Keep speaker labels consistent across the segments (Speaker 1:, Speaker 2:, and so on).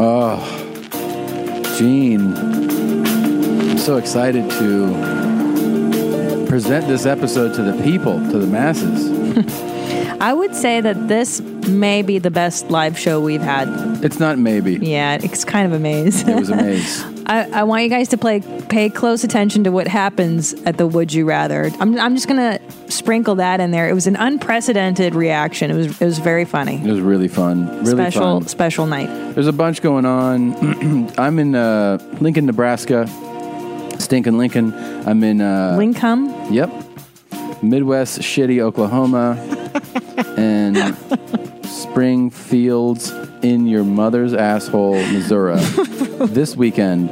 Speaker 1: Oh, Gene, I'm so excited to present this episode to the people, to the masses.
Speaker 2: I would say that this may be the best live show we've had.
Speaker 1: It's not maybe.
Speaker 2: Yeah, it's kind of a maze.
Speaker 1: It was a maze.
Speaker 2: I, I want you guys to play pay close attention to what happens at the Would You Rather. I'm, I'm just gonna sprinkle that in there. It was an unprecedented reaction. It was it was very funny.
Speaker 1: It was really fun. Really
Speaker 2: special
Speaker 1: fun.
Speaker 2: special night.
Speaker 1: There's a bunch going on. I'm in uh, Lincoln, Nebraska. Stinking Lincoln. I'm in. Uh,
Speaker 2: Lincoln.
Speaker 1: Yep. Midwest shitty Oklahoma and Springfield's in your mother's asshole, Missouri. this weekend.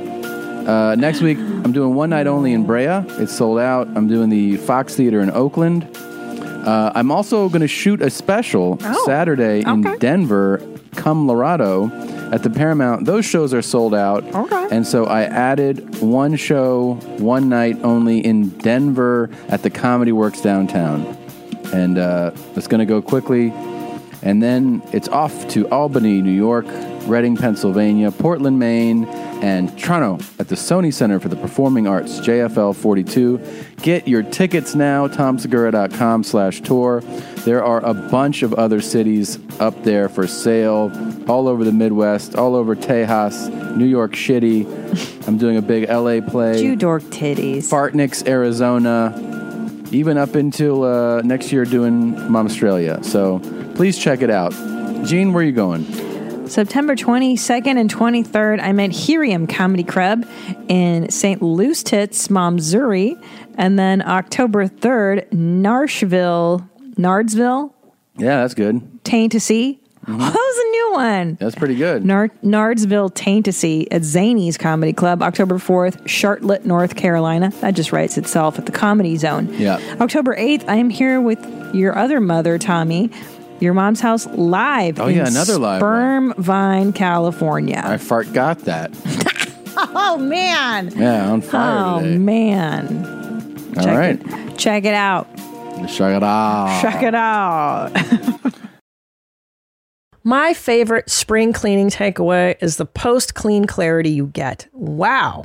Speaker 1: Uh, next week, I'm doing one night only in Brea. It's sold out. I'm doing the Fox Theater in Oakland. Uh, I'm also going to shoot a special
Speaker 2: Oh,
Speaker 1: Saturday in
Speaker 2: okay.
Speaker 1: Denver, Colorado, at the Paramount. Those shows are sold out.
Speaker 2: Okay.
Speaker 1: And so I added one show, one night only in Denver at the Comedy Works downtown. And uh, it's going to go quickly. And then it's off to Albany, New York, Reading, Pennsylvania, Portland, Maine, and Toronto at the Sony Center for the Performing Arts, JFL 42. Get your tickets now, tomsegura.com slash tour. There are a bunch of other cities up there for sale, all over the Midwest, all over Tejas, New York City. I'm doing a big LA play.
Speaker 2: You dork titties.
Speaker 1: Bartniks, Arizona, even up until uh, next year doing Mom Australia. So please check it out. Gene, where are you going?
Speaker 2: September 22nd and 23rd, I'm at Helium Comedy Club in St. Louis Tits, Missouri. And then October 3rd, Narshville, Nardsville,
Speaker 1: Yeah, that's good.
Speaker 2: Taintasy. That was a new one.
Speaker 1: That's pretty good.
Speaker 2: Nar- Nardsville, Taintasy at Zany's Comedy Club, October 4th, Charlotte, North Carolina. That just writes itself at the Comedy Zone.
Speaker 1: Yeah.
Speaker 2: October 8th, I am here with your other mother, Tommy, your mom's house live.
Speaker 1: Oh,
Speaker 2: in
Speaker 1: yeah, another live one.
Speaker 2: Sperm Vine, California.
Speaker 1: I fart got that.
Speaker 2: Oh, man.
Speaker 1: Yeah, on fire
Speaker 2: Oh,
Speaker 1: today.
Speaker 2: man.
Speaker 1: All
Speaker 2: Check
Speaker 1: right.
Speaker 2: It, check it out.
Speaker 1: Check it out.
Speaker 2: Check it out.
Speaker 3: My favorite spring cleaning takeaway is the post clean clarity you get. Wow,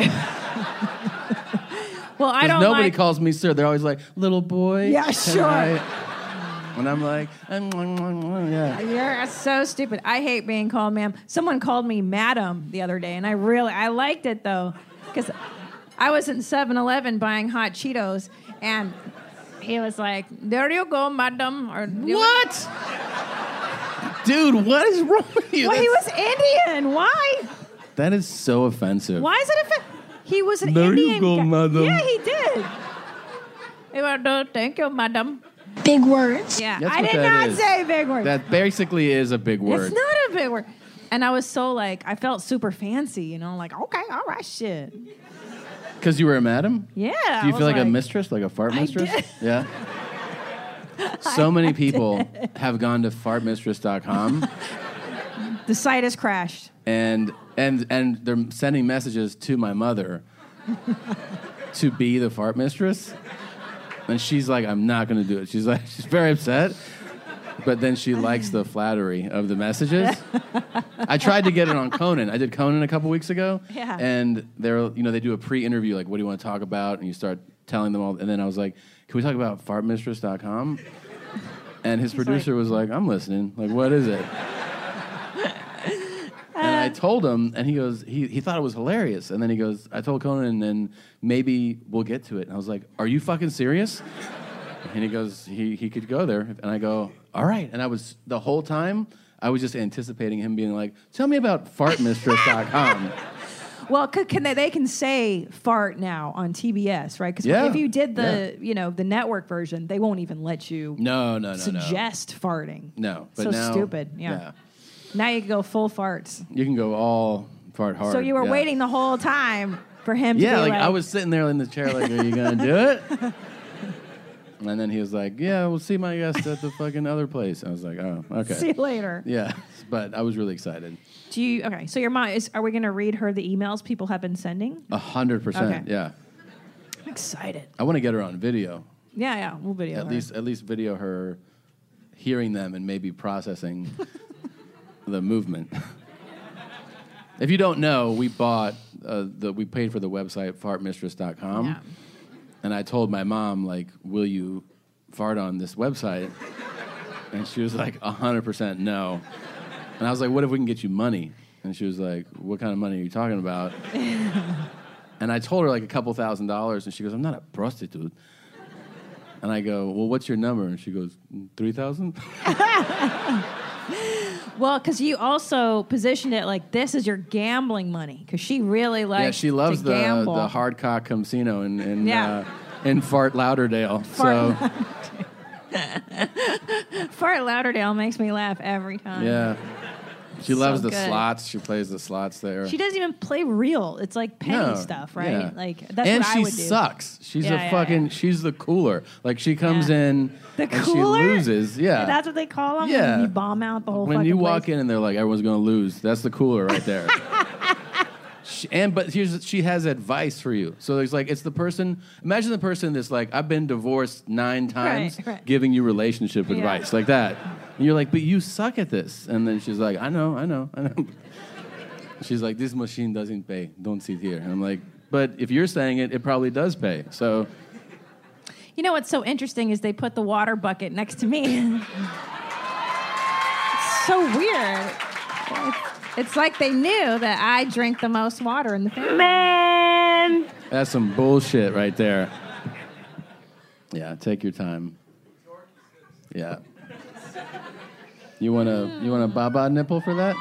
Speaker 2: well, I don't
Speaker 1: nobody
Speaker 2: like.
Speaker 1: calls me sir. They're always like, little boy.
Speaker 2: Yeah,
Speaker 1: can
Speaker 2: sure.
Speaker 1: I-" When I'm like, "Mm, mm, mm, mm," yeah.
Speaker 2: You're so stupid. I hate being called ma'am. Someone called me madam the other day, and I really I liked it though, because I was in 7-Eleven buying hot Cheetos, and he was like, "There you go, madam." Or
Speaker 1: What? Dude, what is wrong with you?
Speaker 2: Well, he
Speaker 1: That's-
Speaker 2: was Indian. Why?
Speaker 1: that is so offensive.
Speaker 2: Why is it offensive? He was an
Speaker 1: There you
Speaker 2: Indian.
Speaker 1: go,
Speaker 2: guy.
Speaker 1: madam.
Speaker 2: Yeah, he did. He went, "No, thank you, madam.
Speaker 4: Big words.
Speaker 2: Yeah,
Speaker 1: That's
Speaker 2: I
Speaker 1: what
Speaker 2: did
Speaker 1: that
Speaker 2: not
Speaker 1: is.
Speaker 2: say big words.
Speaker 1: That basically is a big word.
Speaker 2: It's not a big word. And I was so like, I felt super fancy, you know, like, okay, all right, shit.
Speaker 1: Because you were a madam?
Speaker 2: Yeah.
Speaker 1: Do you feel like, a mistress, like a fart
Speaker 2: I
Speaker 1: mistress?
Speaker 2: did.
Speaker 1: Yeah. So many people have gone to fartmistress.com
Speaker 2: The site has crashed.
Speaker 1: and and and they're sending messages to my mother to be the fart mistress and she's like i'm not going to do it she's like she's very upset but then she likes the flattery of the messages i tried to get it on conan i did conan a couple weeks ago
Speaker 2: Yeah.
Speaker 1: and they're you know they do a pre-interview like what do you want to talk about and you start telling them all and then i was like can we talk about fartmistress.com and his producer was like i'm listening like what is it and I told him, and he goes, he, he thought it was hilarious. And then he goes, I told Conan, and maybe we'll get to it. And I was like, Are you fucking serious? And he goes, he, he could go there. And I go, All right. And I was, the whole time, I was just anticipating him being like, Tell me about fartmistress.com.
Speaker 2: Well, c- can they, they can say fart now on TBS, right? Because
Speaker 1: Yeah.
Speaker 2: if you did the, you know, the network version, they won't even let you
Speaker 1: no, no, no,
Speaker 2: suggest farting.
Speaker 1: no. No. But
Speaker 2: so
Speaker 1: now-
Speaker 2: stupid. Yeah. Now you can go full farts.
Speaker 1: You can go all fart hard.
Speaker 2: So you were
Speaker 1: yeah.
Speaker 2: waiting the whole time for him to
Speaker 1: Yeah,
Speaker 2: be
Speaker 1: like,
Speaker 2: like
Speaker 1: I was sitting there in the chair, like, are you gonna do it? And then he was like, "Yeah, we'll see my guest at the fucking other place." I was like, "Oh, okay."
Speaker 2: See you later.
Speaker 1: Yeah, but I was really excited.
Speaker 2: Do you okay? So your mom is. Are we going to read her the emails people have been sending?
Speaker 1: A hundred percent.
Speaker 2: Okay.
Speaker 1: Yeah,
Speaker 2: I'm excited.
Speaker 1: I want to get her on video.
Speaker 2: Yeah, yeah. We'll video
Speaker 1: At
Speaker 2: her.
Speaker 1: least, at least video her hearing them and maybe processing the movement. if you don't know, we bought uh, the we paid for the website fartmistress.com.
Speaker 2: Yeah.
Speaker 1: and I told my mom, like, will you fart on this website? And she was like, 100% no. And I was like, what if we can get you money? And she was like, what kind of money are you talking about? and I told her like a couple thousand dollars, and she goes, I'm not a prostitute. And I go, well, what's your number? And she goes, 3,000?
Speaker 2: Well, because you also positioned it like this is your gambling money because she really likes
Speaker 1: Yeah, she loves
Speaker 2: to
Speaker 1: the,
Speaker 2: gamble.
Speaker 1: the hard cock casino in, in,
Speaker 2: Yeah.
Speaker 1: uh, in Fart Lauderdale. so,
Speaker 2: Fart Lauderdale makes me laugh every time.
Speaker 1: yeah. She loves the
Speaker 2: good.
Speaker 1: slots. She plays the slots there.
Speaker 2: She doesn't even play real. It's like penny
Speaker 1: No,
Speaker 2: stuff, right?
Speaker 1: yeah.
Speaker 2: Like that's
Speaker 1: and
Speaker 2: what
Speaker 1: she
Speaker 2: I would do.
Speaker 1: sucks. She's a
Speaker 2: Yeah, yeah,
Speaker 1: fucking.
Speaker 2: yeah.
Speaker 1: She's the cooler. Like she comes
Speaker 2: Yeah.
Speaker 1: in
Speaker 2: The
Speaker 1: and
Speaker 2: cooler?
Speaker 1: she loses. Yeah,
Speaker 2: That's what they call them.
Speaker 1: Yeah.
Speaker 2: When you bomb out the whole.
Speaker 1: when you walk
Speaker 2: Oh, place.
Speaker 1: in and they're like, everyone's going to lose. That's the cooler right there. she, and but here's she has advice for you. So it's like it's the person. Imagine the person that's like, I've been divorced nine times,
Speaker 2: right.
Speaker 1: giving you relationship
Speaker 2: Yeah.
Speaker 1: advice like that. And you're like, but you suck at this. And then she's like, I know, I know, I know. She's like, this machine doesn't pay. Don't sit here. And I'm like, but if you're saying it, it probably does pay. So
Speaker 2: You know what's so interesting is they put the water bucket next to me. it's so weird. It's- It's like they knew that I drink the most water in the family. Man.
Speaker 1: that's some bullshit right there. Yeah, take your time. Yeah. You want to you want a baba nipple for that?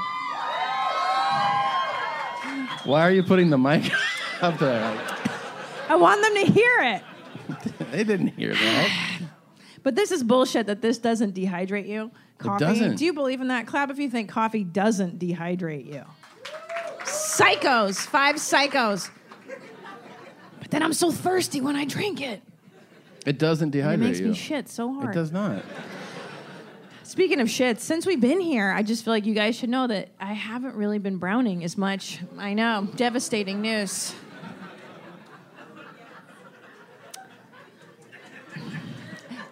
Speaker 1: Why are you putting the mic up there?
Speaker 2: I want them to hear it.
Speaker 1: They didn't hear that.
Speaker 2: But this is bullshit that this doesn't dehydrate you. Coffee.
Speaker 1: doesn't.
Speaker 2: Do you believe in that? Clap if you think coffee doesn't dehydrate you. Psychos, five psychos. But then I'm so thirsty when I drink it.
Speaker 1: It doesn't dehydrate
Speaker 2: It makes
Speaker 1: you.
Speaker 2: me shit so hard.
Speaker 1: It does not.
Speaker 2: Speaking of shit, since we've been here, I just feel like you guys should know that I haven't really been browning as much. I know, devastating news.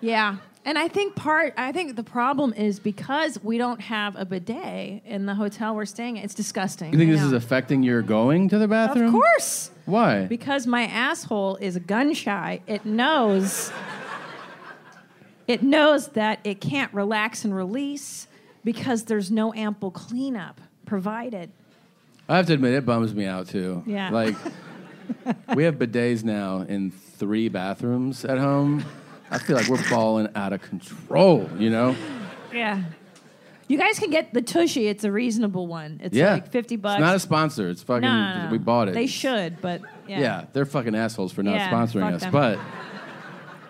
Speaker 2: Yeah. And I think part I think the problem is because we don't have a bidet in the hotel we're staying at. It's disgusting.
Speaker 1: You think
Speaker 2: I
Speaker 1: this is
Speaker 2: know.
Speaker 1: affecting your going to the bathroom?
Speaker 2: Of course.
Speaker 1: Why?
Speaker 2: Because my asshole is gun shy, it knows. It knows that it can't relax and release because there's no ample cleanup provided.
Speaker 1: I have to admit, it bums me out too.
Speaker 2: Yeah.
Speaker 1: Like, we have bidets now in three bathrooms at home. I feel like we're falling out of control, you know?
Speaker 2: Yeah. You guys can get the tushy. It's a reasonable one. It's
Speaker 1: Yeah.
Speaker 2: like 50 bucks.
Speaker 1: It's not a sponsor. It's fucking,
Speaker 2: no, no, no.
Speaker 1: we bought it.
Speaker 2: They should, but yeah.
Speaker 1: Yeah. they're fucking assholes for not
Speaker 2: Yeah, fuck
Speaker 1: sponsoring us,
Speaker 2: them.
Speaker 1: but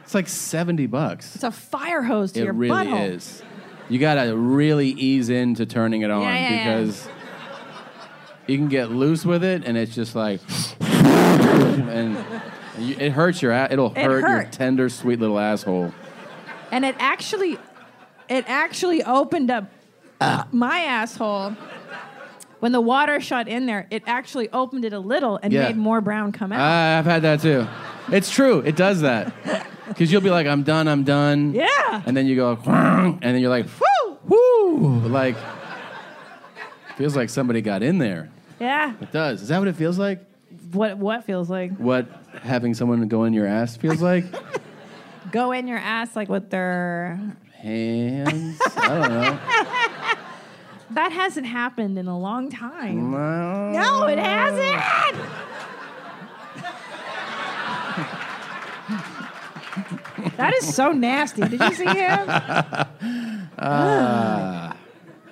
Speaker 1: it's like 70 bucks.
Speaker 2: It's a fire hose to
Speaker 1: it
Speaker 2: your
Speaker 1: really
Speaker 2: butthole.
Speaker 1: is. You gotta really ease into turning it on
Speaker 2: Yeah, yeah, yeah.
Speaker 1: because you can get loose with it and it's just like, and you, it hurts your ass. It'll
Speaker 2: It
Speaker 1: hurt your
Speaker 2: hurt.
Speaker 1: tender, sweet little asshole.
Speaker 2: and it actually it actually opened up uh, my asshole when the water shot in there it actually opened it a little and
Speaker 1: Yeah. Uh,
Speaker 2: made more brown come out
Speaker 1: I, I've had that too. It's true. It does that because you'll be like, I'm done. I'm done.
Speaker 2: Yeah.
Speaker 1: And then you go, and then you're like, whoo, whoo, like feels like somebody got in there.
Speaker 2: yeah
Speaker 1: It does. Is that what it feels like?
Speaker 2: what what feels like
Speaker 1: What having someone go in your ass feels like?
Speaker 2: go in your ass like with their
Speaker 1: hands. I don't know.
Speaker 2: that hasn't happened in a long time
Speaker 1: Well,
Speaker 2: no it hasn't that is so nasty did you see him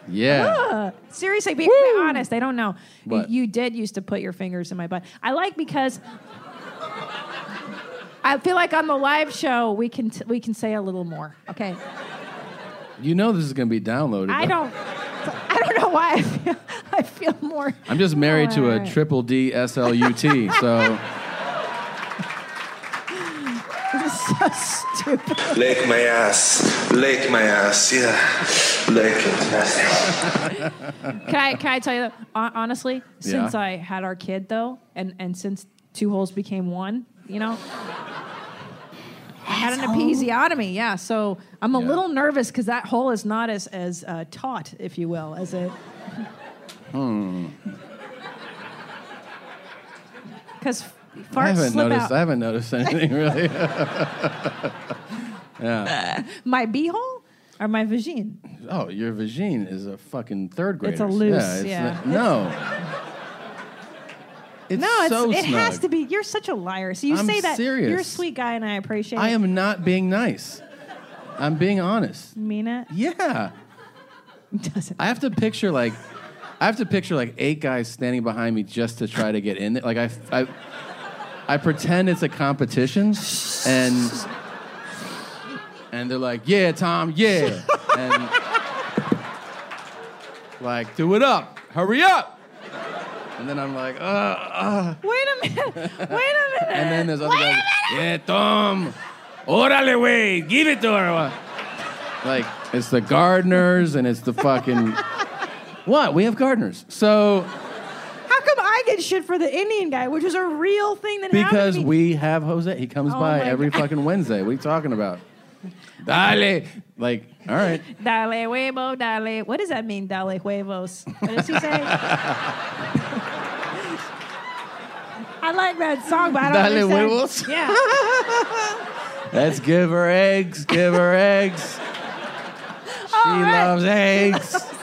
Speaker 1: Yeah.
Speaker 2: Seriously, be honest. I don't know. You-
Speaker 1: What?
Speaker 2: You, did used to put your fingers in my butt. I like because I feel like on the live show we can t- we can say a little more. Okay.
Speaker 1: You know this is going to be downloaded.
Speaker 2: I don't. I don't know why I feel, I feel more.
Speaker 1: I'm just married to a
Speaker 2: Alright.
Speaker 1: triple D SLUT, so
Speaker 2: This is so stupid.
Speaker 5: Lick my ass. Lick my ass. Yeah. Lick it.
Speaker 2: Can I can I tell you that hon- honestly?
Speaker 1: Yeah.
Speaker 2: Since I had our kid though, and and since two holes became one, you know. I had an episiotomy, yeah. So I'm a
Speaker 1: Yeah.
Speaker 2: little nervous because that hole is not as as uh, taut, if you will, as it.
Speaker 1: Hmm.
Speaker 2: Because Farts
Speaker 1: I haven't
Speaker 2: slip
Speaker 1: noticed.
Speaker 2: out.
Speaker 1: I haven't noticed anything really.
Speaker 2: My beehole or my vagine?
Speaker 1: oh, your vagine is a fucking third grader.
Speaker 2: It's a loose, yeah.
Speaker 1: no. It's
Speaker 2: No, it's,
Speaker 1: so
Speaker 2: it has
Speaker 1: snug.
Speaker 2: to be. You're such a liar. So you
Speaker 1: I'm
Speaker 2: say that
Speaker 1: serious.
Speaker 2: you're a sweet guy, and I appreciate.
Speaker 1: I
Speaker 2: it.
Speaker 1: am not being nice. I'm being honest.
Speaker 2: You mean it.
Speaker 1: Yeah.
Speaker 2: Doesn't
Speaker 1: I have to picture like I have to picture like eight guys standing behind me just to try to get in there. Like I, I, I pretend it's a competition, and and they're like, "Yeah, Tom, yeah," and like, "Do it up, hurry up," and then I'm like, "Uh, uh,"
Speaker 2: wait a minute. Wait a minute.
Speaker 1: and then there's other
Speaker 2: Wait a
Speaker 1: guys, "Yeah, Tom, orale, way, give it to her." Like it's the gardeners and it's the fucking what? We have gardeners, so.
Speaker 2: minute. How come I get shit for the Indian guy, which is a real thing that happened?
Speaker 1: Because
Speaker 2: to me?
Speaker 1: we have Jose. He comes
Speaker 2: Oh
Speaker 1: by
Speaker 2: my
Speaker 1: every
Speaker 2: God.
Speaker 1: fucking Wednesday. What are you talking about? Dale. Like, all right.
Speaker 2: Dale huevo, dale. What does that mean, dale huevos? What does he say? I like that song, but I don't
Speaker 1: Dale
Speaker 2: understand.
Speaker 1: huevos?
Speaker 2: Yeah.
Speaker 1: Let's give her eggs. Give her eggs. She loves eggs.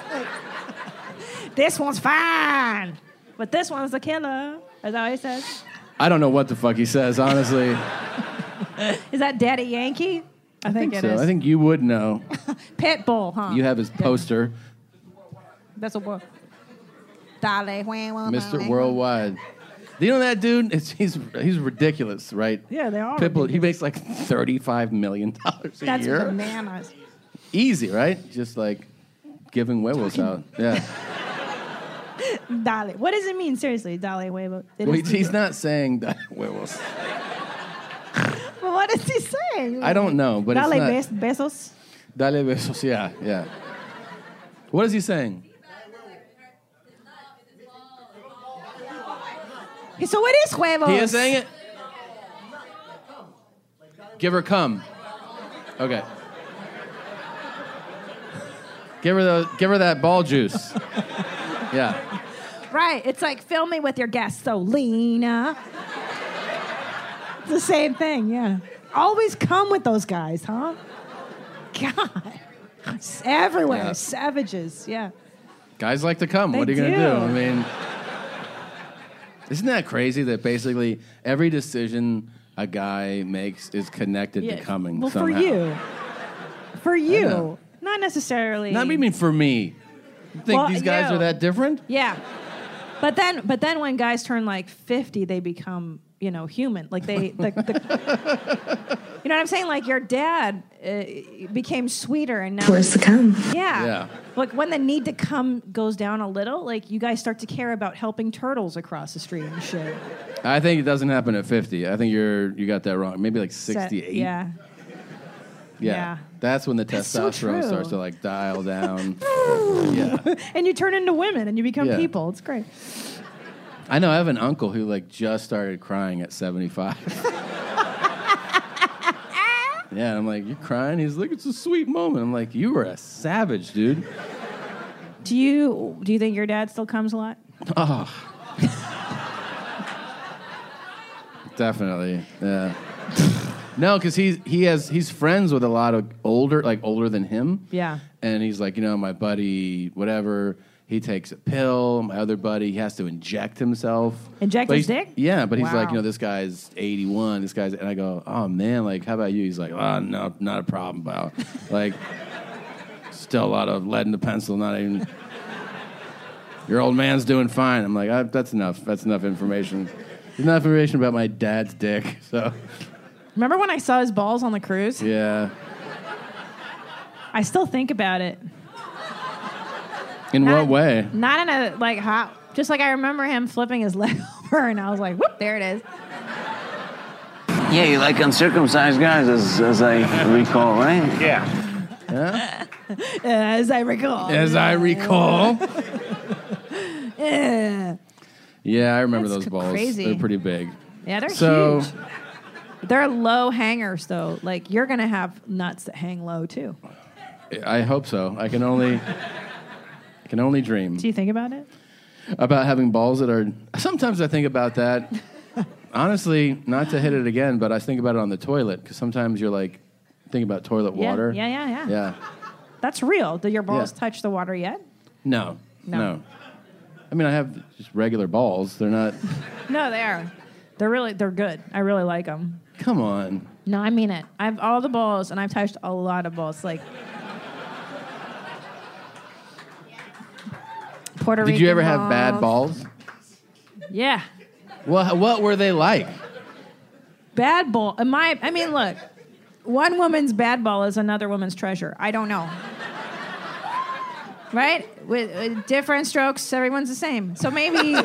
Speaker 2: This one's fine, but this one's a killer. Is that what he says?
Speaker 1: I don't know what the fuck he says, honestly.
Speaker 2: Is that Daddy Yankee? I think, it is.
Speaker 1: so I think you would know.
Speaker 2: Pitbull, huh?
Speaker 1: You have his
Speaker 2: Yeah.
Speaker 1: poster,
Speaker 2: That's a boy. Dale huevo,
Speaker 1: Mr.
Speaker 2: dale.
Speaker 1: Worldwide. Do you know that dude? It's, he's he's ridiculous, right?
Speaker 2: Yeah, they are
Speaker 1: Pitbull. He makes like thirty-five million dollars a
Speaker 2: That's
Speaker 1: year.
Speaker 2: bananas.
Speaker 1: Easy, right? Just like giving werewolves out. Yeah.
Speaker 2: Dale. What does it mean, seriously? Dale huevo. It
Speaker 1: Well,
Speaker 2: is-
Speaker 1: he- he's not saying that werewolves.
Speaker 2: Well, what is he saying?
Speaker 1: I don't know, but
Speaker 2: Dale
Speaker 1: it's
Speaker 2: bes-
Speaker 1: not.
Speaker 2: besos.
Speaker 1: Dale besos. Yeah, yeah. What is he saying?
Speaker 2: So it is huevos.
Speaker 1: He is saying it. Give her cum. Okay. Give her the. Give her that ball juice. Yeah.
Speaker 2: Right. It's like fill me with your gasolina. it's the same thing, yeah. Always come with those guys, huh? God. It's everywhere.
Speaker 1: Yeah.
Speaker 2: Savages, yeah.
Speaker 1: Guys like to cum. what are
Speaker 2: They
Speaker 1: you gonna do?
Speaker 2: do.
Speaker 1: I mean, isn't that crazy that basically every decision a guy makes is connected to coming
Speaker 2: Well,
Speaker 1: somehow?
Speaker 2: for you. For you.
Speaker 1: know.
Speaker 2: Not necessarily.
Speaker 1: Not I mean for me. You think
Speaker 2: Well,
Speaker 1: these guys
Speaker 2: no.
Speaker 1: are that different?
Speaker 2: Yeah. But then but then when guys turn like 50, they become, you know, human. Like they the, the You know what I'm saying? Like your dad uh, became sweeter and now
Speaker 4: Where's the come?
Speaker 2: Yeah.
Speaker 1: Yeah.
Speaker 2: Like when the need to come goes down a little, like you guys start to care about helping turtles across the street and shit.
Speaker 1: I think it doesn't happen at 50. I think you're you got that wrong. Maybe like
Speaker 2: So-
Speaker 1: 68.
Speaker 2: yeah.
Speaker 1: Yeah.
Speaker 2: yeah.
Speaker 1: That's when the
Speaker 2: so
Speaker 1: testosterone
Speaker 2: true.
Speaker 1: starts to like dial down. yeah.
Speaker 2: And you turn into women and you become
Speaker 1: Yeah.
Speaker 2: people. It's great.
Speaker 1: I know I have an uncle who like just started crying at 75. yeah, and I'm like, "You're crying?" He's like, "It's a sweet moment." I'm like, "You were a savage, dude."
Speaker 2: Do you do you think your dad still comes a lot?
Speaker 1: Definitely. Yeah. no, because he's he has he's friends with a lot of older like older than him.
Speaker 2: Yeah.
Speaker 1: And he's like, you know, my buddy, whatever. He takes a pill. My other buddy, he has to inject himself.
Speaker 2: Inject
Speaker 1: But
Speaker 2: his
Speaker 1: he's-
Speaker 2: dick?
Speaker 1: Yeah, but he's
Speaker 2: Wow.
Speaker 1: like, you know, this guy's 81. This guy's, and I go, oh man, like, how about you? He's like, oh, no, not a problem, pal. like, still a lot of lead in the pencil, not even. Your old man's doing fine. I'm like, I, that's enough. That's enough information. There's enough information about my dad's dick. So,
Speaker 2: Remember when I saw his balls on the cruise?
Speaker 1: yeah.
Speaker 2: I still think about it.
Speaker 1: In
Speaker 2: Not-
Speaker 1: what way?
Speaker 2: Not in a like hot. Just like I remember him flipping his leg over, and I was like, "Whoop, there it is."
Speaker 6: Yeah, you like uncircumcised guys, as, as I recall, right?
Speaker 2: As I recall.
Speaker 1: As I recall.
Speaker 2: Yeah,
Speaker 1: Yeah, I remember
Speaker 2: That's
Speaker 1: those balls.
Speaker 2: crazy.
Speaker 1: They're pretty big.
Speaker 2: yeah they're
Speaker 1: So-
Speaker 2: huge. They're low hangers, though. Like you're gonna have nuts that hang low too.
Speaker 1: I hope so. I can only I can only dream
Speaker 2: Do you think about it?
Speaker 1: about having balls that are. Sometimes I think about that, Honestly, not to hit it again, but I think about it on the toilet because sometimes you're like, think about toilet
Speaker 2: Yeah,
Speaker 1: water.
Speaker 2: yeah, yeah, yeah.
Speaker 1: Yeah.
Speaker 2: That's real. Did your balls
Speaker 1: Yeah.
Speaker 2: touch the water yet?
Speaker 1: No,
Speaker 2: No.
Speaker 1: no. I mean, I have just regular balls. They're not.
Speaker 2: No, they are. They're really they're good. I really like them.
Speaker 1: Come on.
Speaker 2: No, I mean it. I have all the balls, and I've touched a lot of balls. Like Puerto Rican.
Speaker 1: Did you ever have bad
Speaker 2: balls?
Speaker 1: balls?
Speaker 2: Yeah,
Speaker 1: What, what were they like?
Speaker 2: bad ball. Am I? I mean, look, one woman's bad ball is another woman's treasure. I don't know. Right? With, with different strokes, everyone's the same. So maybe
Speaker 1: All right.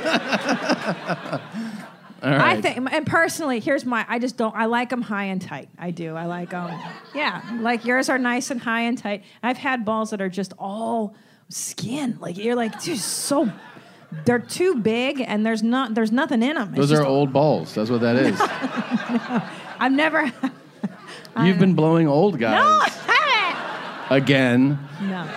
Speaker 2: I think, and personally, here's my. I just don't. I like them high and tight. I do. I like them. Yeah, like yours are nice and high and tight. I've had balls that are just all skin. Like you're like, dude, so they're too big, and there's not. There's nothing in them.
Speaker 1: Those are old balls. That's what that is.
Speaker 2: I've never.
Speaker 1: You've been blowing old
Speaker 2: no,
Speaker 1: guys
Speaker 2: I
Speaker 1: again.
Speaker 2: haven't. No.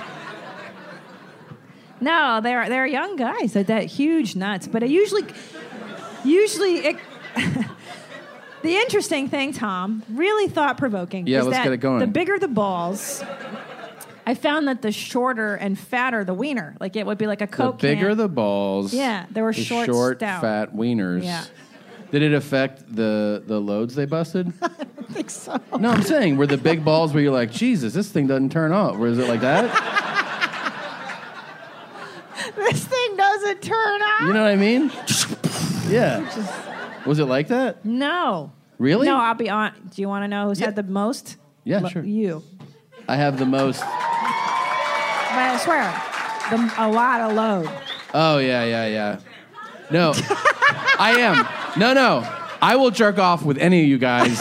Speaker 2: No, they're they're young guys that that huge nuts, but it usually, usually it. The interesting thing, Tom, really thought provoking.
Speaker 1: Yeah,
Speaker 2: is
Speaker 1: let's
Speaker 2: that
Speaker 1: get it going.
Speaker 2: The bigger the balls, I found that the shorter and fatter the wiener. Like it would be like a
Speaker 1: The
Speaker 2: coke.
Speaker 1: bigger
Speaker 2: can.
Speaker 1: the balls.
Speaker 2: Yeah, they were
Speaker 1: the
Speaker 2: short,
Speaker 1: short
Speaker 2: stout.
Speaker 1: fat wieners.
Speaker 2: Yeah.
Speaker 1: Did it affect the the loads they busted?
Speaker 2: I think so.
Speaker 1: No, I'm saying were the big balls where you're like, Jesus, this thing doesn't turn off. Or is it like that?
Speaker 2: This thing doesn't turn on.
Speaker 1: You know what I mean? Yeah. Was it like that?
Speaker 2: no.
Speaker 1: Really?
Speaker 2: Mm. No, I'll be on. Do you want to know who's
Speaker 1: Yeah.
Speaker 2: had the most?
Speaker 1: Yeah,
Speaker 2: Lo-
Speaker 1: sure.
Speaker 2: You.
Speaker 1: I have the most.
Speaker 2: But I swear, the, a lot of load.
Speaker 1: Oh yeah, yeah, yeah. No, I am. No, no. I will jerk off with any of you guys.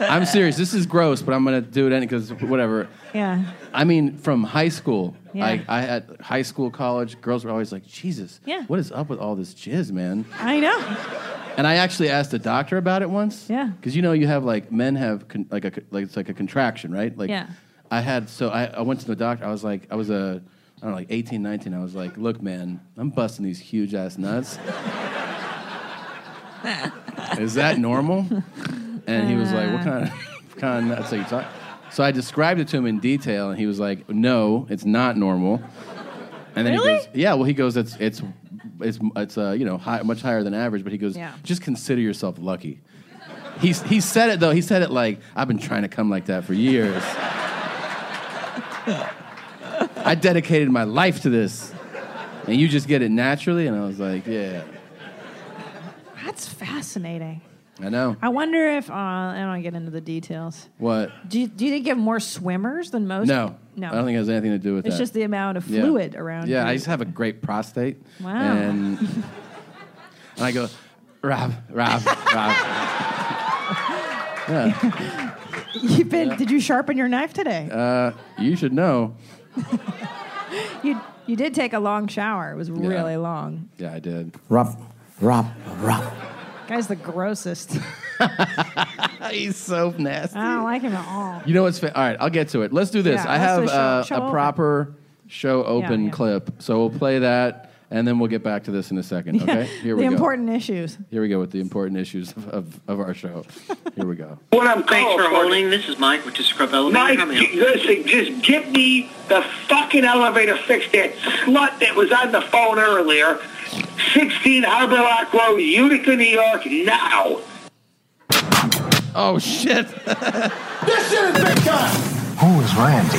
Speaker 1: I'm serious. This is gross, but I'm gonna do it any because whatever.
Speaker 2: Yeah.
Speaker 1: I mean, from high school,
Speaker 2: Yeah.
Speaker 1: I, I at high school, college, girls were always like, "Jesus,
Speaker 2: Yeah.
Speaker 1: what is up with all this jizz, man?"
Speaker 2: I know.
Speaker 1: And I actually asked a doctor about it once.
Speaker 2: Yeah.
Speaker 1: Because you know you have like men have con- like a like it's like a contraction, right? Like
Speaker 2: Yeah.
Speaker 1: I had so I, I went to the doctor. I was like I was a I don't know like 18, 19. I was like, look, man, I'm busting these huge ass nuts. Is that normal? And he was like, what kind
Speaker 2: Uh.
Speaker 1: of what kind of nuts are you talking? So I described it to him in detail, and he was like, no, it's not normal. And then
Speaker 2: Really?
Speaker 1: he goes, yeah. Well, he goes, it's it's it's it's uh, you know high, much higher than average, but he goes,
Speaker 2: Yeah.
Speaker 1: just consider yourself lucky. He's, he said it though. He said it like I've been trying to come like that for years. I dedicated my life to this, and you just get it naturally. And I was like, yeah,
Speaker 2: That's fascinating.
Speaker 1: I know.
Speaker 2: I wonder if uh, I don't wanna get into the details.
Speaker 1: What?
Speaker 2: Do you, do you think you have more swimmers than most?
Speaker 1: No,
Speaker 2: no.
Speaker 1: I don't think it has anything to do with
Speaker 2: it's
Speaker 1: that.
Speaker 2: just the amount of
Speaker 1: Yeah.
Speaker 2: fluid around.
Speaker 1: Yeah,
Speaker 2: you.
Speaker 1: I just have a great prostate.
Speaker 2: Wow.
Speaker 1: And, and I go, Rob, Rob, Rob.
Speaker 2: You've been. Did you sharpen your knife today?
Speaker 1: Uh, You should know.
Speaker 2: you you did take a long shower. It was really long.
Speaker 1: Yeah, I did.
Speaker 2: Guy's the grossest.
Speaker 1: He's so nasty.
Speaker 2: I don't like him at all.
Speaker 1: You know what's fa- all right? I'll get to it. Let's do this.
Speaker 2: Oh. Yeah,
Speaker 1: I
Speaker 2: let's
Speaker 1: have
Speaker 2: do show-
Speaker 1: uh,
Speaker 2: show
Speaker 1: a
Speaker 2: open.
Speaker 1: proper show open
Speaker 2: yeah.
Speaker 1: clip, so we'll play that, and then we'll get back to this in a second. Okay, here we
Speaker 2: the
Speaker 1: go.
Speaker 2: important issues.
Speaker 1: Here we go with the important issues of, of, of our show. Here we go.
Speaker 7: What I'm Thanks for holding. This is Mike with Disrupt Elevator.
Speaker 8: Mike,
Speaker 7: How may I help
Speaker 8: j- listen, just get me the fucking elevator fixed. That slut that was on the phone earlier, 16 Harbor Lock Road, Utica, New York, now.
Speaker 1: Oh shit!
Speaker 7: This shit is big time.
Speaker 5: Who is Randy?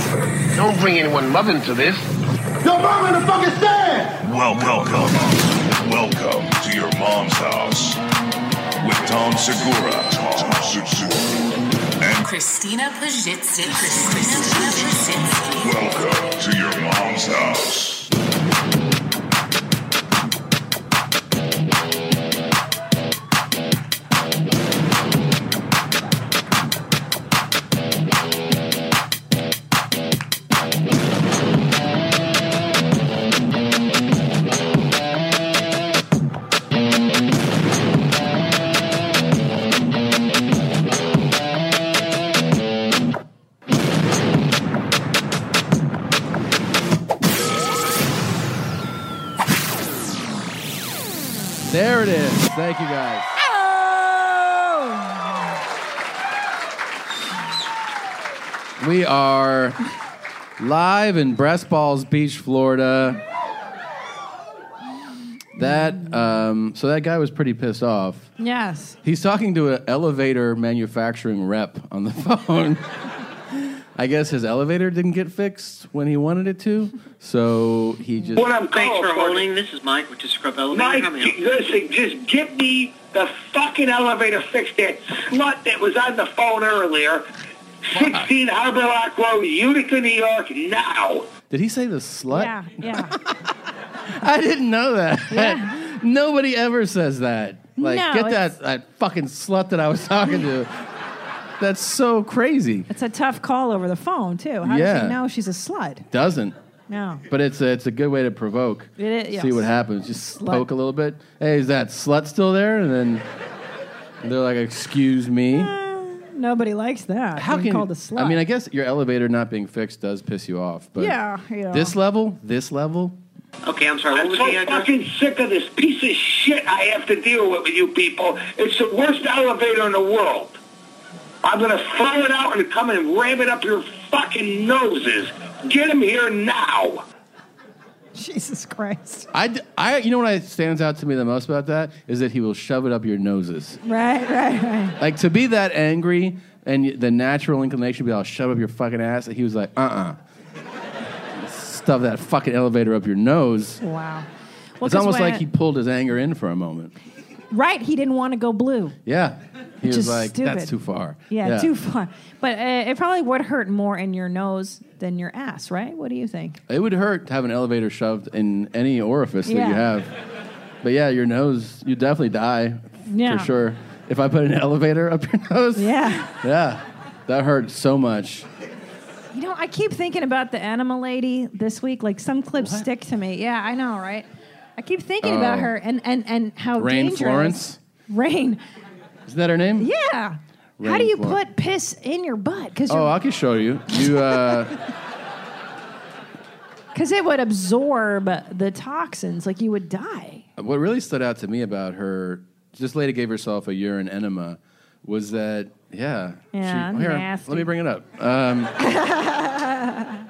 Speaker 6: Don't bring anyone loving to this.
Speaker 7: Your mom in the fucking stand.
Speaker 5: Welcome. Welcome to your mom's house with Tom Segura. Tom Segura. And
Speaker 9: Christina Pajitsky. Christina Pajitsky.
Speaker 5: welcome to your mom's house.
Speaker 1: Thank you guys. We are live in Breast Balls Beach, Florida. That um, so that guy was pretty pissed off.
Speaker 2: Yes.
Speaker 1: He's talking to an elevator manufacturing rep on the phone. I guess his elevator didn't get fixed when he wanted it to, so he just
Speaker 8: What I'm
Speaker 10: Thanks
Speaker 8: calling
Speaker 10: for
Speaker 8: for-
Speaker 10: holding. This is Mike with Discrup Elevator.
Speaker 8: Mike,
Speaker 10: How may I help you?
Speaker 8: listen, just get me the fucking elevator fixed. That slut that was on the phone earlier, 16 Harbor Lock Road, Utica, New York, now.
Speaker 1: did he say the slut?
Speaker 2: Yeah, yeah.
Speaker 1: I didn't know that. Nobody ever says that. Like,
Speaker 2: No,
Speaker 1: get
Speaker 2: it's-
Speaker 1: that, that fucking slut that I was talking to. That's so crazy.
Speaker 2: It's a tough call over the phone, too. How does
Speaker 1: Yeah.
Speaker 2: she know she's a slut?
Speaker 1: Doesn't.
Speaker 2: No.
Speaker 1: But it's a, it's a good way to provoke.
Speaker 2: It is-
Speaker 1: See
Speaker 2: yes.
Speaker 1: what happens. Just
Speaker 2: Slut.
Speaker 1: poke a little bit. Hey, is that slut still there? And then they're like, excuse me.
Speaker 2: Nobody likes that. How
Speaker 1: can-
Speaker 2: Uh, called a slut?
Speaker 1: I mean, I guess your elevator not being fixed does piss you off. But
Speaker 2: Yeah, yeah.
Speaker 1: this level, this level,
Speaker 10: Okay, I'm sorry. What
Speaker 8: I'm
Speaker 10: was
Speaker 8: so
Speaker 10: the address?
Speaker 8: fucking sick of this piece of shit I have to deal with with you people. It's the worst elevator in the world. I'm gonna throw it out and come and ram it up your fucking noses. Get him here now.
Speaker 2: Jesus Christ.
Speaker 1: I, d- I- you know what I, stands out to me the most about that is that he will shove it up your noses.
Speaker 2: Right, right, right.
Speaker 1: Like to be that angry and y- the natural inclination would be, "I'll shove up your fucking ass," and he was like, "Uh, uh stuff that fucking elevator up your nose."
Speaker 2: Wow. Well,
Speaker 1: it's
Speaker 2: 'cause
Speaker 1: almost
Speaker 2: when-
Speaker 1: like he pulled his anger in for a moment.
Speaker 2: Right, he didn't want to go blue.
Speaker 1: Yeah, he
Speaker 2: Which
Speaker 1: was
Speaker 2: is
Speaker 1: like,
Speaker 2: stupid.
Speaker 1: "That's too far."
Speaker 2: Yeah, too far. But uh, it probably would hurt more in your nose than your ass, right? What do you think?
Speaker 1: It would hurt to have an elevator shoved in any orifice that you
Speaker 2: Yeah.
Speaker 1: have. But yeah, your nose, you definitely die
Speaker 2: Yeah.
Speaker 1: for sure. If I put an elevator up your nose,
Speaker 2: Yeah.
Speaker 1: yeah, that hurts so much.
Speaker 2: You know, I keep thinking about the animal lady this week. Like some clips stick to me. Yeah, I know, right? I keep thinking about
Speaker 1: Oh.
Speaker 2: her and and and how
Speaker 1: Rain
Speaker 2: dangerous.
Speaker 1: Florence,
Speaker 2: Rain.
Speaker 1: isn't that her name?
Speaker 2: Yeah. how
Speaker 1: Rain
Speaker 2: do you
Speaker 1: Florence.
Speaker 2: put piss in your butt? Because
Speaker 1: Oh, I can show you. You uh, Oh.
Speaker 2: because it would absorb the toxins. Like you would die.
Speaker 1: what really stood out to me about her, this lady gave herself a urine enema, was that yeah.
Speaker 2: Yeah,
Speaker 1: here,
Speaker 2: nasty.
Speaker 1: let me bring it up. Um,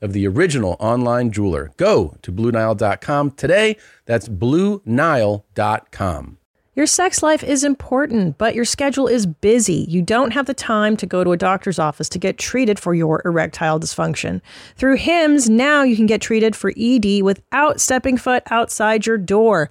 Speaker 1: of the original online jeweler. Go to BlueNile.com today. That's BlueNile.com.
Speaker 3: Your sex life is important, but your schedule is busy. You don't have the time to go to a doctor's office to get treated for your erectile dysfunction. Through HIMS, now you can get treated for ED without stepping foot outside your door.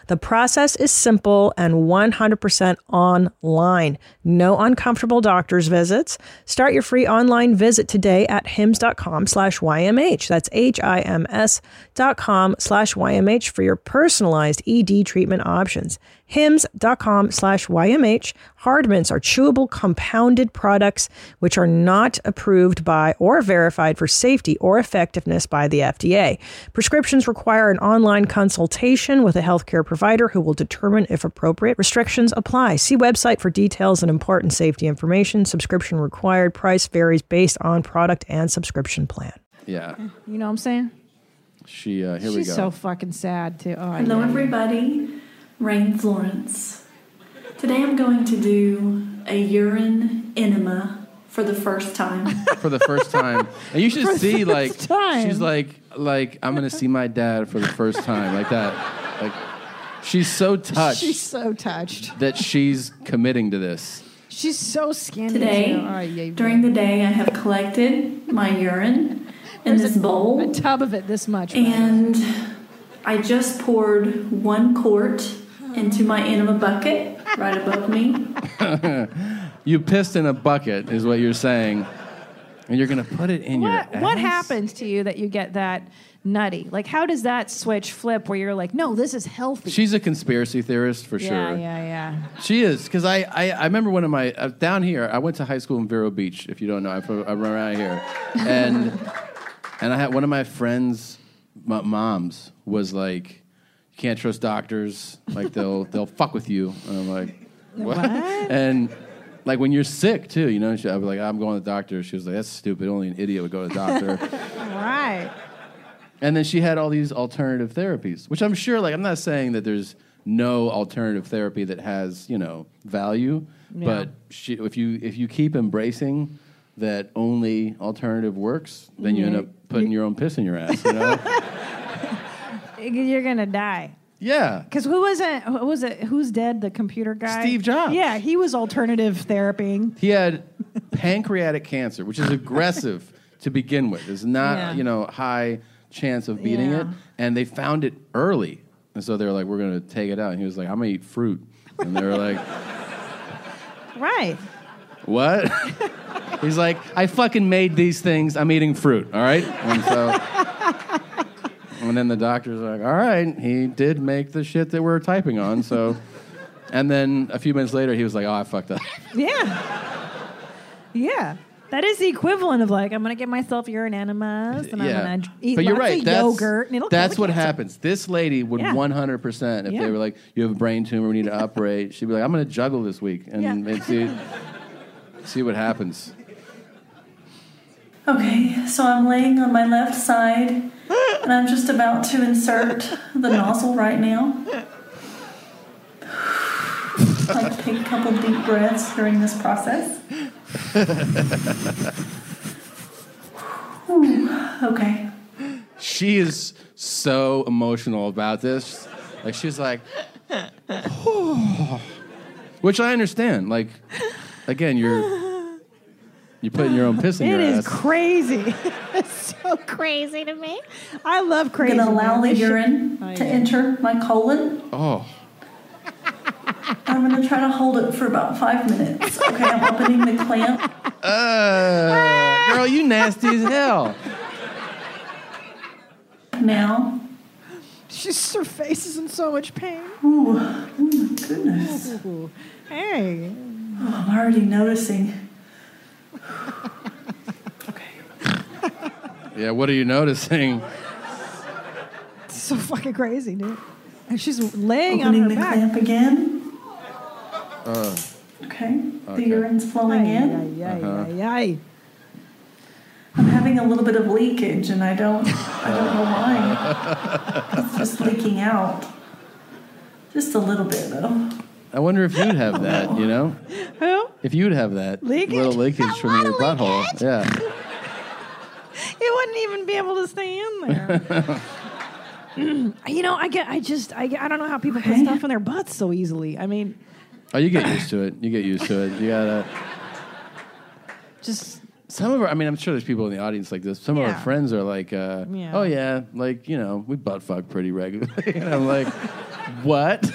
Speaker 3: The process is simple and 100% online. No uncomfortable doctor's visits. Start your free online visit today at hims.com slash YMH. That's H-I-M-S dot com slash YMH for your personalized ED treatment options. HIMS.com slash YMH. Hardmints are chewable compounded products which are not approved by or verified for safety or effectiveness by the FDA. Prescriptions require an online consultation with a healthcare provider who will determine if appropriate. Restrictions apply. See website for details and important safety information. Subscription required. Price varies based on product and subscription plan.
Speaker 11: Yeah.
Speaker 2: You know what I'm saying?
Speaker 11: She, uh, here we
Speaker 2: She's
Speaker 11: go.
Speaker 2: so fucking sad too. Oh, I
Speaker 12: Hello,
Speaker 2: know.
Speaker 12: everybody. Rain Florence. Today I'm going to do a urine enema for the first time.
Speaker 11: for the first time. And you should
Speaker 12: For the
Speaker 11: see
Speaker 12: first
Speaker 11: like
Speaker 12: time.
Speaker 11: she's like like I'm gonna see my dad for the first time like that. Like she's so touched
Speaker 2: She's so touched.
Speaker 11: that she's committing to this.
Speaker 2: She's so skinny.
Speaker 12: Today,
Speaker 2: too. Oh, yeah.
Speaker 12: during the day, I have collected my urine in
Speaker 2: There's
Speaker 12: this bowl.
Speaker 2: a tub of it this much.
Speaker 12: And I just poured one quart into my enema bucket right above me.
Speaker 11: you pissed in a bucket is what you're saying, and you're gonna put it in
Speaker 2: What
Speaker 11: your.
Speaker 2: what
Speaker 11: ass?
Speaker 2: happens to you that you get that nutty? Like how does that switch flip where you're like, no, this is healthy.
Speaker 11: She's a conspiracy theorist for
Speaker 2: yeah,
Speaker 11: sure.
Speaker 2: yeah, yeah.
Speaker 11: She is because I, I I remember one of my uh, down here. I went to high school in Vero Beach. If you don't know, I'm from I'm around here, and and I had one of my friends' my moms was like, "You can't trust doctors. Like they'll they'll fuck with you." And I'm like, "What?"
Speaker 13: What?
Speaker 11: And like when you're sick too, you know. She, I was like, "I'm going to the doctor." She was like, "That's stupid. Only an idiot would go to the doctor."
Speaker 2: right.
Speaker 11: And then she had all these alternative therapies, which I'm sure, like, I'm not saying that there's no alternative therapy that has, you know, value,
Speaker 2: Yeah.
Speaker 11: but she, if you if you keep embracing that only alternative works, then you end up
Speaker 2: Mm-hmm.
Speaker 11: putting your own piss in your ass, you know?
Speaker 2: You're gonna die.
Speaker 11: yeah.
Speaker 2: Because who wasn't? Who was it? Who's dead? The computer guy.
Speaker 11: Steve Jobs.
Speaker 2: Yeah, he was alternative therapying.
Speaker 11: He had pancreatic cancer, which is aggressive to begin with. There's not,
Speaker 2: Yeah.
Speaker 11: you know, high chance of beating it.
Speaker 2: Yeah.
Speaker 11: And they found it early. And so they were like, we're going to take it out. And he was like, I'm going to eat fruit. And they were like,
Speaker 2: Right.
Speaker 11: What? He's like, I fucking made these things. I'm eating fruit. All right. And so, and then the doctor's like, all right, he did make the shit that we're typing on. So, and then a few minutes later, he was like, oh, I fucked up.
Speaker 2: Yeah. Yeah. That is the equivalent of like I'm gonna get myself urine enemas and I'm gonna j- eat
Speaker 11: but you're
Speaker 2: lots
Speaker 11: right.
Speaker 2: of
Speaker 11: that's
Speaker 2: yogurt. and it'll kill
Speaker 11: that's
Speaker 2: the
Speaker 11: what
Speaker 2: cancer.
Speaker 11: happens. This lady would
Speaker 2: Yeah.
Speaker 11: 100% if
Speaker 2: Yeah.
Speaker 11: they were like, you have a brain tumor, we need to operate. She'd be like, I'm going to juggle this week and,
Speaker 12: Yeah.
Speaker 11: and see, see what happens.
Speaker 12: Okay, so I'm laying on my left side and I'm just about to insert the nozzle right now. I'd like to take a couple deep breaths during this process. Whew, okay.
Speaker 11: She is so emotional about this. Like she's like, which I understand. Like, again, you're you're putting your own piss in
Speaker 2: It
Speaker 11: your
Speaker 2: is
Speaker 11: ass.
Speaker 2: crazy. it's so crazy to me. I love
Speaker 12: I'm
Speaker 2: crazy.
Speaker 12: gonna allow
Speaker 2: man.
Speaker 12: the
Speaker 2: This shit-
Speaker 12: urine
Speaker 2: Oh,
Speaker 12: to
Speaker 2: yeah.
Speaker 12: enter my colon.
Speaker 11: oh,
Speaker 12: I'm gonna try to hold it for about five minutes. Okay, I'm opening the clamp.
Speaker 11: uh, girl, you nasty as hell.
Speaker 12: Now.
Speaker 2: She's her face is in so much pain.
Speaker 12: Ooh, oh my goodness.
Speaker 2: Ooh. Hey.
Speaker 12: Oh, I'm already noticing.
Speaker 11: Yeah, what are you noticing?
Speaker 2: It's so fucking crazy, dude. And she's laying
Speaker 12: Opening
Speaker 2: on her
Speaker 12: the
Speaker 2: back.
Speaker 12: clamp again.
Speaker 11: Uh,
Speaker 12: Okay.
Speaker 11: Okay.
Speaker 12: The urine's flowing
Speaker 2: Ay,
Speaker 12: in.
Speaker 11: Uh-huh.
Speaker 12: I'm having a little bit of leakage, and I don't, I don't know why. It's just leaking out. Just a little bit, though.
Speaker 11: I wonder if you'd have that. You know,
Speaker 2: Who?
Speaker 11: if you'd have that
Speaker 2: Leakage?
Speaker 11: little leakage from your butthole. Yeah.
Speaker 2: It wouldn't even be able to stay in there. you know, I get. I just. I, get- I don't know how people put stuff in their butts so easily. I mean,
Speaker 11: Oh, you get used to it. You get used to it. You gotta.
Speaker 2: Just
Speaker 11: some of our. I mean, I'm sure there's people in the audience like this. Some of
Speaker 2: Yeah.
Speaker 11: our friends are like, uh,
Speaker 2: Yeah.
Speaker 11: "Oh yeah, like you know, we butt fuck pretty regularly." and I'm like, "What?"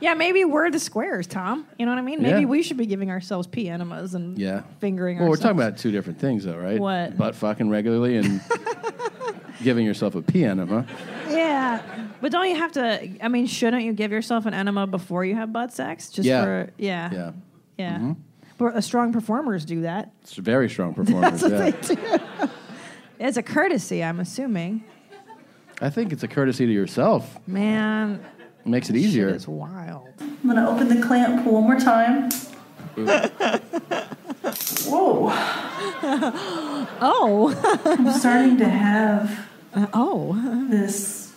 Speaker 2: yeah, maybe we're the squares, Tom. You know what I mean? Maybe
Speaker 11: Yeah.
Speaker 2: we should be giving ourselves pee enemas and
Speaker 11: Yeah.
Speaker 2: fingering.
Speaker 11: Well, we're
Speaker 2: ourselves.
Speaker 11: talking about two different things, though, right?
Speaker 2: What?
Speaker 11: Butt fucking regularly and giving yourself a pee enema.
Speaker 2: Yeah, but don't you have to? I mean, shouldn't you give yourself an enema before you have butt sex? Just
Speaker 11: Yeah.
Speaker 2: for yeah,
Speaker 11: Yeah.
Speaker 2: yeah.
Speaker 11: Mhm.
Speaker 2: But uh, strong performers do that.
Speaker 11: It's a very strong performance.
Speaker 2: That's what
Speaker 11: yeah.
Speaker 2: they do. it's a courtesy, I'm assuming.
Speaker 11: I think it's a courtesy to yourself.
Speaker 2: Man,
Speaker 11: It makes it easier.
Speaker 2: wild.
Speaker 12: I'm gonna open the clamp one more time.
Speaker 14: Whoa.
Speaker 2: oh.
Speaker 14: I'm starting to have
Speaker 2: Uh, oh.
Speaker 14: this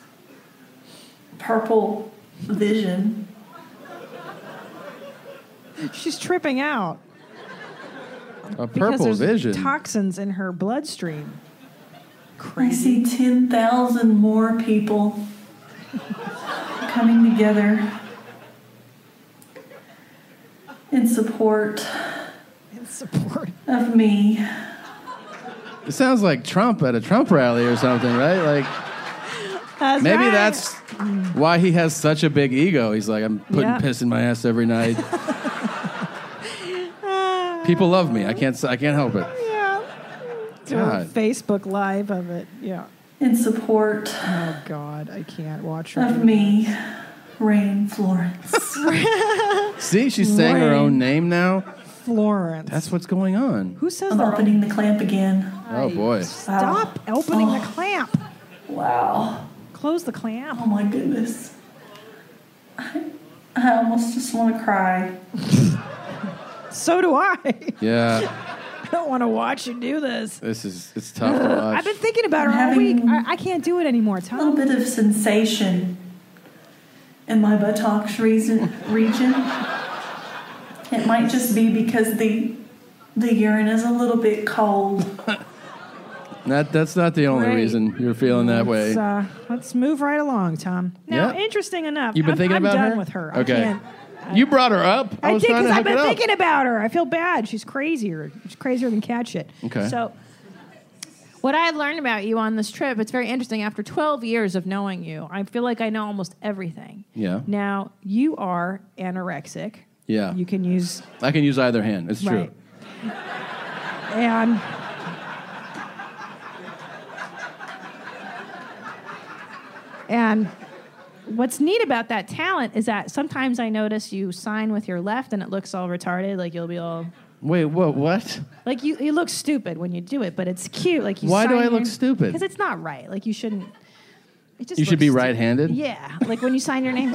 Speaker 14: purple vision.
Speaker 2: She's tripping out.
Speaker 11: A
Speaker 2: because
Speaker 11: purple
Speaker 2: there's
Speaker 11: vision.
Speaker 2: Toxins in her bloodstream.
Speaker 14: I see 10,000 more people coming together in support
Speaker 2: in support
Speaker 14: of me.
Speaker 11: it sounds like Trump at a Trump rally or something, right? Like maybe that's why he has such a big ego. He's like, I'm putting
Speaker 2: Yeah.
Speaker 11: piss in my ass every night. People love me. I can't. s- I can't help it.
Speaker 2: Do a
Speaker 11: God.
Speaker 2: Facebook live of it. Yeah.
Speaker 14: In support.
Speaker 2: Oh God, I can't watch her.
Speaker 14: Of me, Rain Florence.
Speaker 11: See, she's saying her own name now.
Speaker 2: Florence.
Speaker 11: That's what's going on.
Speaker 2: Who says
Speaker 14: I'm
Speaker 2: that?
Speaker 14: opening the clamp again.
Speaker 11: Oh boy.
Speaker 2: Stop opening
Speaker 14: Oh.
Speaker 2: the clamp.
Speaker 14: Wow.
Speaker 2: Close the clamp.
Speaker 14: Oh my goodness. I, I almost just want to cry.
Speaker 2: So do I. I
Speaker 11: Yeah.
Speaker 2: don't want to watch you do this.
Speaker 11: This is. It's tough to watch.
Speaker 2: I've been thinking about her all week. I, I can't do it anymore,
Speaker 14: A
Speaker 2: Tom.
Speaker 14: little bit of sensation in my buttocks region. region. It might just be because the the urine is a little bit cold.
Speaker 11: That, that's not the only
Speaker 2: Right.
Speaker 11: reason you're feeling that way.
Speaker 2: Let's, uh, let's move right along, Tom. Now,
Speaker 11: Yeah.
Speaker 2: interesting enough,
Speaker 11: You've been
Speaker 2: I'm,
Speaker 11: thinking
Speaker 2: I'm
Speaker 11: about
Speaker 2: done
Speaker 11: her?
Speaker 2: with her.
Speaker 11: Okay.
Speaker 2: I can't.
Speaker 11: you brought her up. I,
Speaker 2: I,
Speaker 11: was
Speaker 2: did
Speaker 11: trying
Speaker 2: because
Speaker 11: to
Speaker 2: I've
Speaker 11: hook
Speaker 2: been
Speaker 11: it up.
Speaker 2: thinking about her. I feel bad. She's crazier. She's crazier than cat shit.
Speaker 11: Okay.
Speaker 2: So, what I've learned about you on this trip, it's very interesting. After 12 years of knowing you, I feel like I know almost everything.
Speaker 11: Yeah.
Speaker 2: Now, you are anorexic.
Speaker 11: Yeah.
Speaker 2: You can use
Speaker 11: I can use either hand. It's
Speaker 2: Right.
Speaker 11: true.
Speaker 2: And and what's neat about that talent is that sometimes I notice you sign with your left and it looks all retarded, like you'll be all
Speaker 11: Wait, what? What?
Speaker 2: like you you look stupid when you do it, but it's cute. Like you
Speaker 11: Why do I look stupid?
Speaker 2: Because it's not right. Like you shouldn't. It just
Speaker 11: You should be
Speaker 2: looks
Speaker 11: right-handed?
Speaker 2: Stupid. Yeah, like when you sign your name.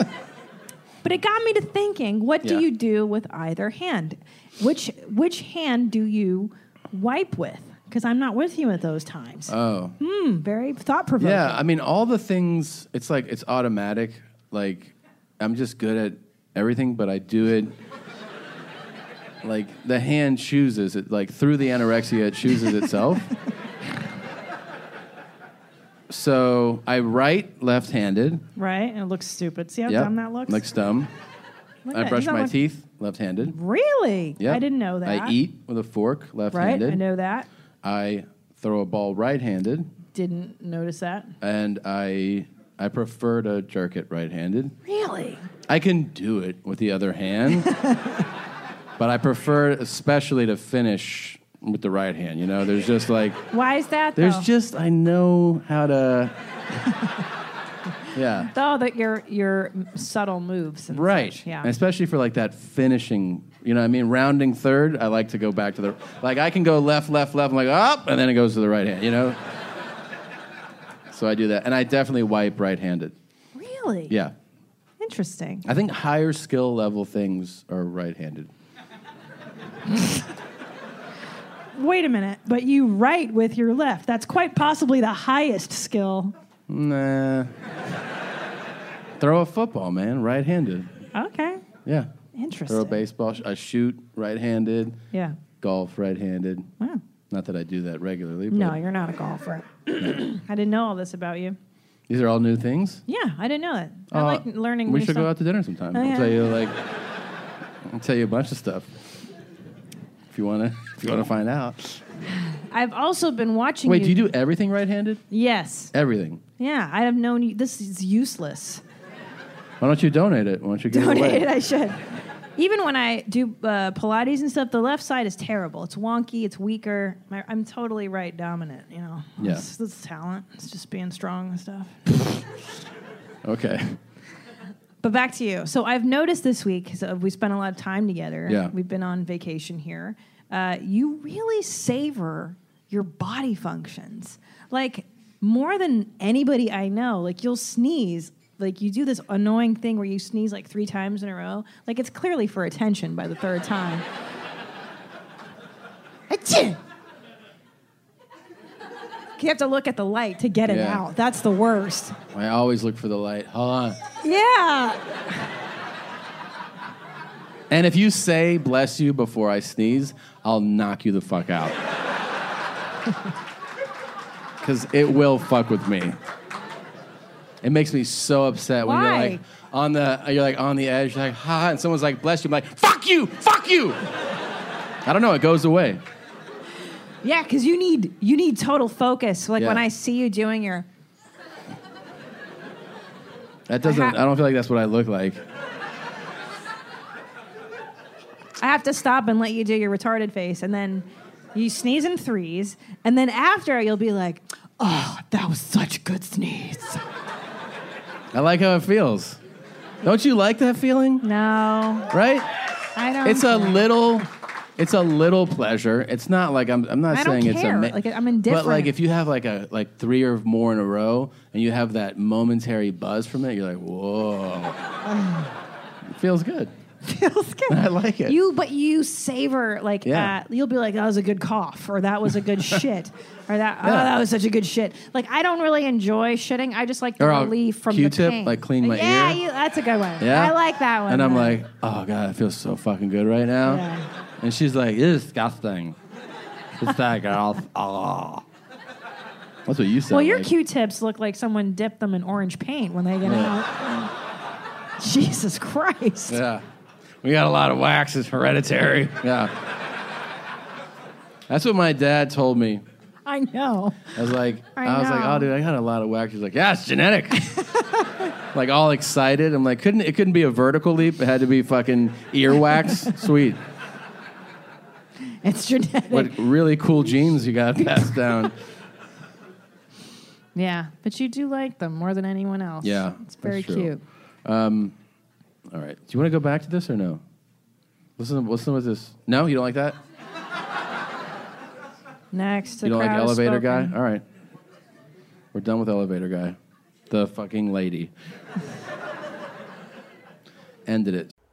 Speaker 2: But it got me to thinking: What
Speaker 11: Yeah.
Speaker 2: do you do with either hand? Which which hand do you wipe with? Because I'm not with you at those times.
Speaker 11: Oh.
Speaker 2: Hmm. Very thought provoking.
Speaker 11: Yeah, I mean, all the things, it's like, it's automatic. Like, I'm just good at everything, but I do it. Like, the hand chooses it. Like, through the anorexia, it chooses itself. so I write left handed.
Speaker 2: Right. And it looks stupid. See how dumb that looks.
Speaker 11: Looks dumb.
Speaker 2: Look at
Speaker 11: I
Speaker 2: it.
Speaker 11: brush
Speaker 2: He's not
Speaker 11: my
Speaker 2: look-
Speaker 11: teeth left handed.
Speaker 2: Really?
Speaker 11: Yeah.
Speaker 2: I didn't know that.
Speaker 11: I eat with a fork left
Speaker 2: Right.
Speaker 11: handed.
Speaker 2: I know that.
Speaker 11: I throw a ball right handed.
Speaker 2: Didn't notice that.
Speaker 11: and I I prefer to jerk it right-handed.
Speaker 2: Really?
Speaker 11: I can do it with the other hand, but I prefer especially to finish with the right hand. You know, there's just like
Speaker 2: Why is that?
Speaker 11: there's
Speaker 2: though?
Speaker 11: just I know how to. yeah.
Speaker 2: Oh, that your your subtle moves. And
Speaker 11: Right.
Speaker 2: Such. Yeah.
Speaker 11: And especially for like that finishing, you know what I mean? Rounding third, I like to go back to the like I can go left, left, left, I'm like up, and then it goes to the right hand, you know? so I do that. And I definitely wipe right handed.
Speaker 2: really?
Speaker 11: Yeah.
Speaker 2: Interesting.
Speaker 11: I think higher skill level things are right handed.
Speaker 2: Wait a minute, but you write with your left. That's quite possibly the highest skill.
Speaker 11: Nah. Throw a football, man, right handed.
Speaker 2: Okay.
Speaker 11: Yeah. Throw a
Speaker 2: Interesting.
Speaker 11: baseball. I shoot right handed.
Speaker 2: Yeah.
Speaker 11: Golf right handed.
Speaker 2: Wow.
Speaker 11: Not that I do that regularly, but
Speaker 2: No, you're not a golfer. I didn't know all this about you.
Speaker 11: these are all new things.
Speaker 2: Yeah, I didn't know that. I
Speaker 11: Uh,
Speaker 2: like learning.
Speaker 11: We
Speaker 2: new
Speaker 11: should
Speaker 2: stuff.
Speaker 11: go out to dinner sometime.
Speaker 2: Oh,
Speaker 11: I'll
Speaker 2: yeah.
Speaker 11: tell you like I'll tell you a bunch of stuff. If you wanna if you wanna find out.
Speaker 2: I've also been watching.
Speaker 11: Wait, do you do everything right handed?
Speaker 2: Yes.
Speaker 11: Everything.
Speaker 2: Yeah, I have known you. This is useless.
Speaker 11: Why don't you donate it? Why don't you give it away?
Speaker 2: Donate. I should. Even when I do uh, Pilates and stuff, the left side is terrible. It's wonky. It's weaker. My, I'm totally right dominant. You know.
Speaker 11: Yeah.
Speaker 2: This, this is talent. It's just being strong and stuff.
Speaker 11: Okay.
Speaker 2: But back to you. So I've noticed this week because we spent a lot of time together.
Speaker 11: Yeah.
Speaker 2: We've been on vacation here. Uh, you really savor your body functions, like more than anybody I know. Like you'll sneeze. Like you do this annoying thing where you sneeze like three times in a row. Like it's clearly for attention by the third time. You have to look at the light to get it
Speaker 11: Yeah.
Speaker 2: out. That's the worst.
Speaker 11: I always look for the light. Hold on.
Speaker 2: Yeah.
Speaker 11: And if you say bless you before I sneeze, I'll knock you the fuck out. Because it will fuck with me. It makes me so upset when
Speaker 12: Why?
Speaker 11: you're like on the you're like on the edge, like ha, ha, and someone's like bless you, I'm like fuck you, fuck you. I don't know. It goes away.
Speaker 2: Yeah, because you need you need total focus. Like
Speaker 11: Yeah.
Speaker 2: when I see you doing your
Speaker 11: That doesn't.
Speaker 2: ha-
Speaker 11: I don't feel like that's what I look like.
Speaker 2: I have to stop and let you do your retarded face, and then you sneeze in threes, and then after you'll be like, "Oh, that was such a good sneeze."
Speaker 11: I like how it feels. Don't you like that feeling?
Speaker 2: No.
Speaker 11: Right?
Speaker 2: I don't.
Speaker 11: It's a
Speaker 2: care.
Speaker 11: little. It's a little pleasure. It's not like I'm. I'm not
Speaker 2: I don't
Speaker 11: saying it's a.
Speaker 2: care.
Speaker 11: ma-
Speaker 2: Like, I'm indifferent.
Speaker 11: But like if you have like a like three or more in a row, and you have that momentary buzz from it, you're like, whoa, it feels good.
Speaker 2: Feels good.
Speaker 11: I like it.
Speaker 2: You, but you savor like
Speaker 11: Yeah.
Speaker 2: uh, you'll be like, "That was a good cough," or "That was a good shit," or "That oh,
Speaker 11: Yeah.
Speaker 2: that was such a good shit." Like I don't really enjoy shitting. I just like the
Speaker 11: Or I'll
Speaker 2: relief from the
Speaker 11: Q-tip,
Speaker 2: pain.
Speaker 11: like, clean my
Speaker 2: yeah,
Speaker 11: ear.
Speaker 2: you, that's a good one.
Speaker 11: Yeah,
Speaker 2: I like that one.
Speaker 11: And I'm
Speaker 2: better.
Speaker 11: like, oh god, it feels so fucking good right now.
Speaker 2: Yeah.
Speaker 11: And she's like, it's disgusting. It's like, oh, oh. That's what you said.
Speaker 2: well, your
Speaker 11: like.
Speaker 2: Q-tips look like someone dipped them in orange paint when they get out. Jesus Christ!
Speaker 11: Yeah. We got a lot of wax. It's hereditary. Yeah. That's what my dad told me.
Speaker 2: I know.
Speaker 11: I was like,
Speaker 2: I
Speaker 11: I, was like,
Speaker 2: know.
Speaker 11: oh, dude, I got a lot of wax. He's like, yeah, it's genetic. like all excited. I'm like, couldn't it couldn't be a vertical leap? It had to be fucking ear wax. Sweet.
Speaker 2: It's genetic.
Speaker 11: What really cool genes you got passed down.
Speaker 2: Yeah, but you do like them more than anyone else.
Speaker 11: Yeah,
Speaker 2: it's very
Speaker 11: that's true.
Speaker 2: cute.
Speaker 11: Um, all right. Do you want to go back to this or no? Listen, listen with this. No, you don't like that.
Speaker 2: Next, the
Speaker 11: you don't like
Speaker 2: crowd has
Speaker 11: elevator guy?
Speaker 2: spoken.
Speaker 11: All right. We're done with elevator guy. The fucking lady. Ended it.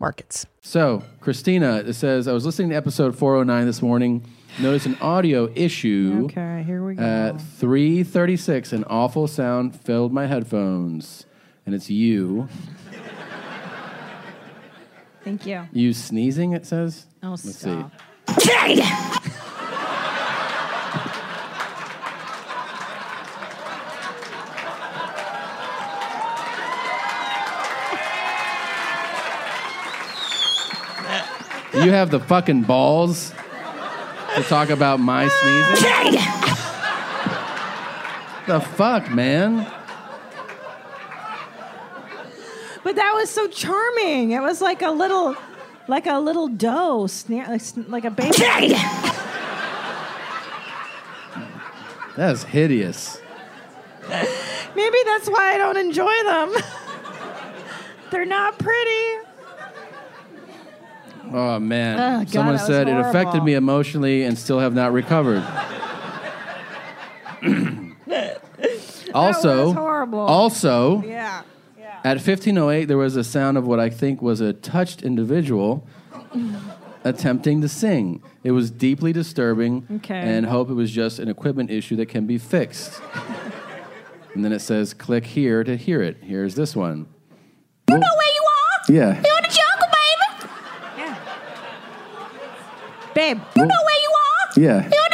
Speaker 3: markets.
Speaker 11: So, Christina it says, I was listening to episode 409 this morning. Noticed an audio issue.
Speaker 2: Okay, here we go.
Speaker 11: At 336, an awful sound filled my headphones. And it's you.
Speaker 2: Thank you.
Speaker 11: You sneezing, it says?
Speaker 2: Oh,
Speaker 11: Let's
Speaker 2: stop.
Speaker 11: see. You have the fucking balls to talk about my sneezing? the fuck, man?
Speaker 2: But that was so charming. It was like a little, like a little doe, sna- like, sn- like a baby.
Speaker 11: That is hideous.
Speaker 2: Maybe that's why I don't enjoy them. They're not pretty.
Speaker 11: Oh man!
Speaker 2: Ugh, God,
Speaker 11: Someone
Speaker 2: that was
Speaker 11: said it
Speaker 2: horrible.
Speaker 11: affected me emotionally and still have not recovered. also,
Speaker 2: was horrible.
Speaker 11: also,
Speaker 2: Yeah.
Speaker 11: at fifteen oh eight, there was a sound of what I think was a touched individual attempting to sing. It was deeply disturbing,
Speaker 2: Okay.
Speaker 11: and hope it was just an equipment issue that can be fixed. and then it says, "Click here to hear it." Here's this one.
Speaker 12: You know where you are?
Speaker 11: Yeah.
Speaker 12: You in the jungle, baby?
Speaker 2: Babe.
Speaker 12: You know where you are?
Speaker 11: Yeah.
Speaker 12: You in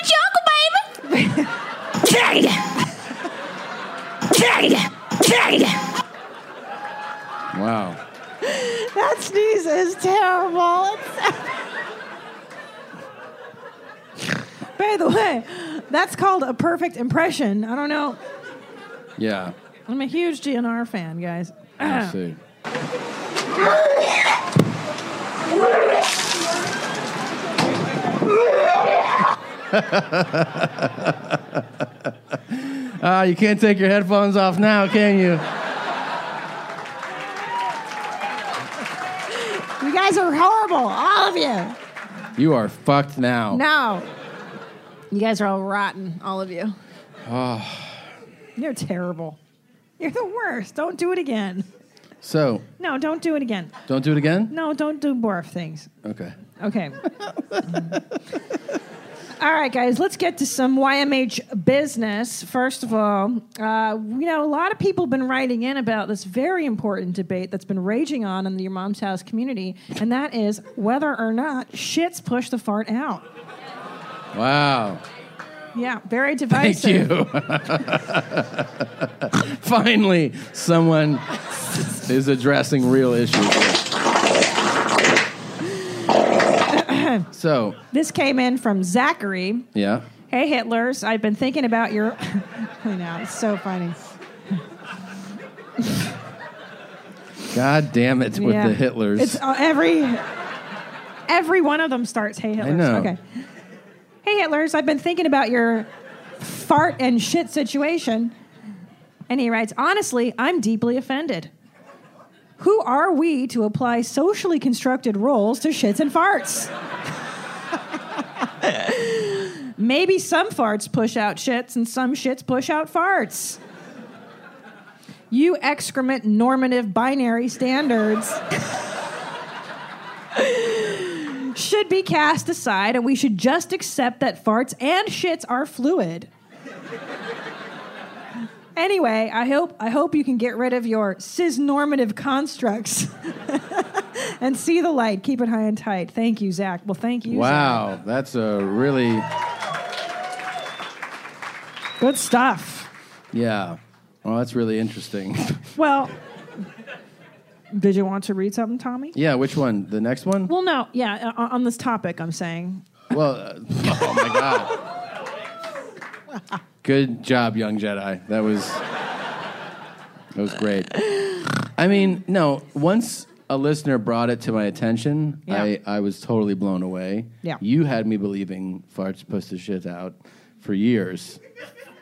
Speaker 12: the jungle, baby?
Speaker 2: Jade! Jade!
Speaker 11: Wow.
Speaker 2: That sneeze is terrible. It's- By the way, that's called a perfect impression. I don't know.
Speaker 11: Yeah.
Speaker 2: I'm a huge GNR fan, guys.
Speaker 11: I see. Ah, you can't take your headphones off now, can you?
Speaker 2: You guys are horrible, all of you.
Speaker 11: You are fucked now.
Speaker 2: No. You guys are all rotten, all of you.
Speaker 11: Oh.
Speaker 2: You're terrible. You're the worst. Don't do it again.
Speaker 11: So,
Speaker 2: No, don't do it again.
Speaker 11: don't do it again?
Speaker 2: No, don't do barf things.
Speaker 11: Okay.
Speaker 2: Okay. all right, guys, let's get to some YMH business. First of all, uh, you know, a lot of people have been writing in about this very important debate that's been raging on in the Your Mom's House community, and that is whether or not shits push the fart out.
Speaker 11: Wow.
Speaker 2: Yeah, very divisive.
Speaker 11: Thank you. Finally, someone is addressing real issues. so,
Speaker 2: This came in from Zachary.
Speaker 11: yeah.
Speaker 2: Hey, Hitlers, I've been thinking about your. I know, it's so funny.
Speaker 11: God damn it with
Speaker 2: Yeah.
Speaker 11: the Hitlers.
Speaker 2: It's uh, every every one of them starts. Hey Hitlers.
Speaker 11: I know.
Speaker 2: Okay. Hey Hitlers, I've been thinking about your fart and shit situation. And he writes, honestly, I'm deeply offended. Who are we to apply socially constructed roles to shits and farts? Maybe some farts push out shits and some shits push out farts. You excrement normative binary standards should be cast aside and we should just accept that farts and shits are fluid. Anyway, I hope I hope you can get rid of your cis normative constructs and see the light. Keep it high and tight. Thank you, Zach. Well, thank you.
Speaker 11: wow, that's a really
Speaker 2: Zach. Good stuff.
Speaker 11: yeah. Well, that's really interesting.
Speaker 2: Well, did you want to read something, Tommy?
Speaker 11: yeah, which one? The next one?
Speaker 2: Well, no. Yeah, uh, on, on this topic, I'm saying.
Speaker 11: Well, uh, oh my god. Good job, young Jedi. That was that was great. I mean, no, once a listener brought it to my attention, I, I was totally blown away.
Speaker 2: Yeah.
Speaker 11: You had me believing farts push the shit out for years.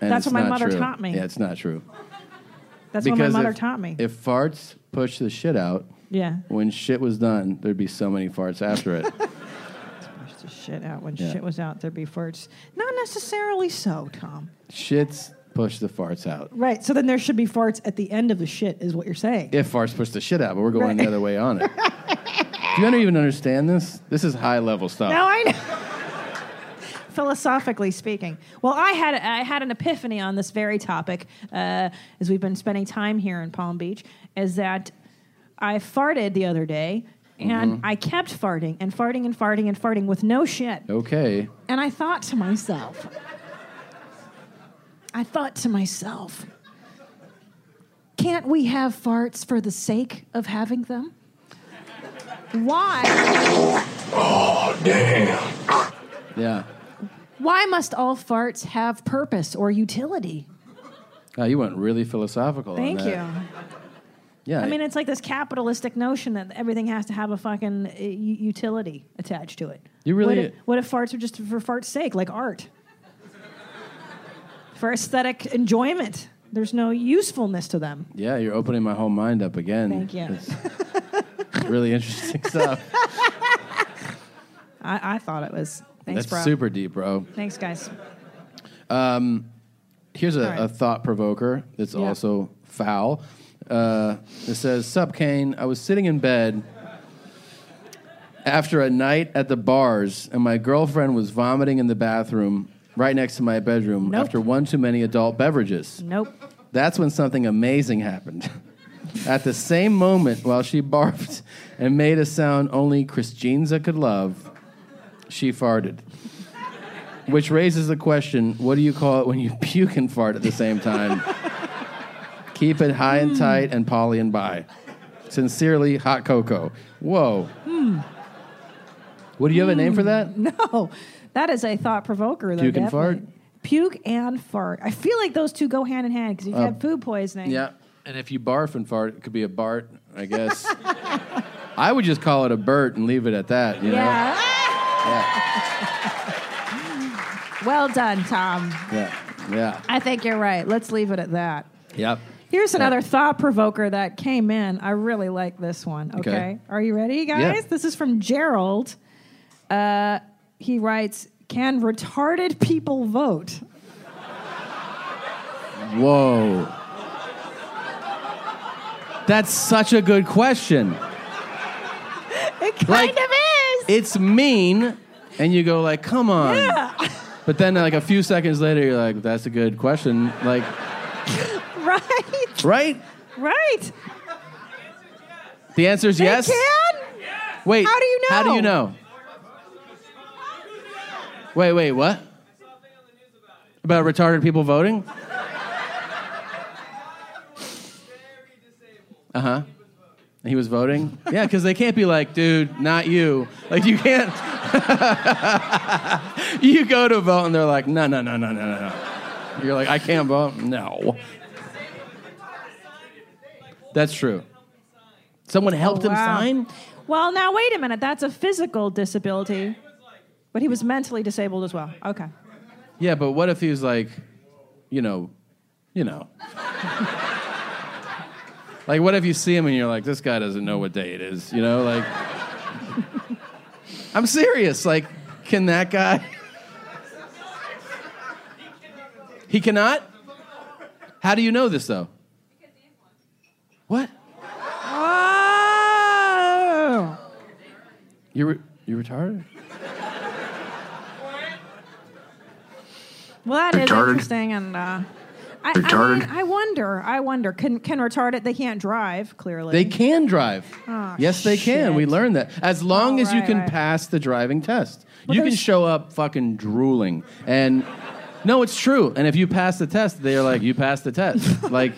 Speaker 11: and
Speaker 2: That's
Speaker 11: it's
Speaker 2: what my
Speaker 11: not
Speaker 2: mother
Speaker 11: true.
Speaker 2: taught me.
Speaker 11: Yeah, it's not true.
Speaker 2: That's what my
Speaker 11: Because
Speaker 2: mother
Speaker 11: if-
Speaker 2: taught me.
Speaker 11: If farts push the shit out,
Speaker 2: yeah.
Speaker 11: when shit was done, there'd be so many farts after it.
Speaker 2: Push the shit out when
Speaker 11: Yeah.
Speaker 2: shit was out there before it's not necessarily so, Tom.
Speaker 11: Shits push the farts out.
Speaker 2: Right. So then there should be farts at the end of the shit, is what you're saying.
Speaker 11: if farts push the shit out, but we're going
Speaker 2: Right.
Speaker 11: the other way on it. Do you don't even understand this? This is high level stuff.
Speaker 2: Now I know. Philosophically speaking, well, I had I had an epiphany on this very topic uh, as we've been spending time here in Palm Beach. Is that I farted the other day, and
Speaker 11: Mhm.
Speaker 2: I kept farting and farting and farting and farting with no shit.
Speaker 11: Okay.
Speaker 2: And I thought to myself, I thought to myself, can't we have farts for the sake of having them? Why?
Speaker 15: Damn.
Speaker 11: Yeah.
Speaker 2: Why must all farts have purpose or utility?
Speaker 11: Oh, you went really philosophical. on
Speaker 2: Thank
Speaker 11: that.
Speaker 2: you.
Speaker 11: Yeah.
Speaker 2: I mean, it's like this capitalistic notion that everything has to have a fucking uh, u- utility attached to it.
Speaker 11: You really-
Speaker 2: What if, what if farts are just for fart's sake, like art? For aesthetic enjoyment, there's no usefulness to them.
Speaker 11: yeah, you're opening my whole mind up again.
Speaker 2: Thank you.
Speaker 11: It's really interesting stuff.
Speaker 2: I, I thought it was. Thanks,
Speaker 11: That's
Speaker 2: bro.
Speaker 11: super deep, bro.
Speaker 2: Thanks, guys.
Speaker 11: Um, here's a,
Speaker 2: All right.
Speaker 11: a thought provoker that's
Speaker 2: Yeah.
Speaker 11: also foul. Uh, it says, Sup, Kane. I was sitting in bed after a night at the bars, and my girlfriend was vomiting in the bathroom right next to my bedroom
Speaker 2: Nope.
Speaker 11: after one too many adult beverages.
Speaker 2: Nope.
Speaker 11: That's when something amazing happened. At the same moment, while she barfed and made a sound only Christinza could love, she farted. Which raises the question what do you call it when you puke and fart at the same time? Keep it high and tight and Polly and bye. Sincerely, hot cocoa. Whoa.
Speaker 2: Hmm.
Speaker 11: What do you have a name for that?
Speaker 2: No, that is a thought provoker. Though,
Speaker 11: Puke and
Speaker 2: definitely. Puke and fart. I feel like those two go hand in hand because you've
Speaker 11: Oh.
Speaker 2: had food poisoning.
Speaker 11: Yeah. And if you barf and fart, it could be a Bart, I guess. I would just call it a Bert and leave it at that, you
Speaker 2: Yeah. Ah!
Speaker 11: know?
Speaker 2: Well done, Tom.
Speaker 11: Yeah. Yeah. Yeah.
Speaker 2: I think you're right. Let's leave it at that.
Speaker 11: Yep.
Speaker 2: Here's
Speaker 11: Yeah.
Speaker 2: another thought provoker that came in. I really like this one. Okay.
Speaker 11: Okay.
Speaker 2: Are you ready, guys?
Speaker 11: Yeah.
Speaker 2: This is from Gerald. Uh, he writes Can retarded people vote?
Speaker 11: Whoa. That's such a good question.
Speaker 2: It kind
Speaker 11: Like-
Speaker 2: of is.
Speaker 11: It's mean, and you go like, "Come on."
Speaker 2: Yeah.
Speaker 11: But then, like a few seconds later, you're like, "That's a good question." Like,
Speaker 2: Right?
Speaker 11: right?
Speaker 2: Right.
Speaker 11: The answer is
Speaker 2: They
Speaker 11: yes.
Speaker 2: can?
Speaker 11: Wait.
Speaker 2: How do you know?
Speaker 11: How do you know? Wait, wait, what? About retarded people voting? Uh huh. He was voting? Yeah, because they can't be like, dude, not you. Like, you can't. you go to vote and they're like, no, no, no, no, no, no, no. You're like, I can't vote? No. That's true. Someone helped him
Speaker 2: Oh, Wow.
Speaker 11: sign?
Speaker 2: Well, now wait a minute. That's a physical disability. But he was mentally disabled as well. Okay.
Speaker 11: Yeah, but what if he was like, you know, you know. like, what if you see him and you're like, this guy doesn't know what day it is, you know? Like, I'm serious. Like, can that guy. he cannot? How do you know this, though? What?
Speaker 2: Oh!
Speaker 11: You re- you retarded?
Speaker 2: Well, that is
Speaker 11: Retarded.
Speaker 2: interesting, and uh, I, I,
Speaker 11: Retarded.
Speaker 2: mean, I wonder. I wonder. Can can retarded? They can't drive. Clearly,
Speaker 11: They can drive.
Speaker 2: Oh,
Speaker 11: yes, they can. We learned that. As long
Speaker 2: Oh,
Speaker 11: as you
Speaker 2: right,
Speaker 11: can
Speaker 2: right.
Speaker 11: pass the driving test,
Speaker 2: But
Speaker 11: you can
Speaker 2: there's-
Speaker 11: show up fucking drooling. And no, it's true. And if you pass the test, they're like, you passed the test. like,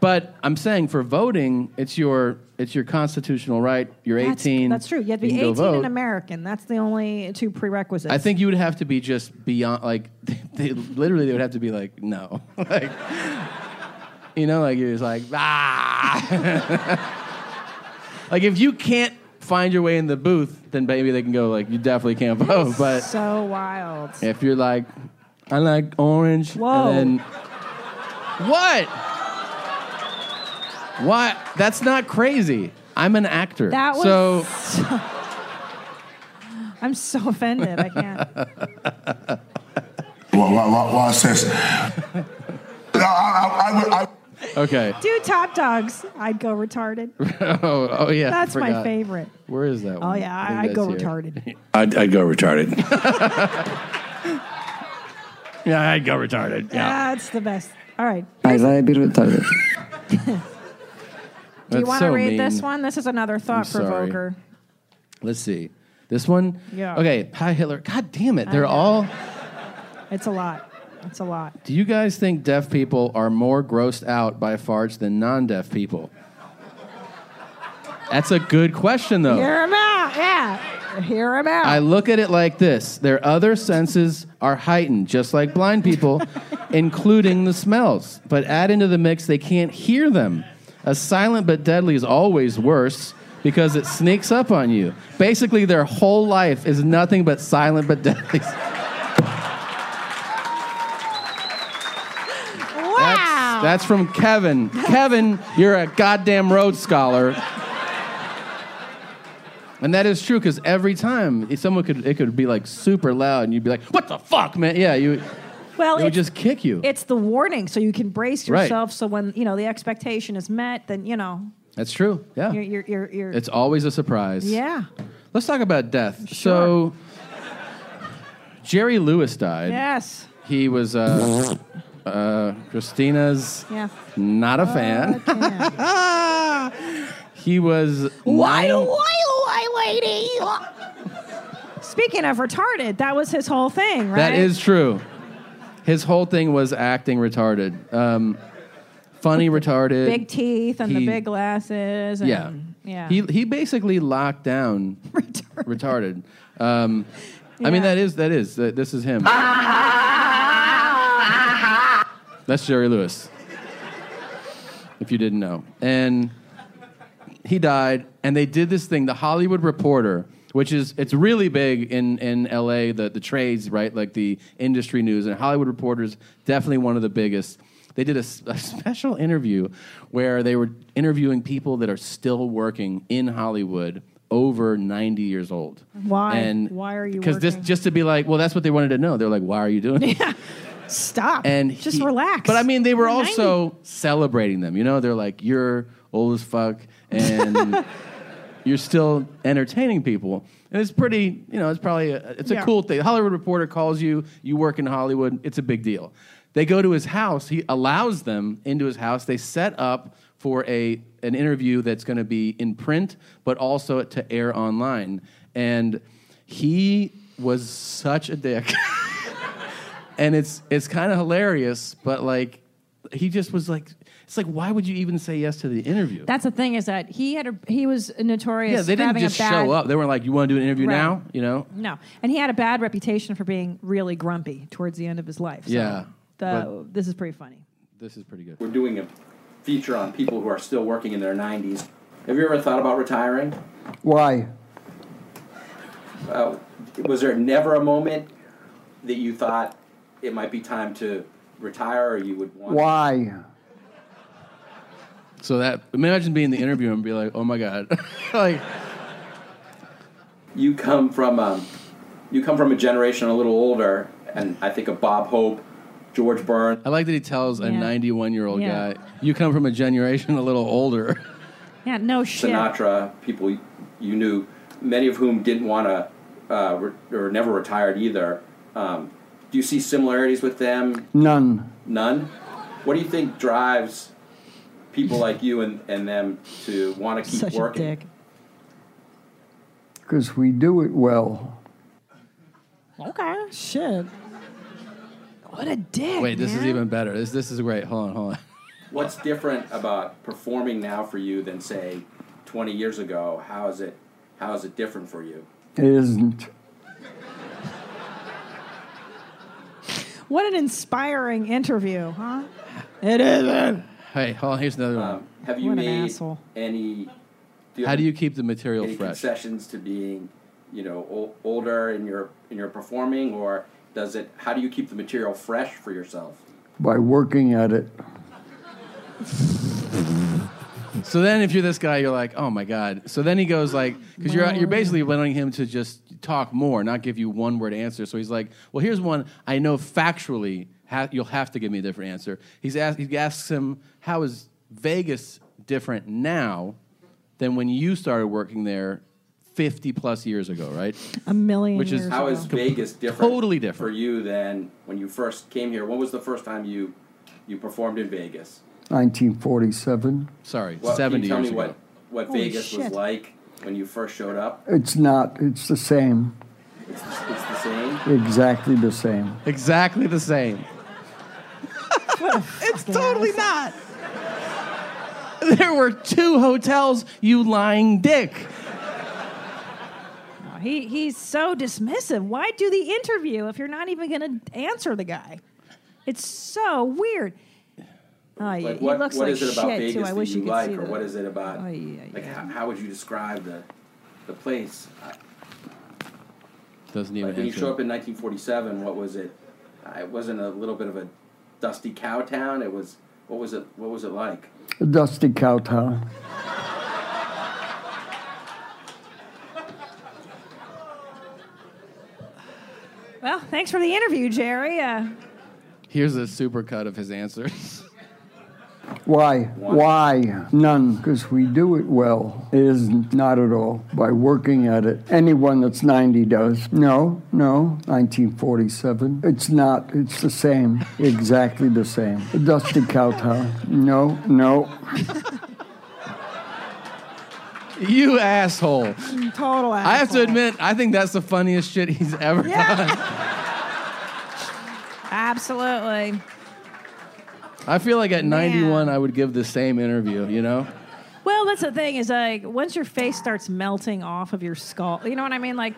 Speaker 11: but I'm saying for voting, it's your it's your constitutional right. You're
Speaker 2: That's-
Speaker 11: 18.
Speaker 2: That's true. You have to be
Speaker 11: can go
Speaker 2: eighteen and
Speaker 11: vote.
Speaker 2: American. That's the only two prerequisites.
Speaker 11: I think you would have to be just beyond like they, they- literally they would have to be like no like you know like you're just like ah like if you can't find your way in the booth then maybe they can go like you definitely can't vote but
Speaker 2: so wild.
Speaker 11: if you're like I like orange
Speaker 2: Whoa.
Speaker 11: and then what what that's not crazy I'm an actor
Speaker 2: That was.
Speaker 11: so
Speaker 2: so- I'm so offended. I can't.
Speaker 5: Why, why, why, why is this? No, I, I, I, would- I,
Speaker 11: okay
Speaker 2: Do top dogs? I'd go retarded.
Speaker 11: oh, oh yeah I
Speaker 2: that's my
Speaker 11: forgot.
Speaker 2: favorite.
Speaker 11: Where is that?
Speaker 2: Oh,
Speaker 11: one?
Speaker 2: yeah,
Speaker 11: I think
Speaker 2: I- I'd go
Speaker 11: that's here.
Speaker 2: retarded.
Speaker 14: I'd, I'd go retarded. yeah, I'd go retarded.
Speaker 2: That's the best. All right.
Speaker 14: I'd be retarded.
Speaker 2: Do you
Speaker 11: That's
Speaker 2: want to
Speaker 11: so
Speaker 2: read this
Speaker 11: mean.
Speaker 2: one? This is another thought
Speaker 11: sorry.
Speaker 2: provoker.
Speaker 11: Let's see. This one?
Speaker 2: Yeah.
Speaker 11: Okay. Hi, Hitler. God damn it.
Speaker 2: I
Speaker 11: They're
Speaker 2: know.
Speaker 11: all.
Speaker 2: It's a lot. It's a lot.
Speaker 11: Do you guys think deaf people are more grossed out by farts than non deaf people? That's a good question, though.
Speaker 2: Hear him out. Yeah. Hear him out.
Speaker 11: Oh. I look at it like this their other senses are heightened, just like blind people, including the smells. But add into the mix, they can't hear them. A silent but deadly is always worse because it sneaks up on you. Basically, their whole life is nothing but silent but deadly.
Speaker 2: wow.
Speaker 11: That's from Kevin. Kevin, you're a goddamn Rhodes scholar. And that is true because every time someone could, it could be like super loud, and you'd be like, "What the fuck, man?" Yeah, you.
Speaker 2: well,
Speaker 11: it would
Speaker 2: it's,
Speaker 11: just kick you.
Speaker 2: it's the warning, so you can brace
Speaker 11: Right.
Speaker 2: yourself. So when you know the expectation is met, then you know
Speaker 11: That's true. Yeah,
Speaker 2: you're you're you're. you're
Speaker 11: it's always a surprise.
Speaker 2: yeah.
Speaker 11: Let's talk about death. So, Jerry Lewis died.
Speaker 2: yes.
Speaker 11: He was uh, uh, Christina's.
Speaker 2: Yeah.
Speaker 11: Not a fan. he was.
Speaker 2: Why
Speaker 11: nine-
Speaker 2: why lady? Speaking of retarded, that was his whole thing, right?
Speaker 11: That is true. His whole thing was acting retarded. Um,
Speaker 1: funny retarded.
Speaker 2: big teeth and the
Speaker 1: He-
Speaker 2: big glasses. And,
Speaker 1: yeah,
Speaker 2: yeah.
Speaker 1: He he basically locked down retarded. Um, I mean, that is that is that, this is him. That's Jerry Lewis. If you didn't know, and he died, and they did this thing, the Hollywood Reporter, which is it's really big in in L.A. the the trades, right, like the industry news, and Hollywood Reporter is definitely one of the biggest. They did a, s- a special interview where they were interviewing people that are still working in Hollywood over 90 years old.
Speaker 2: Why?
Speaker 1: And
Speaker 2: Why are you?
Speaker 1: Because this just to be like, well, that's what they wanted to know. They're like, why are you doing? this?
Speaker 2: Stop.
Speaker 1: And
Speaker 2: just
Speaker 1: he-
Speaker 2: relax.
Speaker 1: But I mean, they were
Speaker 2: You're
Speaker 1: also celebrating them. You know, they're like, "You're old as fuck, and you're still entertaining people." And it's pretty, you know, it's probably a, it's a
Speaker 16: Yeah.
Speaker 1: cool thing. Hollywood Reporter calls you. You work in Hollywood. It's a big deal. They go to his house. He allows them into his house. They set up for a an interview that's going to be in print, but also to air online. And he was such a dick. and it's it's kind of hilarious, but like he just was like, it's like, why would you even say yes to the interview?
Speaker 2: That's the thing is that he had a he was notorious.
Speaker 1: yeah, they
Speaker 2: for
Speaker 1: didn't
Speaker 2: having
Speaker 1: just
Speaker 2: a bad,
Speaker 1: show up. They weren't like, you want to do an interview
Speaker 2: Right.
Speaker 1: now? You know?
Speaker 2: No, and he had a bad reputation for being really grumpy towards the end of his life. So
Speaker 1: Yeah,
Speaker 2: the, this is pretty funny.
Speaker 1: This is pretty good.
Speaker 11: We're doing a feature on people who are still working in their 90s. Have you ever thought about retiring?
Speaker 17: Why?
Speaker 11: Uh, was there never a moment that you thought it might be time to retire or you would want
Speaker 17: Why?
Speaker 1: So that imagine being the interview and be like, oh my god, like
Speaker 11: you come from um, you come from a generation a little older and I think of Bob Hope, George Byrne.
Speaker 1: I like that he tells a
Speaker 11: Yeah.
Speaker 1: 91 year old
Speaker 2: Yeah.
Speaker 1: guy, you come from a generation a little older.
Speaker 2: Yeah, no shit.
Speaker 11: Sinatra, people you knew, many of whom didn't want to uh, re- or never retired either. Um, do you see similarities with them?
Speaker 17: None.
Speaker 11: None. What do you think drives people like you and, and them to want to keep
Speaker 17: Such a
Speaker 11: working?
Speaker 17: Because we do it well.
Speaker 2: Okay, shit. What a dick.
Speaker 1: Wait, this is
Speaker 2: man.
Speaker 1: even better. This this is great. Hold on, hold on.
Speaker 11: What's different about performing now for you than say 20 years ago? How is it? How is it different for you?
Speaker 17: It isn't.
Speaker 2: What an inspiring interview, huh?
Speaker 1: It isn't. Hey, hold on. Here's another one.
Speaker 11: Um, Have you
Speaker 2: What an
Speaker 11: made
Speaker 2: asshole.
Speaker 11: any?
Speaker 1: How do you keep the material
Speaker 11: any
Speaker 1: fresh?
Speaker 11: concessions to being, you know, ol- older in your in your performing, or does it? How do you keep the material fresh for yourself?
Speaker 17: By working at it.
Speaker 1: So then, if you're this guy, you're like, oh my god. So then he goes like, because you're you're basically wanting him to just talk more, not give you one word answer. So he's like, well, here's one I know factually ha- you'll have to give me a different answer. He's asked, he asks him, how is Vegas different now than when you started working there 50 plus years ago, right?
Speaker 2: A million.
Speaker 1: Which is
Speaker 11: how is
Speaker 1: com-
Speaker 11: Vegas different?
Speaker 1: Totally different.
Speaker 11: for you than when you first came here. When was the first time you you performed in Vegas?
Speaker 17: 1947.
Speaker 1: Sorry,
Speaker 11: What, can
Speaker 1: 70
Speaker 11: you tell
Speaker 1: years
Speaker 11: me
Speaker 1: ago.
Speaker 11: what what
Speaker 17: Holy
Speaker 11: Vegas
Speaker 17: shit.
Speaker 11: was like when you first showed up?
Speaker 17: It's not. It's the same.
Speaker 11: It's, it's the same.
Speaker 17: Exactly the same.
Speaker 1: Exactly the same. it's totally not. There were two hotels, you lying dick.
Speaker 2: He he's so dismissive. Why do the interview if you're not even going to answer the guy? It's so weird. Oh, he-
Speaker 11: Like
Speaker 2: he
Speaker 11: what,
Speaker 2: looks
Speaker 11: what
Speaker 2: like
Speaker 11: is it about
Speaker 2: shit
Speaker 11: Vegas
Speaker 2: too. I
Speaker 11: that
Speaker 2: wish
Speaker 11: you,
Speaker 2: you could
Speaker 11: like,
Speaker 2: see
Speaker 11: or
Speaker 2: the-
Speaker 11: what is it about?
Speaker 2: Oh, yeah,
Speaker 11: Like
Speaker 2: yeah.
Speaker 11: how, how would you describe the the place? I-
Speaker 1: Doesn't even
Speaker 11: Like when you
Speaker 1: answer.
Speaker 11: show up in 1947, what was it? Uh, It wasn't a little bit of a dusty cow town. It was what was it? What was it like?
Speaker 17: A dusty cow town.
Speaker 2: Well, thanks for the interview, Jerry. Uh,
Speaker 1: Here's a supercut of his answers.
Speaker 17: Why? Why? None. Because we do it well. It isn't. Not at all. By working at it. Anyone that's 90 does. No, no. 1947. It's not. It's the same. Exactly the same. A dusty cow town. No, no.
Speaker 1: You asshole.
Speaker 2: total.
Speaker 1: I have to admit, I think that's the funniest shit he's ever done.
Speaker 2: Absolutely.
Speaker 1: I feel like at 91, I would give the same interview, you know?
Speaker 2: Well, that's the thing is like once your face starts melting off of your skull, you know what I mean? Like,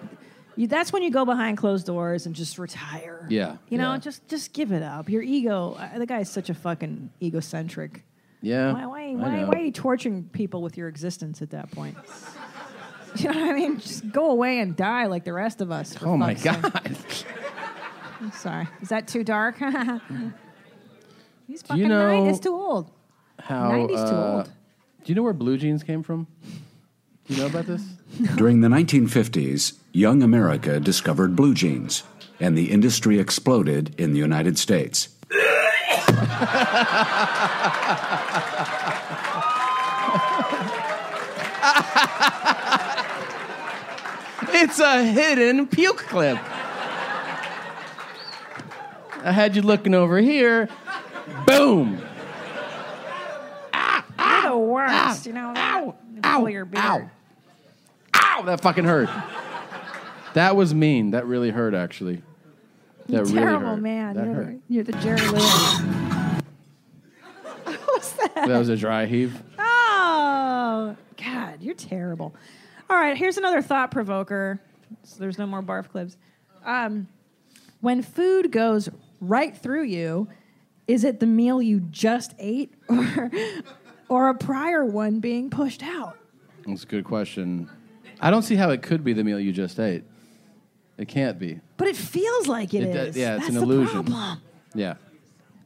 Speaker 2: you, that's when you go behind closed doors and just retire.
Speaker 1: Yeah.
Speaker 2: You know, just just give it up. Your ego. I- The guy's such a fucking egocentric.
Speaker 1: Yeah.
Speaker 2: Why why
Speaker 1: I
Speaker 2: why,
Speaker 1: know.
Speaker 2: why are you torturing people with your existence at that point? you know what I mean? Just go away and die like the rest of us. for
Speaker 1: Oh my
Speaker 2: fuck's sake.
Speaker 1: God.
Speaker 2: I'm sorry. Is that too dark? He's
Speaker 1: Do you
Speaker 2: fucking nine.
Speaker 1: know-
Speaker 2: It's too old.
Speaker 1: How,
Speaker 2: 90's too
Speaker 1: uh,
Speaker 2: old.
Speaker 1: Do you know where blue jeans came from? Do you know about this?
Speaker 16: During the 1950s, young America discovered blue jeans, and the industry exploded in the United States.
Speaker 1: It's a hidden puke clip. I had you looking over here. Boom.
Speaker 2: You're the worst. you know. Ow. Ow. Your beard.
Speaker 1: Ow, that fucking hurt. That was mean. That really hurt, actually. That really
Speaker 2: terrible
Speaker 1: hurt.
Speaker 2: man.
Speaker 1: That
Speaker 2: You're
Speaker 1: hurt.
Speaker 2: the, you're the Jerry Lewis. What's that?
Speaker 1: That was a dry heave.
Speaker 2: Oh, God, you're terrible. All right, here's another thought provoker. So there's no more barf clips. Um, when food goes right through you, is it the meal you just ate or, or a prior one being pushed out?
Speaker 1: That's a good question. I don't see how it could be the meal you just ate. It can't be.
Speaker 2: But it feels like it
Speaker 1: It does-
Speaker 2: is.
Speaker 1: yeah, it's an
Speaker 2: That's the
Speaker 1: illusion.
Speaker 2: problem.
Speaker 1: Yeah.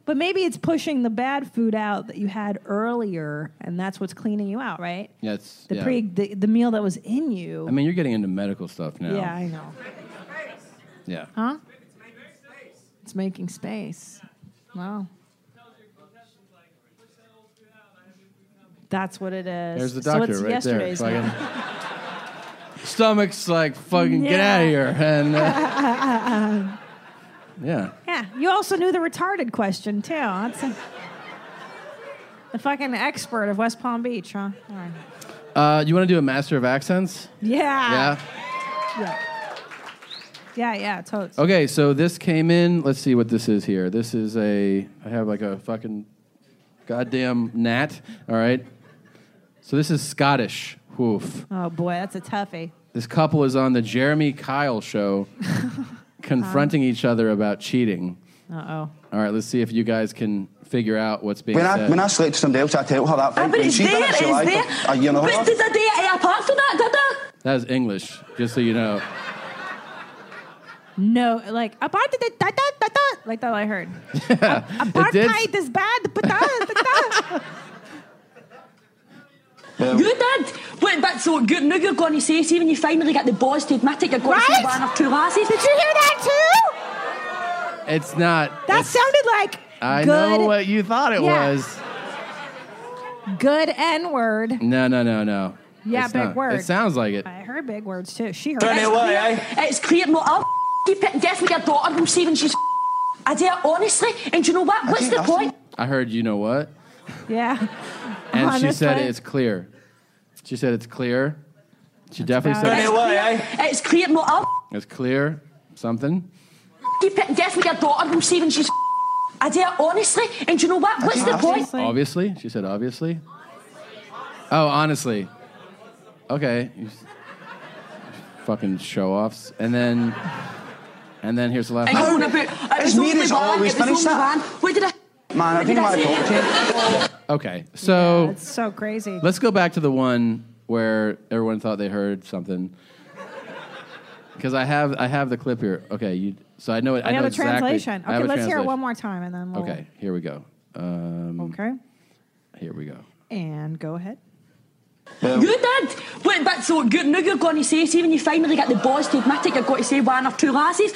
Speaker 2: But maybe it's pushing the bad food out that you had earlier, and that's what's cleaning you out, right?
Speaker 1: Yeah, it's
Speaker 2: The
Speaker 1: yeah.
Speaker 2: pre the, the meal that was in you.
Speaker 1: I mean, you're getting into medical stuff now.
Speaker 2: yeah, I know.
Speaker 1: Yeah.
Speaker 2: Huh? It's making space. Wow. That's what it is.
Speaker 1: There's the
Speaker 2: So
Speaker 1: doctor
Speaker 2: it's
Speaker 1: right there.
Speaker 2: yesterday's
Speaker 1: Fucking-
Speaker 2: now.
Speaker 1: Stomach's like fucking get
Speaker 2: Yeah.
Speaker 1: out of here, and uh,
Speaker 2: yeah.
Speaker 1: yeah,
Speaker 2: You also knew the retarded question too. That's a, the fucking expert of West Palm Beach, huh? All right.
Speaker 1: uh, you want to do a master of accents?
Speaker 2: Yeah.
Speaker 1: Yeah.
Speaker 2: Yeah. Yeah. Yeah. Totes.
Speaker 1: Okay, so this came in. Let's see what this is here. This is a. I have like a fucking goddamn gnat. All right. So this is Scottish. Woof.
Speaker 2: Oh boy, that's a toughie.
Speaker 1: This couple is on the Jeremy Kyle show, confronting each other about cheating.
Speaker 2: Uh oh.
Speaker 1: All right, let's see if you guys can figure out what's being
Speaker 18: When I,
Speaker 1: said.
Speaker 18: when I slept with somebody else, I tell her that
Speaker 12: Ah,
Speaker 18: fight
Speaker 12: but
Speaker 18: when
Speaker 12: it's
Speaker 18: she
Speaker 12: there,
Speaker 18: done it, Uh,
Speaker 12: it's
Speaker 18: so I
Speaker 12: there.
Speaker 18: thought, a year and a
Speaker 12: But
Speaker 18: half.
Speaker 12: did I date a part of that, did I?
Speaker 1: that is English, just so you know.
Speaker 2: No, like apart da, da, da, da, da, like that I heard.
Speaker 1: It did.
Speaker 2: Apartheid is bad. But da, da, da.
Speaker 12: You did. But, but so good, now you're going to say, see when you finally get the boss to admit it, you're going to
Speaker 2: Right?
Speaker 12: see one or two lasses. Did you
Speaker 2: hear that too?
Speaker 1: It's not.
Speaker 2: That sounded like
Speaker 1: I
Speaker 2: good,
Speaker 1: know what you thought it
Speaker 2: Yeah.
Speaker 1: was.
Speaker 2: good N word.
Speaker 1: No, no, no, no.
Speaker 2: Yeah,
Speaker 1: It's
Speaker 2: big
Speaker 1: not.
Speaker 2: word.
Speaker 1: It sounds like it.
Speaker 2: I heard big words too. She heard.
Speaker 12: Turn it away, eh? It's clear, no, I'll keep it. Guess what your daughter will see when she's. I dare, honestly. And do you know what? What's the point?
Speaker 1: I heard you know what?
Speaker 2: Yeah.
Speaker 1: And
Speaker 12: On
Speaker 1: she
Speaker 12: this
Speaker 1: said
Speaker 12: one?
Speaker 1: it's clear. She said it's clear. She definitely
Speaker 12: about
Speaker 1: said
Speaker 12: it. Turn it away, eh? It's clear, no, I'll
Speaker 1: It's clear. Something.
Speaker 12: keep it. Guess what your daughter will see when she's. I dare, honestly. And do you know what? What's the point?
Speaker 1: Obviously. She said obviously. Oh, honestly. Okay. You s- fucking show offs. And then and then here's the last
Speaker 12: And
Speaker 1: one.
Speaker 12: you're on about.
Speaker 18: His
Speaker 12: It was only
Speaker 18: meat is
Speaker 12: one.
Speaker 18: always
Speaker 12: It was
Speaker 18: finished
Speaker 12: only
Speaker 18: up.
Speaker 12: one. What did I.
Speaker 18: Man, I
Speaker 12: what did
Speaker 18: didn't want to
Speaker 12: say?
Speaker 18: talk to you.
Speaker 1: Okay. So
Speaker 2: It's so crazy.
Speaker 1: Let's go back to the one where everyone thought they heard something. Because I have I have the clip here. Okay, you. So I know it.
Speaker 2: we
Speaker 1: I know
Speaker 2: have a
Speaker 1: exactly-
Speaker 2: translation.
Speaker 1: I
Speaker 2: Okay,
Speaker 1: have a
Speaker 2: let's hear it
Speaker 1: translation.
Speaker 2: one more time and then we'll.
Speaker 1: Okay, here we go. Um,
Speaker 2: Okay.
Speaker 1: Here we go.
Speaker 2: And go ahead.
Speaker 12: You did. Wait, but so good. Now you're going to say, see when you finally get the boss to admit it, you're going to say one or two lasses.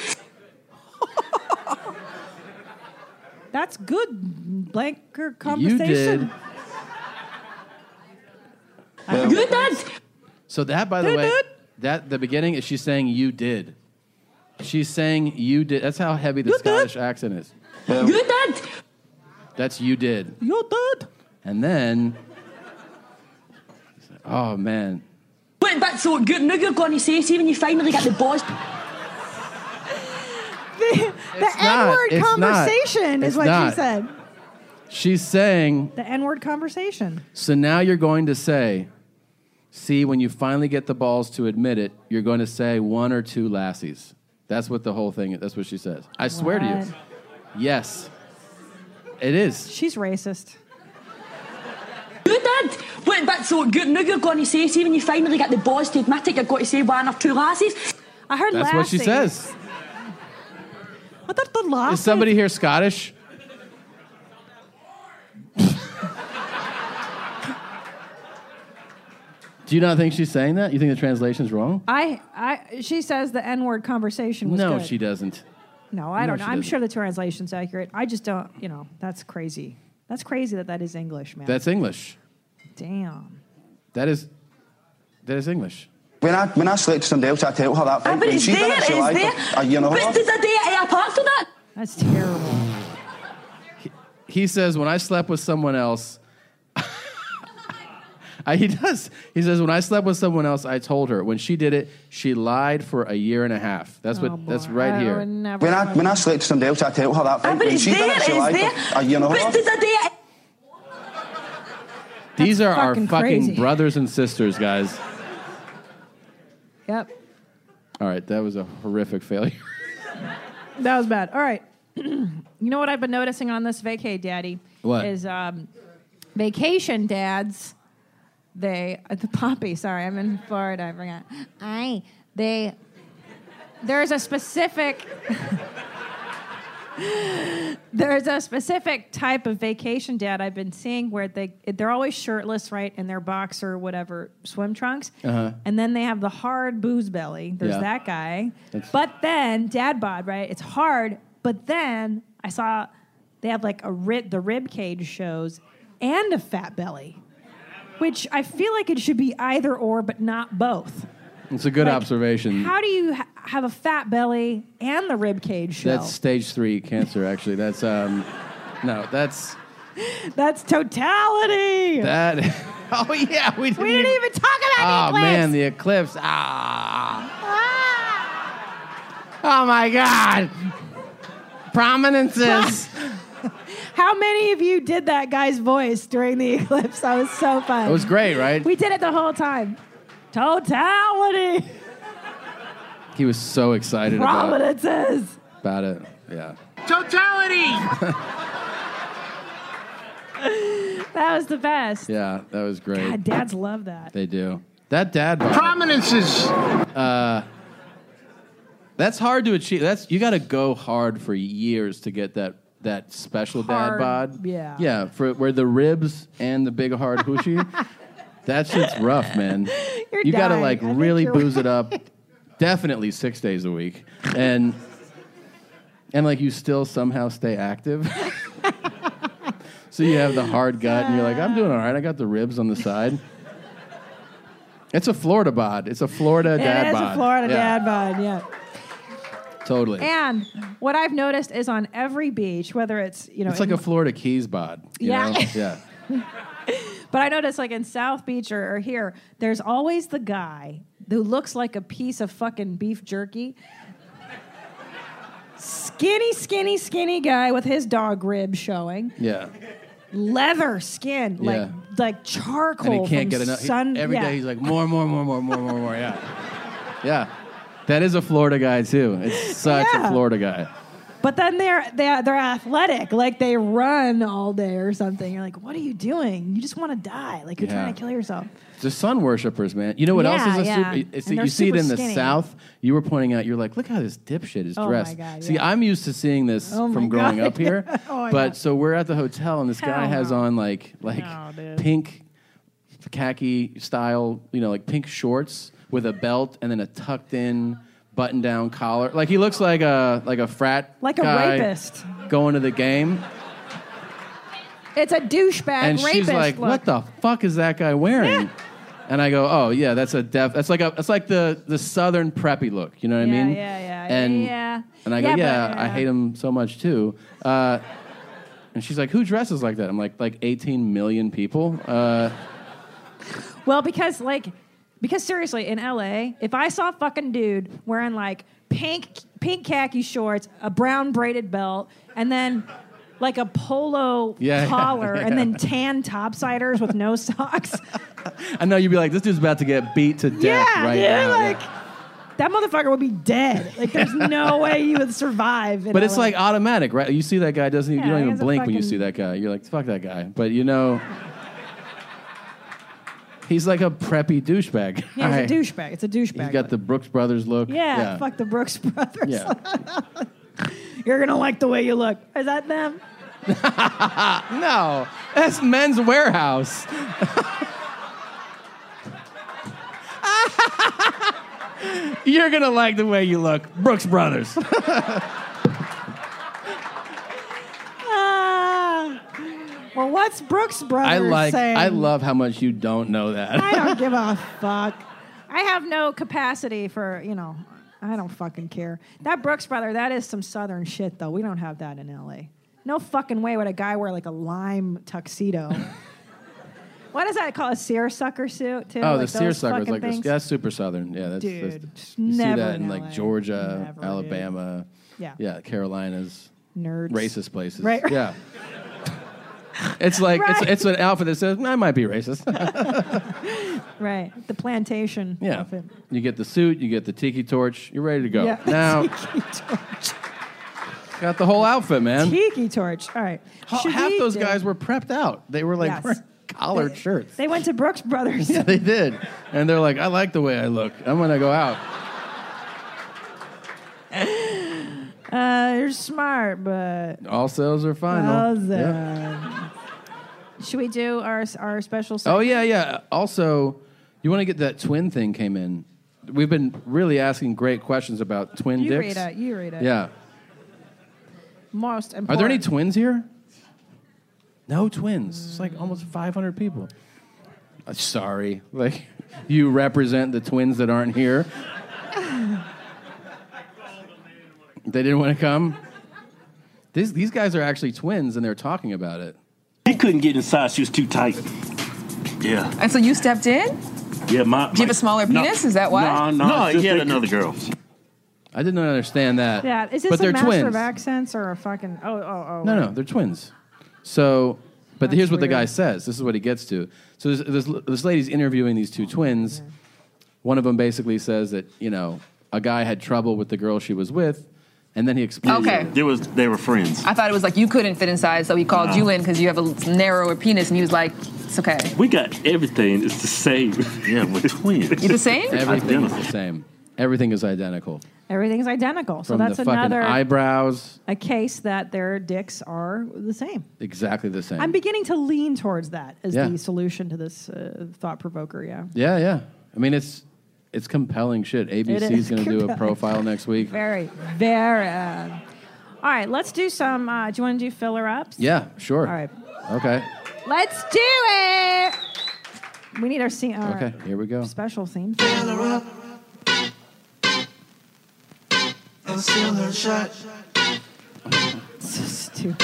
Speaker 2: That's good. Blanker
Speaker 1: You
Speaker 2: conversation.
Speaker 1: did.
Speaker 12: You did.
Speaker 1: So that, by the
Speaker 12: You
Speaker 1: way,
Speaker 12: did?
Speaker 1: that the beginning is she's saying you did. She's saying you did. That's how heavy the Scottish accent is.
Speaker 12: You did.
Speaker 1: That's you did.
Speaker 2: You did.
Speaker 1: And then, oh man,
Speaker 12: Wait, but so good. Now you're going to say, see when you finally get the boss.
Speaker 2: The, the
Speaker 1: not.
Speaker 2: N word
Speaker 1: It's not.
Speaker 2: conversation is
Speaker 1: It's
Speaker 2: what
Speaker 1: not.
Speaker 2: she said.
Speaker 1: She's saying,
Speaker 2: The N word conversation.
Speaker 1: so now you're going to say, see, when you finally get the balls to admit it, you're going to say one or two lassies. That's what the whole thing That's what she says. I swear to you.
Speaker 2: What?
Speaker 1: Yes. It is.
Speaker 2: She's racist.
Speaker 12: You did. But, but so good, now you're going to say, see when you finally get the boss to admit it, you're going to say one or two lassies.
Speaker 2: I heard
Speaker 1: That's what she says.
Speaker 2: I thought the lassies.
Speaker 1: Is somebody here Scottish? Do you not think she's saying that? You think the translation's wrong?
Speaker 2: I, I, she says the N word conversation was
Speaker 1: No,
Speaker 2: good.
Speaker 1: she doesn't.
Speaker 2: No, I
Speaker 1: No,
Speaker 2: don't
Speaker 1: she
Speaker 2: know. I'm
Speaker 1: doesn't.
Speaker 2: sure the translation's accurate. I just don't, you know, that's crazy. That's crazy that that is English, man.
Speaker 1: That's English.
Speaker 2: Damn.
Speaker 1: That is that is English.
Speaker 18: When I when I slept to somebody else, I tell her that.
Speaker 12: Ah, but it's there, it's there.
Speaker 18: A year and a
Speaker 12: But
Speaker 18: half.
Speaker 12: did I do it apart from that?
Speaker 2: That's terrible.
Speaker 1: He says, when I slept with someone else, I- he does. He says, when I slept with someone else, I told her. When she did it, she lied for a year and a half. That's
Speaker 12: Oh,
Speaker 1: what. that's right here.
Speaker 18: When I when I slept to somebody else, I tell her that. Uh,
Speaker 12: Ah, but
Speaker 18: When
Speaker 12: it's
Speaker 18: she done
Speaker 12: there,
Speaker 18: it, she
Speaker 12: it's
Speaker 18: lied
Speaker 12: there.
Speaker 18: for A year and a
Speaker 12: But
Speaker 18: half.
Speaker 12: did I do it?
Speaker 1: These are our
Speaker 12: fucking
Speaker 1: fucking
Speaker 12: crazy.
Speaker 1: brothers and sisters, guys.
Speaker 2: Yep.
Speaker 1: All right, that was a horrific failure.
Speaker 2: That was bad. All right. you know what I've been noticing on this vacay, Daddy?
Speaker 1: What?
Speaker 2: Is um, vacation dads, they, uh, the poppy, sorry, I'm in Florida, I forgot. I, they, there's a specific, there's a specific type of vacation dad I've been seeing where they, they're always shirtless, right, in their boxer, whatever, swim trunks.
Speaker 9: Uh-huh.
Speaker 2: And then they have the hard booze belly. There's
Speaker 9: Yeah.
Speaker 2: that guy.
Speaker 9: That's-
Speaker 2: but then dad bod, right? It's hard. But then I saw they have like a rib, the rib cage shows and a fat belly, which I feel like it should be either or, but not both.
Speaker 1: It's a good
Speaker 2: Like,
Speaker 1: observation.
Speaker 2: How do you ha- have a fat belly and the rib cage show?
Speaker 1: That's stage three cancer. Actually, that's um, no, that's
Speaker 2: That's totality.
Speaker 1: that. Oh yeah, we didn't,
Speaker 2: didn't even, talk about
Speaker 1: oh
Speaker 2: the eclipse.
Speaker 1: man, the eclipse. Ah.
Speaker 2: Ah.
Speaker 1: Oh my God. Prominences.
Speaker 2: How many of you did that guy's voice during the eclipse? That was so fun.
Speaker 1: It was great, right?
Speaker 2: We did it the whole time. Totality.
Speaker 1: He was so excited
Speaker 2: Prominences.
Speaker 1: about about it. Yeah.
Speaker 2: Totality. that was the best.
Speaker 1: Yeah, that was great.
Speaker 2: God, dads love that.
Speaker 1: They do. That dad bod.
Speaker 2: Prominences.
Speaker 1: Uh, that's hard to achieve. That's you got to go hard for years to get that that special dad
Speaker 2: Hard,
Speaker 1: bod.
Speaker 2: yeah.
Speaker 1: yeah, for where the ribs and the big hard hushy. that shit's rough, man.
Speaker 2: You're
Speaker 1: you gotta
Speaker 2: dying.
Speaker 1: like
Speaker 2: I think
Speaker 1: really
Speaker 2: you're
Speaker 1: booze it up. Definitely six days a week, and and like you still somehow stay active. so you have the hard gut, and you're like, I'm doing all right. I got the ribs on the side. It's a Florida bod. It's a Florida dad
Speaker 2: it is
Speaker 1: bod.
Speaker 2: a Florida
Speaker 1: Yeah.
Speaker 2: dad bod, yeah.
Speaker 1: Totally.
Speaker 2: And what I've noticed is on every beach, whether it's you know,
Speaker 1: it's like
Speaker 2: in-
Speaker 1: a Florida Keys bod. you
Speaker 2: Yeah.
Speaker 1: know? Yeah.
Speaker 2: but I noticed like in South Beach or, or here, there's always the guy who looks like a piece of fucking beef jerky. Skinny, skinny, skinny guy with his dog rib showing,
Speaker 1: Yeah.
Speaker 2: leather skin, like
Speaker 1: Yeah.
Speaker 2: like charcoal.
Speaker 1: and he can't
Speaker 2: from
Speaker 1: get enough. He-
Speaker 2: Sun,
Speaker 1: every
Speaker 2: yeah.
Speaker 1: day he's like, more, more, more, more, more, more, more. Yeah. Yeah. That is a Florida guy, too. It's such
Speaker 2: Oh, Yeah.
Speaker 1: a Florida guy.
Speaker 2: But then they're they're they're athletic, like they run all day or something. You're like, what are you doing? You just want to die, like you're
Speaker 1: Yeah.
Speaker 2: trying to kill yourself.
Speaker 1: The sun worshippers, man. You know what else
Speaker 2: Yeah,
Speaker 1: is a
Speaker 2: yeah.
Speaker 1: super. It's,
Speaker 2: And they're
Speaker 1: you see it
Speaker 2: super
Speaker 1: in the
Speaker 2: skinny.
Speaker 1: South. You were pointing out, you're like, look how this dipshit is
Speaker 2: Oh my
Speaker 1: dressed.
Speaker 2: God,
Speaker 1: see,
Speaker 2: yeah.
Speaker 1: I'm used to seeing this
Speaker 2: Oh my
Speaker 1: from growing
Speaker 2: God.
Speaker 1: up here.
Speaker 2: Oh, I
Speaker 1: but
Speaker 2: know.
Speaker 1: so we're at the hotel, and this guy
Speaker 2: Hell
Speaker 1: has
Speaker 2: no.
Speaker 1: on like like
Speaker 2: No, dude.
Speaker 1: pink khaki style, you know, like pink shorts with a belt and then a tucked in button down collar. Like he looks like a like a frat
Speaker 2: Like a
Speaker 1: guy
Speaker 2: rapist.
Speaker 1: going to the game.
Speaker 2: It's a douchebag
Speaker 1: and
Speaker 2: rapist.
Speaker 1: she's like,
Speaker 2: look.
Speaker 1: "What the fuck is that guy wearing?" And I go, "Oh yeah, that's a def. That's like a. That's like the the southern preppy look. You know what I mean?"
Speaker 2: Yeah, yeah, yeah.
Speaker 1: And
Speaker 2: yeah.
Speaker 1: and I go,
Speaker 2: but-
Speaker 1: "Yeah, I hate him so much too." Uh, and she's like, "Who dresses like that?" I'm like, "Like 18 million people." Uh,
Speaker 2: Well, because like, because seriously, in LA, if I saw a fucking dude wearing like pink pink khaki shorts, a brown braided belt, and then like a polo
Speaker 1: Yeah, yeah,
Speaker 2: collar
Speaker 1: yeah.
Speaker 2: and then tan topsiders with no socks.
Speaker 1: I know you'd be like, this dude's about to get beat to death
Speaker 2: yeah,
Speaker 1: right
Speaker 2: dude,
Speaker 1: now. Yeah.
Speaker 2: like that motherfucker would be dead. Like there's no way you would survive. in
Speaker 1: But it's
Speaker 2: LA.
Speaker 1: like automatic, right? You see that guy doesn't
Speaker 2: Yeah,
Speaker 1: you don't
Speaker 2: he
Speaker 1: even
Speaker 2: has a
Speaker 1: blink when you
Speaker 2: fucking-
Speaker 1: see that guy. You're like, fuck that guy. But you know He's like a preppy douchebag.
Speaker 2: Yeah, he's
Speaker 1: Right?
Speaker 2: a douchebag. It's a douchebag.
Speaker 1: He's got the Brooks Brothers look.
Speaker 2: yeah, fuck the Brooks brothers.
Speaker 1: Yeah.
Speaker 2: You're gonna like the way you look. Is that them?
Speaker 1: no, that's Men's Warehouse. You're gonna like the way you look, Brooks Brothers.
Speaker 2: Ah. well, what's Brooks brothers
Speaker 1: I like.
Speaker 2: saying?
Speaker 1: I love how much you don't know that.
Speaker 2: I don't give a fuck. I have no capacity for, you know, I don't fucking care. That Brooks brother, that is some southern shit though. We don't have that in LA. No fucking way would a guy wear like a lime tuxedo. what is that called? A seersucker suit too?
Speaker 1: Oh,
Speaker 2: Like
Speaker 1: the
Speaker 2: those
Speaker 1: seersucker is
Speaker 2: fucking
Speaker 1: like this.
Speaker 2: things?
Speaker 1: Yeah, that's super southern. Yeah, that's, that's-
Speaker 2: Dude,
Speaker 1: you see
Speaker 2: never
Speaker 1: that in
Speaker 2: in
Speaker 1: like
Speaker 2: LA.
Speaker 1: Georgia,
Speaker 2: Never, dude.
Speaker 1: Alabama.
Speaker 2: Yeah.
Speaker 1: yeah, Carolinas.
Speaker 2: Nerds.
Speaker 1: Racist places.
Speaker 2: Right.
Speaker 1: Yeah. It's like
Speaker 2: Right.
Speaker 1: it's, it's an outfit that says I might be racist.
Speaker 2: Right. The plantation
Speaker 1: Yeah.
Speaker 2: outfit.
Speaker 1: You get the suit, you get the tiki torch, you're ready to go.
Speaker 2: Yeah.
Speaker 1: Now,
Speaker 2: Tiki torch.
Speaker 1: got the whole outfit, man.
Speaker 2: Tiki torch. All right.
Speaker 1: Ha-
Speaker 2: Should
Speaker 1: Half
Speaker 2: we
Speaker 1: those
Speaker 2: do-
Speaker 1: guys were prepped out. They were like
Speaker 2: Yes.
Speaker 1: wearing collared shirts.
Speaker 2: They went to Brooks Brothers.
Speaker 1: Yeah, they did. And they're like, I like the way I look. I'm going to go out.
Speaker 2: Uh, you're smart, but
Speaker 1: All sales are final.
Speaker 2: How's
Speaker 1: Yeah.
Speaker 2: that? Should we do our our special?
Speaker 1: Oh,
Speaker 2: segment?
Speaker 1: yeah, yeah. Also, you want to get that twin thing came in. We've been really asking great questions about twin
Speaker 2: You
Speaker 1: dicks.
Speaker 2: read it. You read it.
Speaker 1: Yeah.
Speaker 2: Most important.
Speaker 1: Are there any twins here? No twins. It's like almost 500 people. Uh, sorry. Like, you represent the twins that aren't here. They didn't want to come? These, these guys are actually twins and they're talking about it.
Speaker 19: She couldn't get inside. She was too tight. Yeah.
Speaker 20: And so you stepped in?
Speaker 19: Yeah, my.
Speaker 20: Do you have a smaller
Speaker 19: No.
Speaker 20: penis? Is that why?
Speaker 19: No,
Speaker 1: it's
Speaker 19: he had
Speaker 1: just-
Speaker 19: another girl.
Speaker 1: I did not understand that.
Speaker 2: Yeah, is this
Speaker 1: but
Speaker 2: a
Speaker 1: they're
Speaker 2: master
Speaker 1: twins.
Speaker 2: of accents or a fucking? Oh, oh, oh.
Speaker 1: No, no, they're twins. So, but here's what the guy says. This is what he gets to. So this, this, this lady's interviewing these
Speaker 2: Oh,
Speaker 1: two twins. One of them basically says that you know a guy had trouble with the girl she was with, and then he explains.
Speaker 20: Okay.
Speaker 19: There was they were friends.
Speaker 20: I thought it was like you couldn't fit inside, so he called
Speaker 19: No.
Speaker 20: you in because you have a l- narrower penis, and he was like, "It's okay."
Speaker 19: We got everything. It's the same. Yeah, we're twins.
Speaker 20: You the same?
Speaker 1: Everything is the same. Everything is identical.
Speaker 2: Everything's identical, so
Speaker 1: From
Speaker 2: that's
Speaker 1: the fucking
Speaker 2: another
Speaker 1: eyebrows,
Speaker 2: a case that their dicks are the same.
Speaker 1: exactly the same.
Speaker 2: I'm beginning to lean towards that as
Speaker 1: Yeah.
Speaker 2: the solution to this uh, thought provoker. Yeah,
Speaker 1: yeah, yeah. I mean, it's it's compelling shit. ABC
Speaker 2: is
Speaker 1: is going to do a
Speaker 2: compelling.
Speaker 1: profile next week.
Speaker 2: very, very. uh, all right, let's do some. Uh, do you want to do filler ups?
Speaker 1: Yeah, sure.
Speaker 2: All right.
Speaker 1: Okay.
Speaker 2: Let's do it. We need our scene. our
Speaker 1: Okay. Here we go.
Speaker 2: Special theme. So stupid.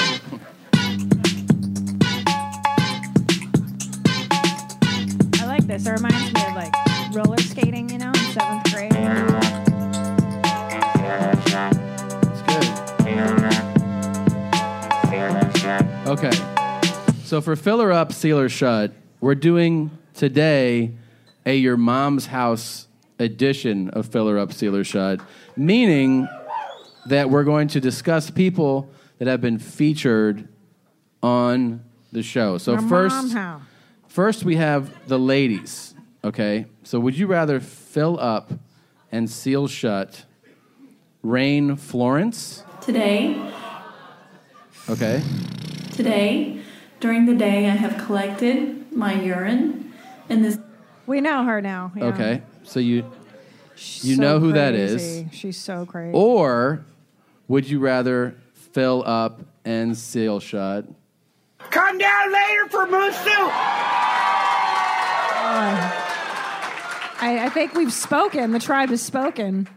Speaker 2: I like this. It reminds me of like roller skating, you know, in seventh grade.
Speaker 1: Okay. So for filler up, sealer shut, we're doing today a your mom's house edition of filler up, sealer shut, meaning that we're going to discuss people that have been featured on the show. So
Speaker 2: My mom
Speaker 1: first,
Speaker 2: how?
Speaker 1: first we have the ladies. Okay. So would you rather fill up and seal shut Rain Florence?
Speaker 14: Today,
Speaker 1: Okay.
Speaker 14: today, during the day, I have collected my urine in this.
Speaker 2: We know her now. yeah.
Speaker 1: Okay. So you you
Speaker 2: So
Speaker 1: know who that is. Oh.
Speaker 2: crazy. She's so crazy.
Speaker 1: Or would you rather fill up and seal shut?
Speaker 8: Come down later for moon soup.
Speaker 2: I, I think we've spoken. The tribe has spoken.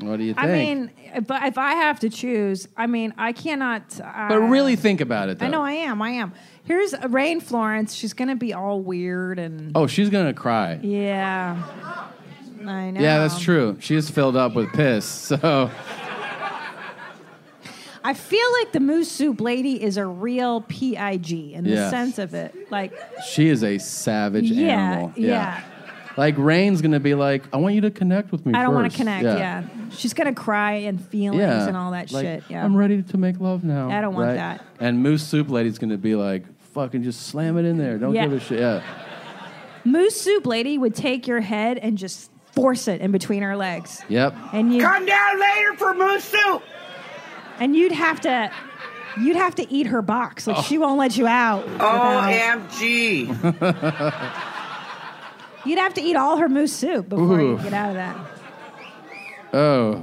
Speaker 1: What do you think?
Speaker 2: I mean, but if I have to choose, I mean, I cannot. Uh,
Speaker 1: but really think about it though.
Speaker 2: I know I am. I am. Here's uh, Rain Florence. She's gonna be all weird and
Speaker 1: Oh, she's gonna cry.
Speaker 2: yeah. I know.
Speaker 1: Yeah, that's true. She is filled up with piss. So
Speaker 2: I feel like the moose soup lady is a real pig in the
Speaker 1: Yeah.
Speaker 2: sense of it. Like,
Speaker 1: She is a savage
Speaker 2: Yeah,
Speaker 1: animal.
Speaker 2: yeah.
Speaker 1: Like Rain's gonna be like, I want you to connect with me.
Speaker 2: I don't want
Speaker 1: want
Speaker 2: to connect. Yeah. she's gonna cry and feelings
Speaker 1: Yeah.
Speaker 2: and all that
Speaker 1: Like,
Speaker 2: shit. Yeah,
Speaker 1: I'm ready to make love now.
Speaker 2: I don't want
Speaker 1: Right?
Speaker 2: that.
Speaker 1: And Moose Soup Lady's gonna be like, fucking just slam it in there. Don't
Speaker 2: Yeah.
Speaker 1: give a shit. Yeah.
Speaker 2: Moose soup lady would take your head and just force it in between her legs,
Speaker 1: Yep.
Speaker 2: and you
Speaker 9: Come down later for moose soup.
Speaker 2: and you'd have to you'd have to eat her box.
Speaker 1: Oh.
Speaker 2: Like she won't let you out. without-
Speaker 9: OMG.
Speaker 2: You'd have to eat all her moose soup before you
Speaker 1: Ooh.
Speaker 2: get out of that.
Speaker 1: Oh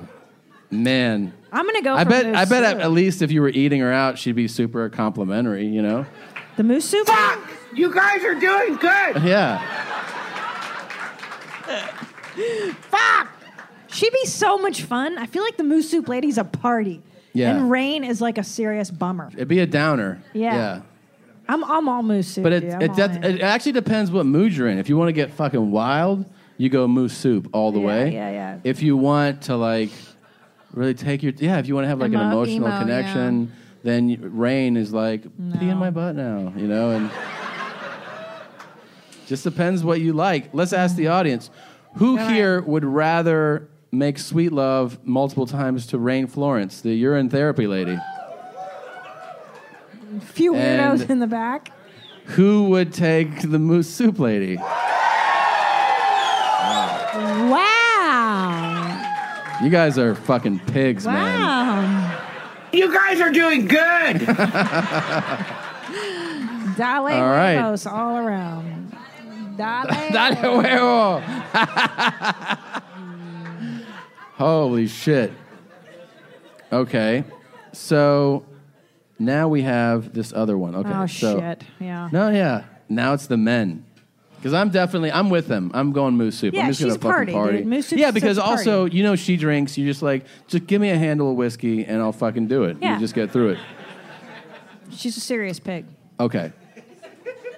Speaker 1: man.
Speaker 2: I'm gonna go.
Speaker 1: I
Speaker 2: for
Speaker 1: bet
Speaker 2: Moose
Speaker 1: I bet at,
Speaker 2: soup.
Speaker 1: at least if you were eating her out, she'd be super complimentary, you know?
Speaker 2: the moose soup. Fuck!
Speaker 9: you guys are doing good.
Speaker 1: Yeah.
Speaker 2: Fuck! She'd be so much fun. I feel like the moose soup lady's a party.
Speaker 1: Yeah.
Speaker 2: And Rain is like a serious bummer.
Speaker 1: It'd be a downer.
Speaker 2: Yeah.
Speaker 1: Yeah.
Speaker 2: I'm I'm all moose soup.
Speaker 1: But it,
Speaker 2: dude. I'm
Speaker 1: it,
Speaker 2: all
Speaker 1: that,
Speaker 2: in.
Speaker 1: it actually depends what mood you're in. If you want to get fucking wild, you go moose soup all the
Speaker 2: Yeah,
Speaker 1: way.
Speaker 2: yeah, yeah.
Speaker 1: If you want to like really take your yeah, if you want to have like an
Speaker 2: Emo-
Speaker 1: emotional
Speaker 2: emo,
Speaker 1: connection, then y- rain is like pee in my butt now, you know, and just depends what you like. Let's ask the audience: Who here would rather make sweet love multiple times to Rain Florence, the urine therapy lady?
Speaker 2: few weirdos
Speaker 1: and-
Speaker 2: in the back.
Speaker 1: Who would take the moose soup lady?
Speaker 2: Wow.
Speaker 1: You guys are fucking pigs, man.
Speaker 2: Wow.
Speaker 9: You guys are doing good.
Speaker 2: Dale
Speaker 1: All right.
Speaker 2: Ramos all around. Dale.
Speaker 1: Dale huevo. Holy shit. Okay. So now we have this other one. Okay.
Speaker 2: oh
Speaker 1: so,
Speaker 2: shit. Yeah.
Speaker 1: No, yeah. Now it's the men. Because I'm definitely, I'm with them. I'm going moose soup.
Speaker 2: Yeah,
Speaker 1: I'm just going
Speaker 2: she's
Speaker 1: to fucking
Speaker 2: party,
Speaker 1: party.
Speaker 2: dude. Moose soup's
Speaker 1: yeah, because
Speaker 2: such a party.
Speaker 1: also, you know, she drinks. You're just like, just give me a handle of whiskey and I'll fucking do it.
Speaker 2: Yeah.
Speaker 1: You just get through it.
Speaker 2: She's a serious pig.
Speaker 1: Okay.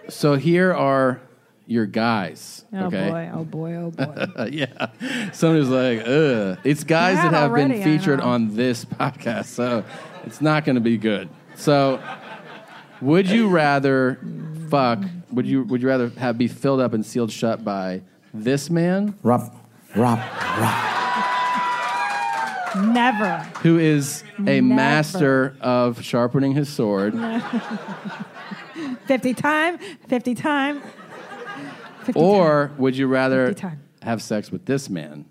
Speaker 1: So here are your guys.
Speaker 2: Oh
Speaker 1: okay.
Speaker 2: boy. Oh boy. Oh boy.
Speaker 1: yeah. Somebody's like, ugh. It's guys
Speaker 2: Yeah,
Speaker 1: that have
Speaker 2: already,
Speaker 1: been
Speaker 2: I
Speaker 1: featured
Speaker 2: know.
Speaker 1: on this podcast, so it's not going to be good. So, would you rather fuck? Would you would you rather have be filled up and sealed shut by this man,
Speaker 21: Rob, Rob,
Speaker 2: Never.
Speaker 1: who is a
Speaker 2: Never.
Speaker 1: master of sharpening his sword?
Speaker 2: 50 time, 50 time. 50
Speaker 1: Or would you rather
Speaker 2: Fifty times.
Speaker 1: have sex with this man?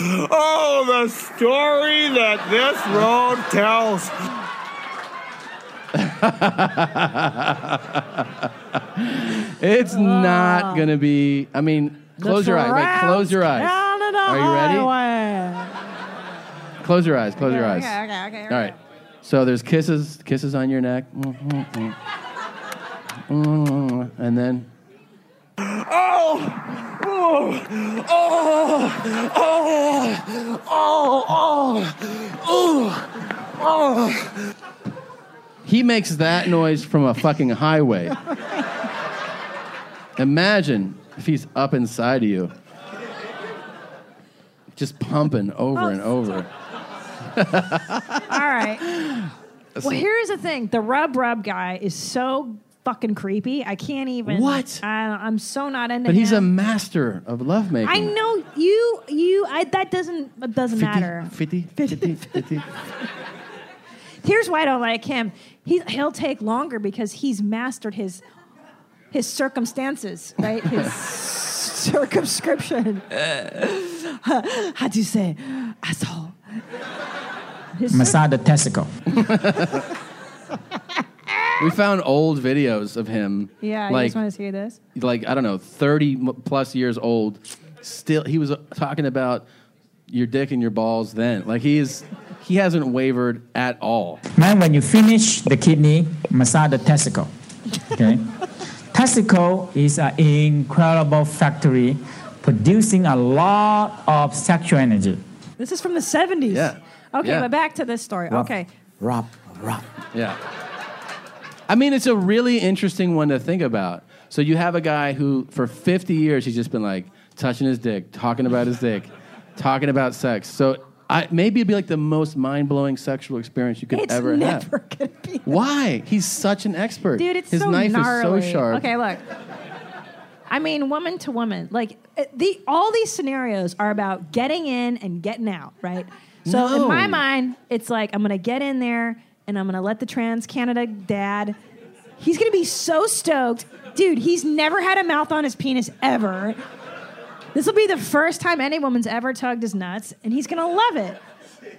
Speaker 9: Oh, the story that this road tells.
Speaker 1: it's not going to be. I mean, close your eyes. Wait, close your eyes. Are you ready? Close your eyes. Close your eyes.
Speaker 9: okay, okay, okay,
Speaker 1: All right. So there's kisses, kisses on your neck, Mm, and then
Speaker 9: Oh, oh, oh, oh, oh, oh, oh, oh.
Speaker 1: he makes that noise from a fucking highway. Imagine if he's up inside of you, just pumping over and over.
Speaker 2: All right. Well, here's the thing the rub rub guy is so fucking creepy. I can't even.
Speaker 1: What?
Speaker 2: I, I'm so not into
Speaker 1: But he's a
Speaker 2: him.
Speaker 1: master of lovemaking.
Speaker 2: I know you, you, I, that doesn't, it doesn't
Speaker 1: 50,
Speaker 2: matter.
Speaker 1: 50, 50, 50.
Speaker 2: Here's why I don't like him. He, he'll take longer because he's mastered his his circumstances, right? His circumscription. How'd you say? Asshole. His
Speaker 22: Masada testicle.
Speaker 1: we found old videos of him.
Speaker 2: Yeah, you
Speaker 1: like
Speaker 2: just want to see this?
Speaker 1: like I don't know, thirty m- plus years old, still he was uh, talking about your dick and your balls then. Like he is, he hasn't wavered at all.
Speaker 22: Man, when you finish the kidney, massage the testicle. Okay? testicle is an incredible factory producing a lot of sexual energy.
Speaker 2: This is from the 70s. Yeah. Okay,
Speaker 22: Yeah.
Speaker 2: but back to this story.
Speaker 22: Rough.
Speaker 2: Okay.
Speaker 22: Rob.
Speaker 1: Yeah. I mean, it's a really interesting one to think about. So you have a guy who, for 50 years, he's just been like touching his dick, talking about his dick, talking about sex. So I, maybe it'd be like the most mind blowing sexual experience you could
Speaker 2: It's
Speaker 1: ever
Speaker 2: never
Speaker 1: have. Why? He's such an expert.
Speaker 2: Dude, it's
Speaker 1: His
Speaker 2: so
Speaker 1: knife
Speaker 2: gnarly.
Speaker 1: is so sharp.
Speaker 2: Okay, look. I mean, woman to woman, like uh, the all these scenarios are about getting in and getting out, right? So in
Speaker 23: No.
Speaker 2: my mind, it's like I'm gonna get in there and I'm gonna let the Trans Canada dad. He's gonna be so stoked, dude. He's never had a mouth on his penis ever. This will be the first time any woman's ever tugged his nuts, and he's gonna love it.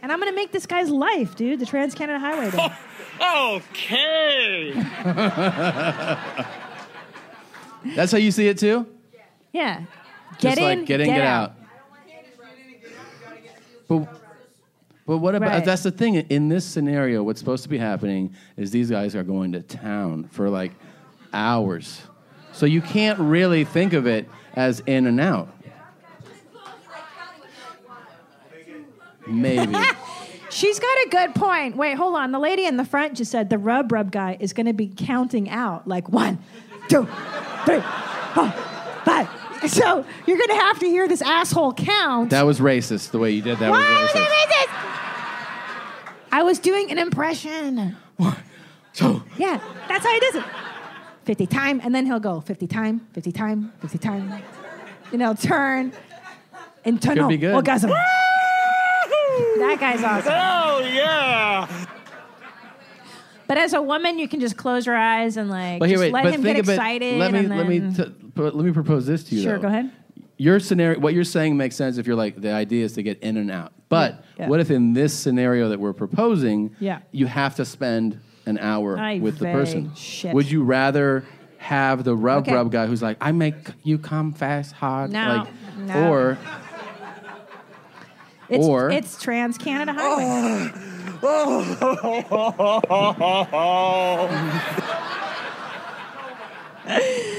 Speaker 2: And I'm gonna make this guy's life, dude. The Trans Canada Highway. Day.
Speaker 9: Okay.
Speaker 1: That's how you see it too?
Speaker 2: Yeah. Get
Speaker 1: Just
Speaker 2: in,
Speaker 1: like get in, get, out. But, but what about
Speaker 2: Right.
Speaker 1: that's the thing in this scenario what's supposed to be happening is these guys are going to town for like hours. So you can't really think of it as in and out. Maybe.
Speaker 2: She's got a good point. Wait, hold on. The lady in the front just said the rub rub guy is going to be counting out like one, two, three, four, five. So you're going to have to hear this asshole count.
Speaker 1: that was racist the way you did that.
Speaker 2: Why
Speaker 1: was
Speaker 2: was
Speaker 1: racist.
Speaker 2: that racist? I was doing an impression.
Speaker 1: So
Speaker 2: Yeah, that's how he does it. 50 time, and then he'll go 50 time, 50 time, 50 time. You know, turn, internal
Speaker 9: Could be good.
Speaker 2: orgasm. that guy's awesome.
Speaker 9: Oh yeah.
Speaker 2: But as a woman, you can just close your eyes and like
Speaker 1: But here,
Speaker 2: just
Speaker 1: wait,
Speaker 2: let
Speaker 1: but
Speaker 2: him
Speaker 1: think
Speaker 2: get
Speaker 1: of it-
Speaker 2: excited.
Speaker 1: Let me
Speaker 2: and
Speaker 1: let me
Speaker 2: then-
Speaker 1: t- but let me propose this to you.
Speaker 2: sure,
Speaker 1: though.
Speaker 2: go ahead.
Speaker 1: Your scenario, what you're saying makes sense if you're like the idea is to get in and out. But
Speaker 2: Yeah.
Speaker 1: what if in this scenario that we're proposing,
Speaker 2: Yeah.
Speaker 1: you have to spend an hour
Speaker 2: Ay,
Speaker 1: with the
Speaker 2: vey,
Speaker 1: person?
Speaker 2: shit.
Speaker 1: Would you rather have the rub
Speaker 2: Okay.
Speaker 1: rub guy who's like, I make you come fast, hard,
Speaker 2: No,
Speaker 1: like,
Speaker 2: no.
Speaker 1: or
Speaker 2: It's,
Speaker 1: or-
Speaker 2: it's Trans Canada Highway.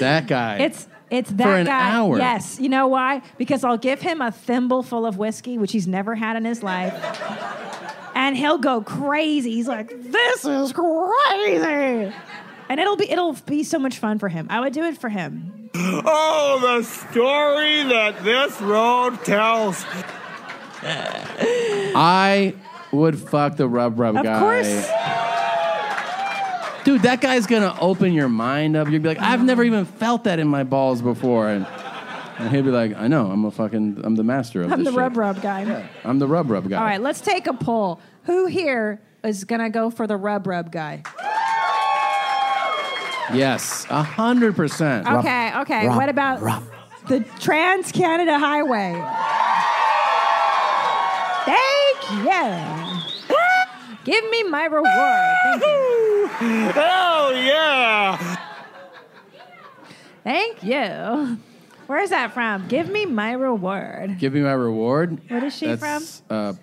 Speaker 1: that guy?
Speaker 2: It's it's that
Speaker 1: For an
Speaker 2: guy.
Speaker 1: hour.
Speaker 2: Yes, you know why? Because I'll give him a thimble full of whiskey, which he's never had in his life, and he'll go crazy. He's like, "This is crazy," and it'll be it'll be so much fun for him. I would do it for him.
Speaker 9: Oh, the story that this road tells.
Speaker 1: I would fuck the rub rub
Speaker 9: Of
Speaker 1: guy.
Speaker 9: course.
Speaker 1: Dude, that guy's gonna open your mind up. You'd be like, I've never even felt that in my balls before. And, and he'd be like, I know, I'm a fucking, I'm the master of
Speaker 2: I'm
Speaker 1: this
Speaker 2: the
Speaker 1: shit.
Speaker 2: rub rub guy.
Speaker 1: I'm the rub rub guy.
Speaker 2: All right, let's take a poll. Who here is gonna go for the rub rub guy?
Speaker 1: Yes, a hundred percent.
Speaker 2: Okay, okay. what about the Trans Canada Highway? Thank you. Give me my reward. Thank you.
Speaker 9: Oh yeah.
Speaker 2: Thank you. Where's that from? Give me my reward.
Speaker 1: Give me my reward.
Speaker 2: What is she
Speaker 1: That's, Uh,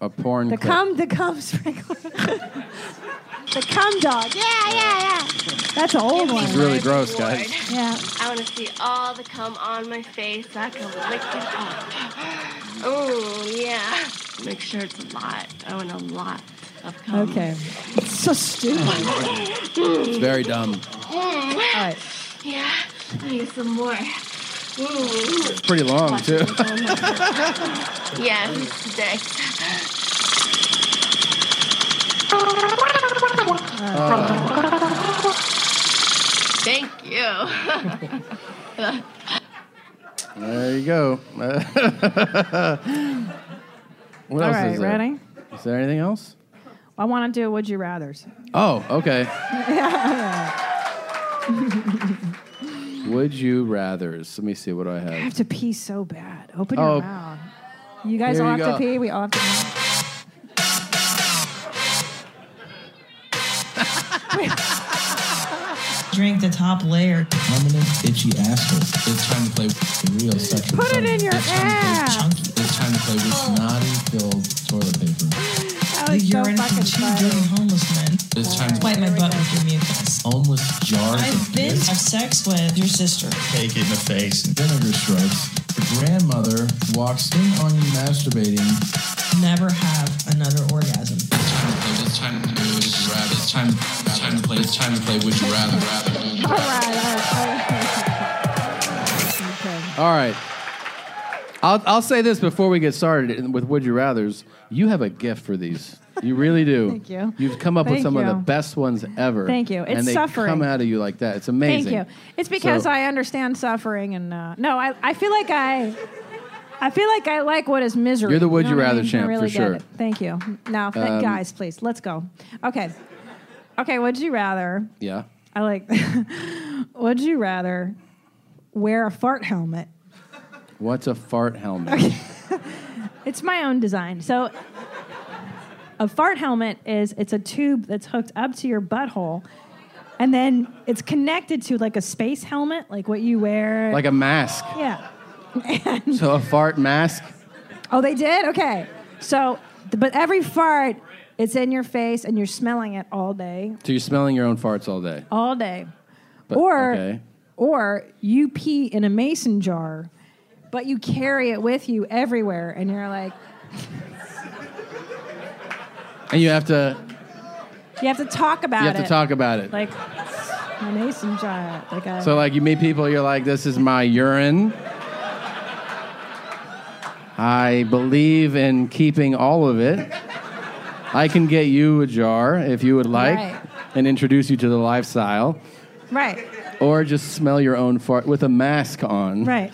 Speaker 1: a porn.
Speaker 2: The
Speaker 1: clip.
Speaker 2: cum, the cum sprinkler. the cum dog. Yeah, yeah, yeah. That's an old one.
Speaker 1: It's really gross, guys.
Speaker 2: Yeah.
Speaker 21: I want to see all the cum on my face. I can lick it up. Oh, yeah. Make sure it's a lot. I want a lot of cum.
Speaker 2: Okay. It's so stupid.
Speaker 1: It's very dumb.
Speaker 21: Mm. Yeah. I need some more. Mm.
Speaker 1: Pretty long, too.
Speaker 21: yeah, it's dick. Thank you.
Speaker 1: There you go. what
Speaker 2: All
Speaker 1: else
Speaker 2: right,
Speaker 1: is there?
Speaker 2: ready?
Speaker 1: Is there anything else?
Speaker 2: I want to do would you rather's.
Speaker 1: Oh, okay. Would you rather's? Let me see. What do I
Speaker 2: I have
Speaker 1: have?
Speaker 2: to pee so bad. Open
Speaker 1: Oh.
Speaker 2: your mouth. You guys
Speaker 1: Here
Speaker 2: all
Speaker 1: you
Speaker 2: have to
Speaker 1: go.
Speaker 2: pee. We all have to.
Speaker 24: Drink the top layer. Prominent itchy asshole. It's time to play with the real sexual.
Speaker 2: Put it
Speaker 24: predator.
Speaker 2: in your
Speaker 24: it's
Speaker 2: ass.
Speaker 24: Time to play chunky. It's time to play with naughty filled toilet paper.
Speaker 2: That was so fucking funny.
Speaker 24: homeless men. It's time to wipe my butt with your mucus. Homeless jars.
Speaker 25: I've been to have sex with your sister.
Speaker 24: Take it in the face. Vinegar strokes. Your grandmother walks in on you masturbating.
Speaker 25: Never have another orgasm.
Speaker 24: It's time to play. It's time to It's time. It's time to play. It's time to play. Would you rather? Rather.
Speaker 2: All right, all right. all right.
Speaker 1: All right. I'll, I'll say this before we get started with Would You Rathers. You have a gift for these. You really do.
Speaker 2: Thank you.
Speaker 1: You've come up with
Speaker 2: Thank
Speaker 1: some of the
Speaker 2: you.
Speaker 1: best ones ever.
Speaker 2: Thank you. It's
Speaker 1: and they
Speaker 2: suffering.
Speaker 1: come out of you like that. It's amazing.
Speaker 2: Thank you. It's because
Speaker 1: So-
Speaker 2: I understand suffering and uh, no, I, I feel like I I feel like I like what is misery.
Speaker 1: You're the would
Speaker 2: know
Speaker 1: you
Speaker 2: what I
Speaker 1: rather
Speaker 2: mean? I
Speaker 1: champ, for
Speaker 2: really get
Speaker 1: sure.
Speaker 2: it. Thank you. Now, th-
Speaker 1: Um,
Speaker 2: guys, please let's go. Okay, okay. Would you rather?
Speaker 1: Yeah.
Speaker 2: I like. would you rather wear a fart helmet?
Speaker 1: What's a fart helmet?
Speaker 2: It's my own design. So a fart helmet is it's a tube that's hooked up to your butthole. And then it's connected to like a space helmet, like what you wear.
Speaker 1: Like a mask.
Speaker 2: Yeah.
Speaker 1: so a fart mask.
Speaker 2: Oh, they did? Okay. So, but every fart, it's in your face and you're smelling it all day,
Speaker 1: So you're smelling your own farts all day.
Speaker 2: all day.
Speaker 1: But-
Speaker 2: or,
Speaker 1: okay.
Speaker 2: or you pee in a mason jar, but you carry it with you everywhere and you're like,
Speaker 1: And you have to
Speaker 2: you have to talk about it.
Speaker 1: have to talk about it.
Speaker 2: Like, a mason jar. Like a,
Speaker 1: so like you meet people, you're like, This is my urine. I believe in keeping all of it. I can get you a jar if you would like
Speaker 2: Right.
Speaker 1: and introduce you to the lifestyle.
Speaker 2: Right,
Speaker 1: Or just smell your own fart with a mask on.
Speaker 2: right.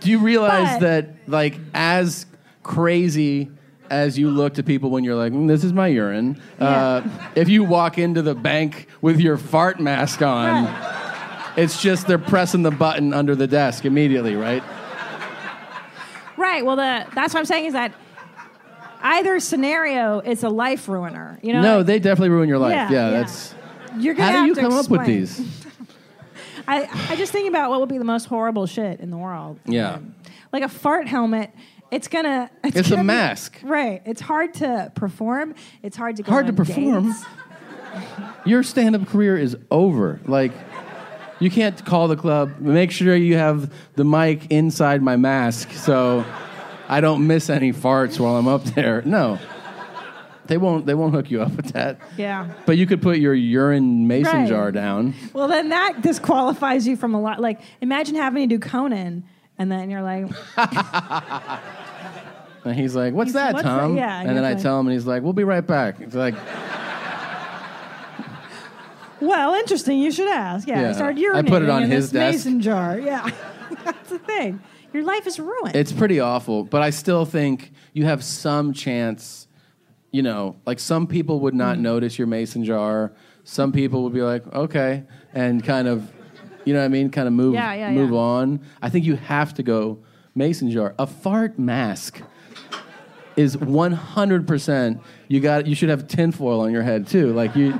Speaker 1: Do you realize
Speaker 2: But-
Speaker 1: that, like, as crazy as you look to people when you're like, "Mm, this is my urine, uh, if you walk into the bank with your fart mask on, it's just they're pressing the button under the desk immediately, right?
Speaker 2: Right. Well, the that's what I'm saying is that either scenario, it's a life ruiner. You know,
Speaker 1: no, they definitely ruin your life.
Speaker 2: Yeah,
Speaker 1: Yeah,
Speaker 2: yeah.
Speaker 1: that's.
Speaker 2: you're gonna
Speaker 1: How
Speaker 2: have
Speaker 1: do you
Speaker 2: to
Speaker 1: come up with
Speaker 2: explain.
Speaker 1: these?
Speaker 2: I I just think about what would be the most horrible shit in the world. Um,
Speaker 1: Yeah.
Speaker 2: Like a fart helmet. It's gonna. It's,
Speaker 1: It's a
Speaker 2: gonna be-
Speaker 1: mask.
Speaker 2: right. It's hard to perform. It's hard to go
Speaker 1: Hard to
Speaker 2: on
Speaker 1: perform.
Speaker 2: dates.
Speaker 1: Your stand up career is over. Like, you can't call the club. Make sure you have the mic inside my mask so I don't miss any farts while I'm up there. No. They won't, they won't hook you up with that.
Speaker 2: Yeah.
Speaker 1: But you could put your urine mason
Speaker 2: Right.
Speaker 1: jar down.
Speaker 2: Well, then that disqualifies you from a lot. Like, imagine having to do Conan, and then you're like,
Speaker 1: And he's like, What's that,
Speaker 2: "What's that?"
Speaker 1: Tom?
Speaker 2: Yeah, and
Speaker 1: and then
Speaker 2: he's
Speaker 1: I
Speaker 2: like-
Speaker 1: tell him, and he's like, We'll be right back. It's like,
Speaker 2: "Well, interesting. You should ask." Yeah.
Speaker 1: Yeah.
Speaker 2: You start urinating
Speaker 1: I put it on
Speaker 2: in
Speaker 1: his
Speaker 2: this
Speaker 1: desk.
Speaker 2: mason jar. Yeah. That's the thing. Your life is ruined.
Speaker 1: It's pretty awful, but I still think you have some chance. You know, like some people would
Speaker 2: Mm-hmm.
Speaker 1: not notice your mason jar. Some people would be like, okay, and kind of, you know what I mean, kind of move
Speaker 2: Yeah, yeah,
Speaker 1: move
Speaker 2: yeah.
Speaker 1: on. I think you have to go mason jar. A fart mask is one hundred percent. You got. You should have tinfoil on your head too. Like you,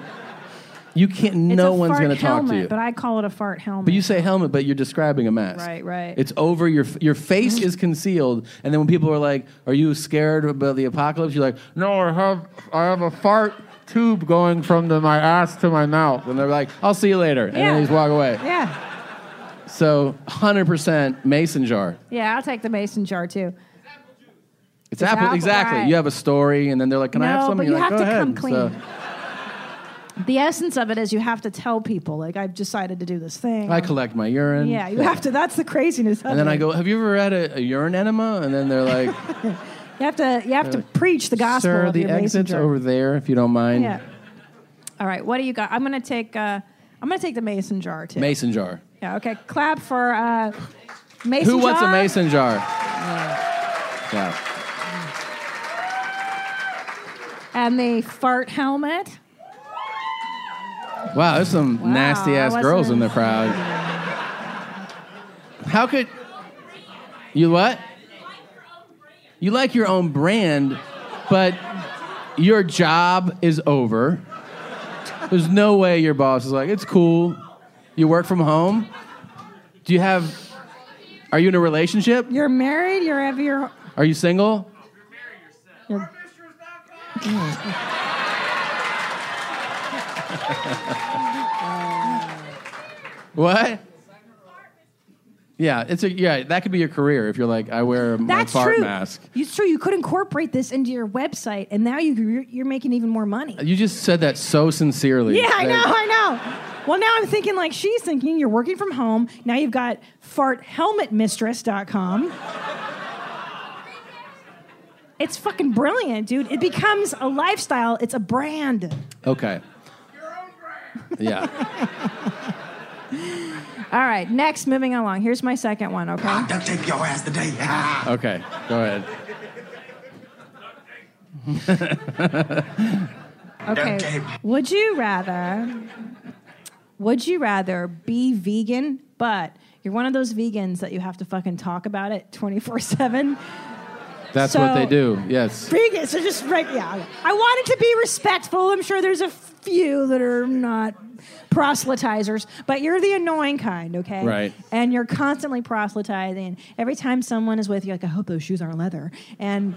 Speaker 1: you can't.
Speaker 2: It's
Speaker 1: no
Speaker 2: a
Speaker 1: one's
Speaker 2: fart
Speaker 1: going to talk
Speaker 2: helmet,
Speaker 1: to you.
Speaker 2: But I call it a fart helmet.
Speaker 1: But you say helmet, but you're describing a mask.
Speaker 2: Right, right.
Speaker 1: It's over your your face is concealed, and then when people are like, "Are you scared about the apocalypse?" You're like, "No, I have I have a fart tube going from the, my ass to my mouth," and they're like, "I'll see you later," and
Speaker 2: Yeah.
Speaker 1: then they just walk away.
Speaker 2: yeah,
Speaker 1: So, hundred percent mason jar.
Speaker 2: yeah. I'll take the mason jar too.
Speaker 1: It's, apple,
Speaker 2: apple,
Speaker 1: exactly.
Speaker 2: right.
Speaker 1: You have a story, and then they're like, "Can I have
Speaker 2: No,
Speaker 1: some?"
Speaker 2: but
Speaker 1: And you're
Speaker 2: you
Speaker 1: like,
Speaker 2: have
Speaker 1: "Go
Speaker 2: to
Speaker 1: ahead."
Speaker 2: come clean.
Speaker 1: So-
Speaker 2: The essence of it is you have to tell people, like I've decided to do this thing.
Speaker 1: I collect my urine.
Speaker 2: yeah, you have to. That's the craziness. Of
Speaker 1: And then
Speaker 2: it.
Speaker 1: I go, "Have you ever had a, a urine enema?" And then they're like,
Speaker 2: You have to. You have to preach the gospel.
Speaker 1: uh, "Sir,
Speaker 2: of
Speaker 1: the
Speaker 2: your mason
Speaker 1: exit's
Speaker 2: jar.
Speaker 1: over there, if you don't mind."
Speaker 2: Yeah. All right. What do you got? I'm gonna take. Uh, I'm gonna take the mason jar too.
Speaker 1: Mason jar.
Speaker 2: Yeah. Okay. Clap for uh, mason.
Speaker 1: Who wants a
Speaker 2: jar.
Speaker 1: mason jar?
Speaker 2: Yeah.
Speaker 1: Yeah.
Speaker 2: And the fart helmet.
Speaker 1: Wow, there's some
Speaker 2: Wow,
Speaker 1: nasty ass
Speaker 2: I wasn't
Speaker 1: girls in the
Speaker 2: in-
Speaker 1: crowd. How could you what? You like your own brand, but your job is over. There's no way your boss is like, it's cool. You work from home. Do you have? Are you in a relationship?
Speaker 2: You're married. You're ever. You're.
Speaker 1: Are you single?
Speaker 2: you're
Speaker 1: What? Yeah, it's a yeah. That could be your career if you're like, I wear my
Speaker 2: That's
Speaker 1: fart
Speaker 2: true.
Speaker 1: mask.
Speaker 2: It's true. You could incorporate this into your website, and now you you're, you're making even more money.
Speaker 1: You just said that so sincerely.
Speaker 2: Yeah, I
Speaker 1: Like,
Speaker 2: know, I know. Well, now I'm thinking like she's thinking. You're working from home. Now you've got farthelmetmistress.com. It's fucking brilliant, dude. It becomes a lifestyle. It's a brand.
Speaker 1: Okay. Yeah.
Speaker 2: All right, next, moving along. Here's my second one, okay?
Speaker 1: Duct tape your ass today. Okay, go ahead.
Speaker 2: Okay. Would you rather would you rather be vegan, but you're one of those vegans that you have to fucking talk about it 24/7?
Speaker 1: That's
Speaker 2: So-
Speaker 1: what they do. Yes.
Speaker 2: Vegans are just right yeah. I wanted to be respectful. I'm sure there's a few that are not proselytizers, but you're the annoying kind, okay?
Speaker 1: Right.
Speaker 2: And you're constantly proselytizing. Every time someone is with you, like, I hope those shoes aren't leather. And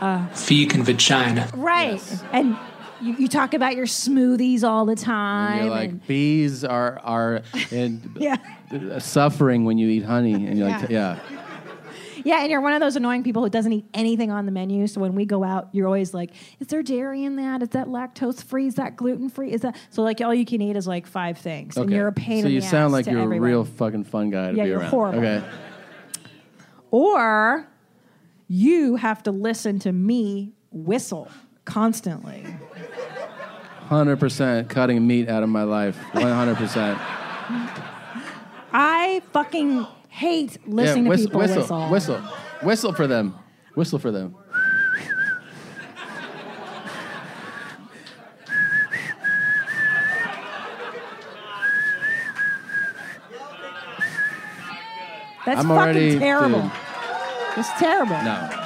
Speaker 2: uh,
Speaker 4: Vegan vagina.
Speaker 2: Right. And you, you talk about your smoothies all the time.
Speaker 1: And you're
Speaker 2: and-
Speaker 1: like bees are are and
Speaker 2: yeah.
Speaker 1: suffering when you eat honey, and you're like, yeah,
Speaker 2: Yeah, and you're one of those annoying people who doesn't eat anything on the menu. So when we go out, you're always like, is there dairy in that? Is that lactose free? Is that gluten free? Is that so like all you can eat is like five things. And you're a pain
Speaker 1: so
Speaker 2: in
Speaker 1: you
Speaker 2: the
Speaker 1: sound
Speaker 2: ass
Speaker 1: like
Speaker 2: to
Speaker 1: you're
Speaker 2: everyone.
Speaker 1: a real fucking fun guy to
Speaker 2: Yeah,
Speaker 1: be
Speaker 2: you're
Speaker 1: around.
Speaker 2: horrible.
Speaker 1: Okay.
Speaker 2: Or you have to listen to me whistle constantly.
Speaker 1: Hundred percent cutting meat out of my life. One hundred percent.
Speaker 2: I fucking hate listening to people
Speaker 1: whistle,
Speaker 2: whistle.
Speaker 1: whistle, whistle for them. Whistle for them.
Speaker 2: That's
Speaker 1: I'm
Speaker 2: fucking
Speaker 1: already-
Speaker 2: terrible.
Speaker 1: dude.
Speaker 2: It's terrible.
Speaker 1: No.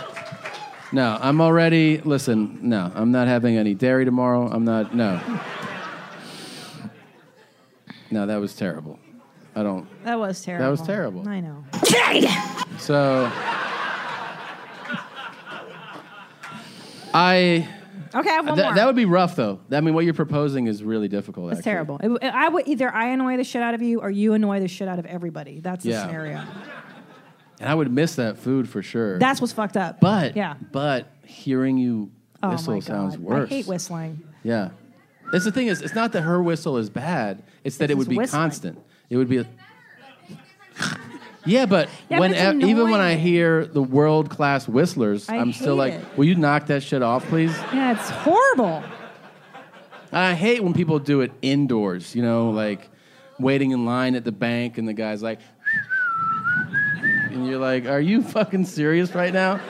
Speaker 1: No, I'm already. Listen, no, I'm not having any dairy tomorrow. I'm not. No. No, that was terrible. I don't.
Speaker 2: That was terrible.
Speaker 1: That was terrible.
Speaker 2: I know.
Speaker 1: So. I.
Speaker 2: Okay, I have one
Speaker 1: That-
Speaker 2: more.
Speaker 1: That would be rough, though. I mean, what you're proposing is really difficult.
Speaker 2: It's
Speaker 1: actually.
Speaker 2: terrible. It- I would either I annoy the shit out of you or you annoy the shit out of everybody. That's the
Speaker 1: Yeah.
Speaker 2: scenario.
Speaker 1: And I would miss that food for sure.
Speaker 2: That's what's fucked up.
Speaker 1: But
Speaker 2: yeah.
Speaker 1: But hearing you
Speaker 2: Oh
Speaker 1: whistle
Speaker 2: my god.
Speaker 1: sounds worse.
Speaker 2: I hate whistling.
Speaker 1: Yeah. That's the thing is, it's not that her whistle is bad. It's that
Speaker 2: It's
Speaker 1: it would
Speaker 2: just
Speaker 1: be
Speaker 2: whistling.
Speaker 1: constant. It would be. yeah, but
Speaker 2: Yeah, but
Speaker 1: when e-,
Speaker 2: it's
Speaker 1: even when I
Speaker 2: annoying.
Speaker 1: hear the world class whistlers,
Speaker 2: I
Speaker 1: am still like,
Speaker 2: hate it.
Speaker 1: "Will you knock that shit off, please?"
Speaker 2: Yeah, it's horrible.
Speaker 1: And I hate when people do it indoors. You know, like waiting in line at the bank, and the guy's like, and you're like, "Are you fucking serious right now?"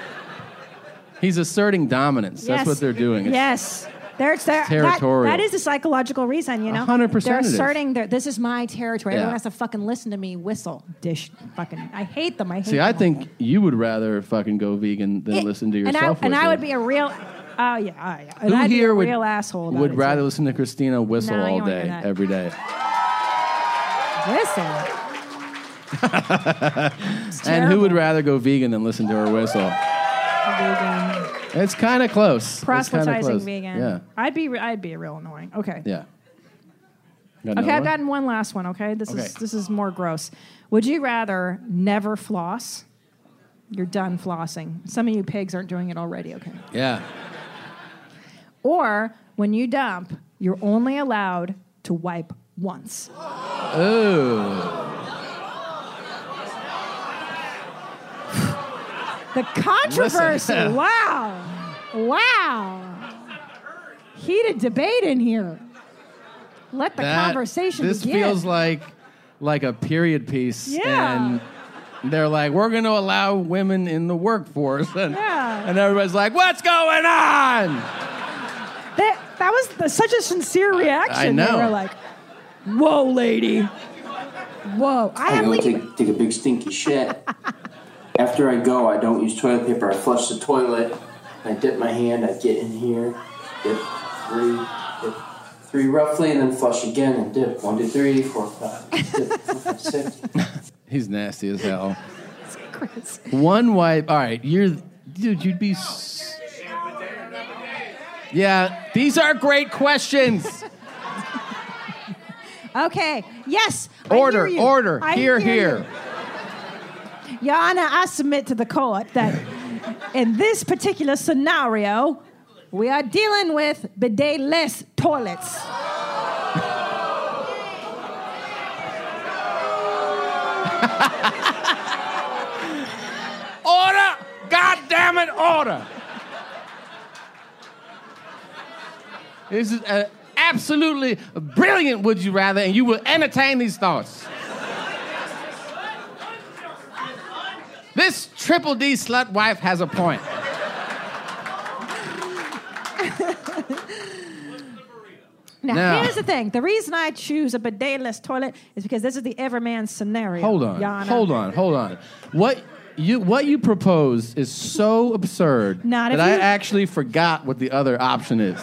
Speaker 1: He's asserting dominance.
Speaker 2: Yes.
Speaker 1: That's what they're doing. It's-
Speaker 2: yes. There's there,
Speaker 1: It's
Speaker 2: that,
Speaker 1: territorial.
Speaker 2: that is a psychological reason, you know.
Speaker 1: 100%
Speaker 2: They're
Speaker 1: it is.
Speaker 2: asserting their this is my territory.
Speaker 1: Yeah.
Speaker 2: Everyone has to fucking listen to me whistle. Dish fucking I hate them. I hate
Speaker 1: See,
Speaker 2: them
Speaker 1: I
Speaker 2: all.
Speaker 1: think you would rather fucking go vegan than
Speaker 2: It-
Speaker 1: listen to
Speaker 2: and
Speaker 1: yourself.
Speaker 2: I, and I
Speaker 1: whistle.
Speaker 2: would be a real Oh yeah, oh, yeah. And
Speaker 1: Who
Speaker 2: I'd be
Speaker 1: here
Speaker 2: a
Speaker 1: would-
Speaker 2: real asshole. about
Speaker 1: Would
Speaker 2: it, too.
Speaker 1: rather listen to Christina whistle
Speaker 2: No, you
Speaker 1: all
Speaker 2: don't hear
Speaker 1: day,
Speaker 2: that.
Speaker 1: every day.
Speaker 2: whistle.
Speaker 1: and who would rather go vegan than listen to her whistle?
Speaker 2: Vegan.
Speaker 1: It's kind of close. It's kinda
Speaker 2: proselytizing
Speaker 1: close.
Speaker 2: vegan.
Speaker 1: Yeah.
Speaker 2: I'd be re- I'd be real annoying. Okay.
Speaker 1: Yeah. Got
Speaker 2: okay,
Speaker 1: another
Speaker 2: I've
Speaker 1: one?
Speaker 2: gotten one last one. Okay, this
Speaker 1: Okay.
Speaker 2: is this is more gross. Would you rather never floss? You're done flossing. Some of you pigs aren't doing it already. Okay.
Speaker 1: Yeah.
Speaker 2: Or when you dump, you're only allowed to wipe once.
Speaker 1: Ooh.
Speaker 2: The controversy.
Speaker 1: Listen.
Speaker 2: Wow. Wow. Heated debate in here. Let the
Speaker 1: That-
Speaker 2: conversation
Speaker 1: This
Speaker 2: begin.
Speaker 1: feels like like a period piece.
Speaker 2: Yeah.
Speaker 1: And they're like, we're going to allow women in the workforce. And,
Speaker 2: Yeah.
Speaker 1: and everybody's like, what's going on?
Speaker 2: That that was the, such a sincere reaction.
Speaker 1: know.
Speaker 2: They were like, "Whoa, lady! Whoa!" I
Speaker 23: I
Speaker 2: have
Speaker 23: go
Speaker 2: like,
Speaker 23: take, take a big stinky shit. After I go, I don't use toilet paper. I flush the toilet. I dip my hand. I get in here. Dip three, dip three roughly, and then flush again and dip. One, two, three, four, five. Dip, four, five, six.
Speaker 1: He's nasty as hell. One wipe. All right, you're, dude. You'd be. s- Yeah, these are great questions.
Speaker 2: okay, yes, I
Speaker 1: order,
Speaker 2: hear you.
Speaker 1: order.
Speaker 2: I
Speaker 1: here,
Speaker 2: hear
Speaker 1: here.
Speaker 2: you. Your Honor, I submit to the court that in this particular scenario, we are dealing with bidet-less toilets.
Speaker 9: Order! Goddamn
Speaker 1: damn it order. This is uh, absolutely brilliant, would you rather, and you will entertain these thoughts. This triple D slut wife has a point.
Speaker 2: Now,
Speaker 1: Now-
Speaker 2: here's the thing. The reason I choose a bidet-less toilet is because this is the everman scenario.
Speaker 1: Hold on,
Speaker 2: Yana.
Speaker 1: hold on, hold on. What you what you proposed is so absurd
Speaker 2: Not if
Speaker 1: that I
Speaker 2: you-
Speaker 1: actually forgot what the other option is.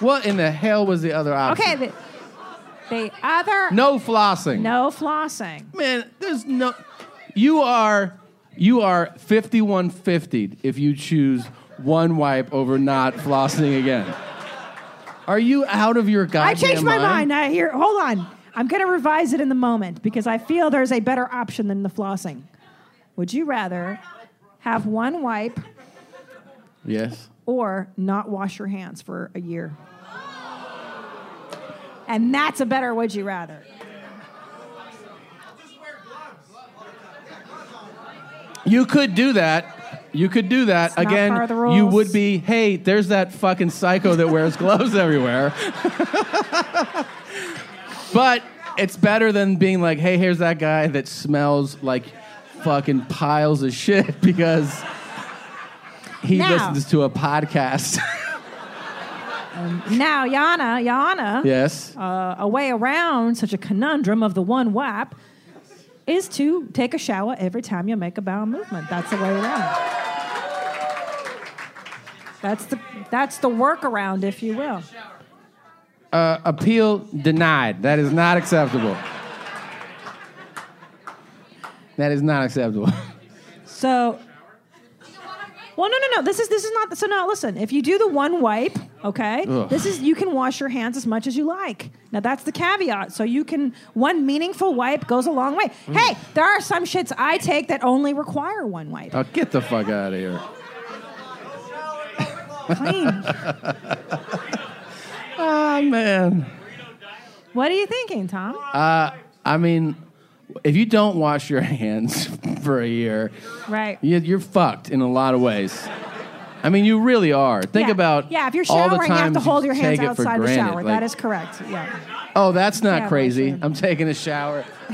Speaker 1: what in the hell was the other option?
Speaker 2: Okay, the, the other
Speaker 1: No flossing.
Speaker 2: no flossing.
Speaker 1: Man, there's no. You are you are 5150 if you choose one wipe over not flossing again. Are you out of your goddamn
Speaker 2: I changed my
Speaker 1: mind?
Speaker 2: mind. I here. Hold on. I'm going to revise it in the moment because I feel there's a better option than the flossing. Would you rather have one wipe
Speaker 1: Yes.
Speaker 2: or not wash your hands for a year? And that's a better would you rather.
Speaker 1: You could do that. You could do that.
Speaker 2: not
Speaker 1: Again,
Speaker 2: part of the
Speaker 1: you
Speaker 2: rules.
Speaker 1: would be, hey, there's that fucking psycho that wears gloves everywhere. but it's better than being like, hey, here's that guy that smells like fucking piles of shit because he
Speaker 2: Now-
Speaker 1: listens to a podcast.
Speaker 2: Um, now, Yana, Yana.
Speaker 1: Yes.
Speaker 2: Uh, a way around such a conundrum of the one wipe is to take a shower every time you make a bowel movement. That's the way around. That's the that's the workaround, if you will.
Speaker 1: uh, appeal denied. That is not acceptable. That is not acceptable.
Speaker 2: So, well, no, no, no. This is this is not. So now, listen. If you do the one wipe, okay,
Speaker 1: Ugh.
Speaker 2: this is you can wash your hands as much as you like. Now that's the caveat. So you can one meaningful wipe goes a long way.
Speaker 1: Mm.
Speaker 2: Hey, there are some shits I take that only require one wipe.
Speaker 1: Oh, get the fuck out of here.
Speaker 2: Clean.
Speaker 1: oh man.
Speaker 2: What are you thinking, Tom?
Speaker 1: Uh, I mean, if you don't wash your hands for a year,
Speaker 2: Right.
Speaker 1: you- you're fucked in a lot of ways. I mean, you really are. Think
Speaker 2: Yeah.
Speaker 1: about
Speaker 2: yeah. If you're
Speaker 1: all the
Speaker 2: showering, you have to
Speaker 1: times
Speaker 2: hold your hands
Speaker 1: take it for
Speaker 2: outside the shower.
Speaker 1: granted, like,
Speaker 2: that is correct. Yeah.
Speaker 1: Oh, that's not
Speaker 2: Yeah,
Speaker 1: crazy. I'm taking a shower.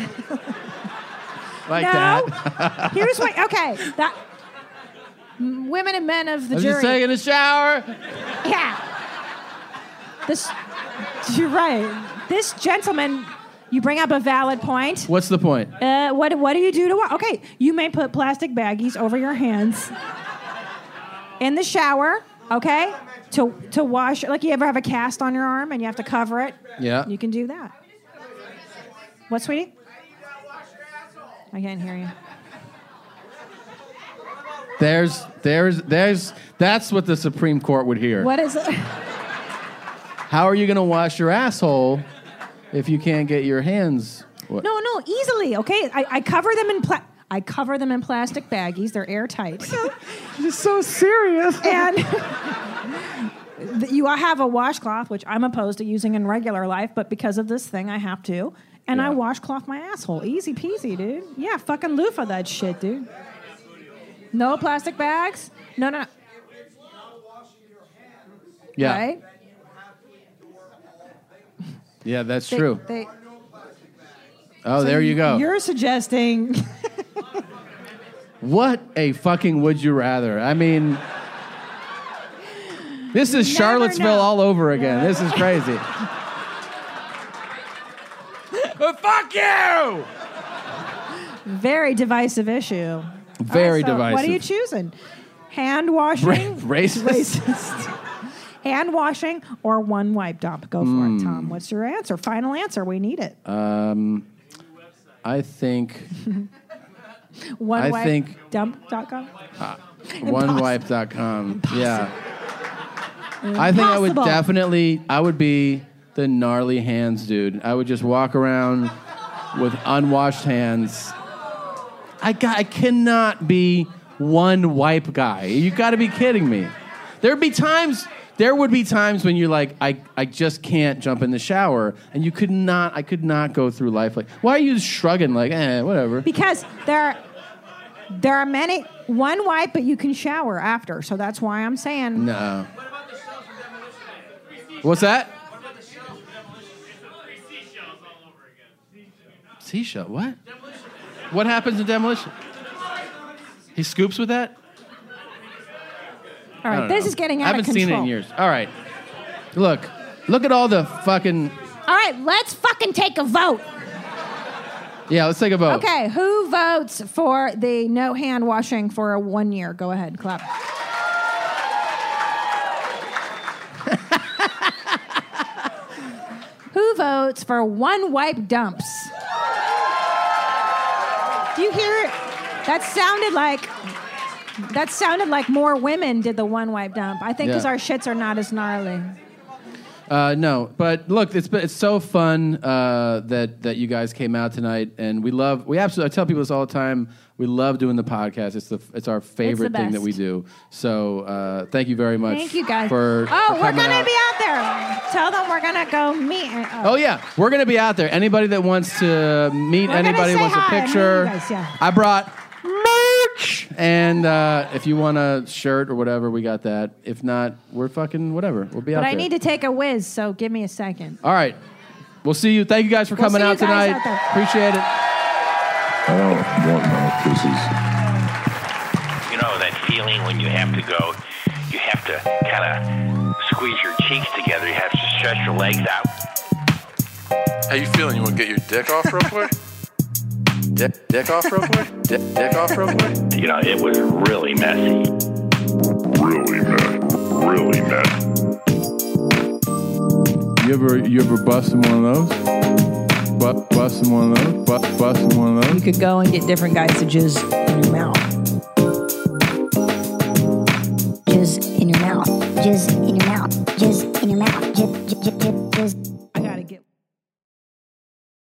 Speaker 1: like
Speaker 2: No.
Speaker 1: that.
Speaker 2: Here's what. Okay. That. M- Women and men of the
Speaker 1: I'm
Speaker 2: jury.
Speaker 1: just taking a shower.
Speaker 2: Yeah. This. You're right. This gentleman. You bring up a valid point.
Speaker 1: What's the point?
Speaker 2: Uh, what what do you do to wa- Okay, you may put plastic baggies over your hands in the shower. Okay, to to wash. Like you ever have a cast on your arm and you have to cover it.
Speaker 1: Yeah.
Speaker 2: You can do that. What, sweetie? I can't hear you.
Speaker 1: There's, there's, there's. That's what the Supreme Court would hear.
Speaker 2: What is it?
Speaker 1: How are you going to wash your asshole if you can't get your hands? What?
Speaker 2: No, no, easily. Okay, I, I cover them in pla- I cover them in plastic baggies. They're airtight.
Speaker 1: You're so serious.
Speaker 2: And th- you have a washcloth, which I'm opposed to using in regular life, but because of this thing, I have to. And I washcloth my asshole. Easy peasy, dude. Yeah, fucking loofah that shit, dude. No plastic bags. No, no. no.
Speaker 1: Yeah,
Speaker 2: Right?
Speaker 1: yeah, that's
Speaker 2: They-
Speaker 1: true.
Speaker 2: they-
Speaker 1: oh,
Speaker 2: so
Speaker 1: there you go.
Speaker 2: You're suggesting.
Speaker 1: What a fucking would you rather? I mean, this is Charlottesville all over again. This is crazy. But fuck you!
Speaker 2: Very divisive issue.
Speaker 1: Very
Speaker 2: All right, so What are
Speaker 1: divisive.
Speaker 2: you choosing? Hand washing,
Speaker 1: Ra- racist?
Speaker 2: racist. hand washing, or one wipe dump. Go for
Speaker 1: Mm.
Speaker 2: it, Tom. What's your answer? Final answer. We need it.
Speaker 1: Um, I think
Speaker 2: One
Speaker 1: I
Speaker 2: wipe
Speaker 1: think-
Speaker 2: dump.com.
Speaker 1: uh,
Speaker 2: Impossible.
Speaker 1: onewipe.com. Yeah. I think I would
Speaker 2: Impossible.
Speaker 1: definitely. I would be the gnarly hands dude. I would just walk around with unwashed hands. I got. I cannot be one wipe guy. You got to be kidding me. There'd be times. There would be times when you're like, I, I just can't jump in the shower, and you could not. I could not go through life like. Why are you shrugging like, eh, whatever?
Speaker 2: Because there, There are many. One wipe, but you can shower after. So that's why I'm saying.
Speaker 1: No. Uh, What's that? Seashell. What? What happens in demolition? He scoops with that. I
Speaker 2: All right,
Speaker 1: don't
Speaker 2: this
Speaker 1: know.
Speaker 2: is getting
Speaker 1: I
Speaker 2: out
Speaker 1: haven't
Speaker 2: of control.
Speaker 1: seen it in years. All right, look, look at all the fucking.
Speaker 2: All right, let's fucking take a vote.
Speaker 1: Yeah, let's take a vote.
Speaker 2: Okay, who votes for the no hand washing for a one year? Go ahead, clap. who votes for one wipe dumps? Do you hear it? That sounded like that sounded like more women did the one wipe dump. I think because
Speaker 1: Yeah.
Speaker 2: our shits are not as gnarly.
Speaker 1: Uh, no, but look, it's been- it's so fun uh, that that you guys came out tonight, and we love we absolutely. I tell people this all the time. We love doing the podcast. It's the it's our favorite thing that
Speaker 2: best.
Speaker 1: we do. So uh, thank you very much.
Speaker 2: Thank you guys.
Speaker 1: For
Speaker 2: oh,
Speaker 1: for
Speaker 2: we're
Speaker 1: coming
Speaker 2: gonna
Speaker 1: out.
Speaker 2: be out there. Tell them we're gonna go meet. uh,
Speaker 1: Oh yeah, we're gonna be out there. Anybody that wants to meet
Speaker 2: We're gonna
Speaker 1: anybody
Speaker 2: say
Speaker 1: wants
Speaker 2: hi
Speaker 1: a
Speaker 2: and meet
Speaker 1: picture.
Speaker 2: you guys, yeah.
Speaker 1: I brought merch, and uh, if you want a shirt or whatever, we got that. If not, we're fucking whatever. We'll be
Speaker 2: But
Speaker 1: out
Speaker 2: I
Speaker 1: there.
Speaker 2: need to take a whiz, so give me a second.
Speaker 1: All right, we'll see you. Thank you guys for
Speaker 2: We'll
Speaker 1: coming
Speaker 2: see you
Speaker 1: out
Speaker 2: guys
Speaker 1: tonight.
Speaker 2: out there.
Speaker 1: Appreciate it.
Speaker 26: I don't want my kisses.
Speaker 11: You know that feeling when you have to go, you have to kind of squeeze your cheeks together. You have to stretch your legs out.
Speaker 26: How you feeling? You want to get your dick off real quick? dick, dick off real quick? Dick, dick off real quick?
Speaker 11: You know, it was really messy.
Speaker 5: Really mad. Really mad.
Speaker 27: You ever you ever busting one of those? But busting one of those? But busting one of those?
Speaker 3: You could go and get different guys to jizz in your mouth.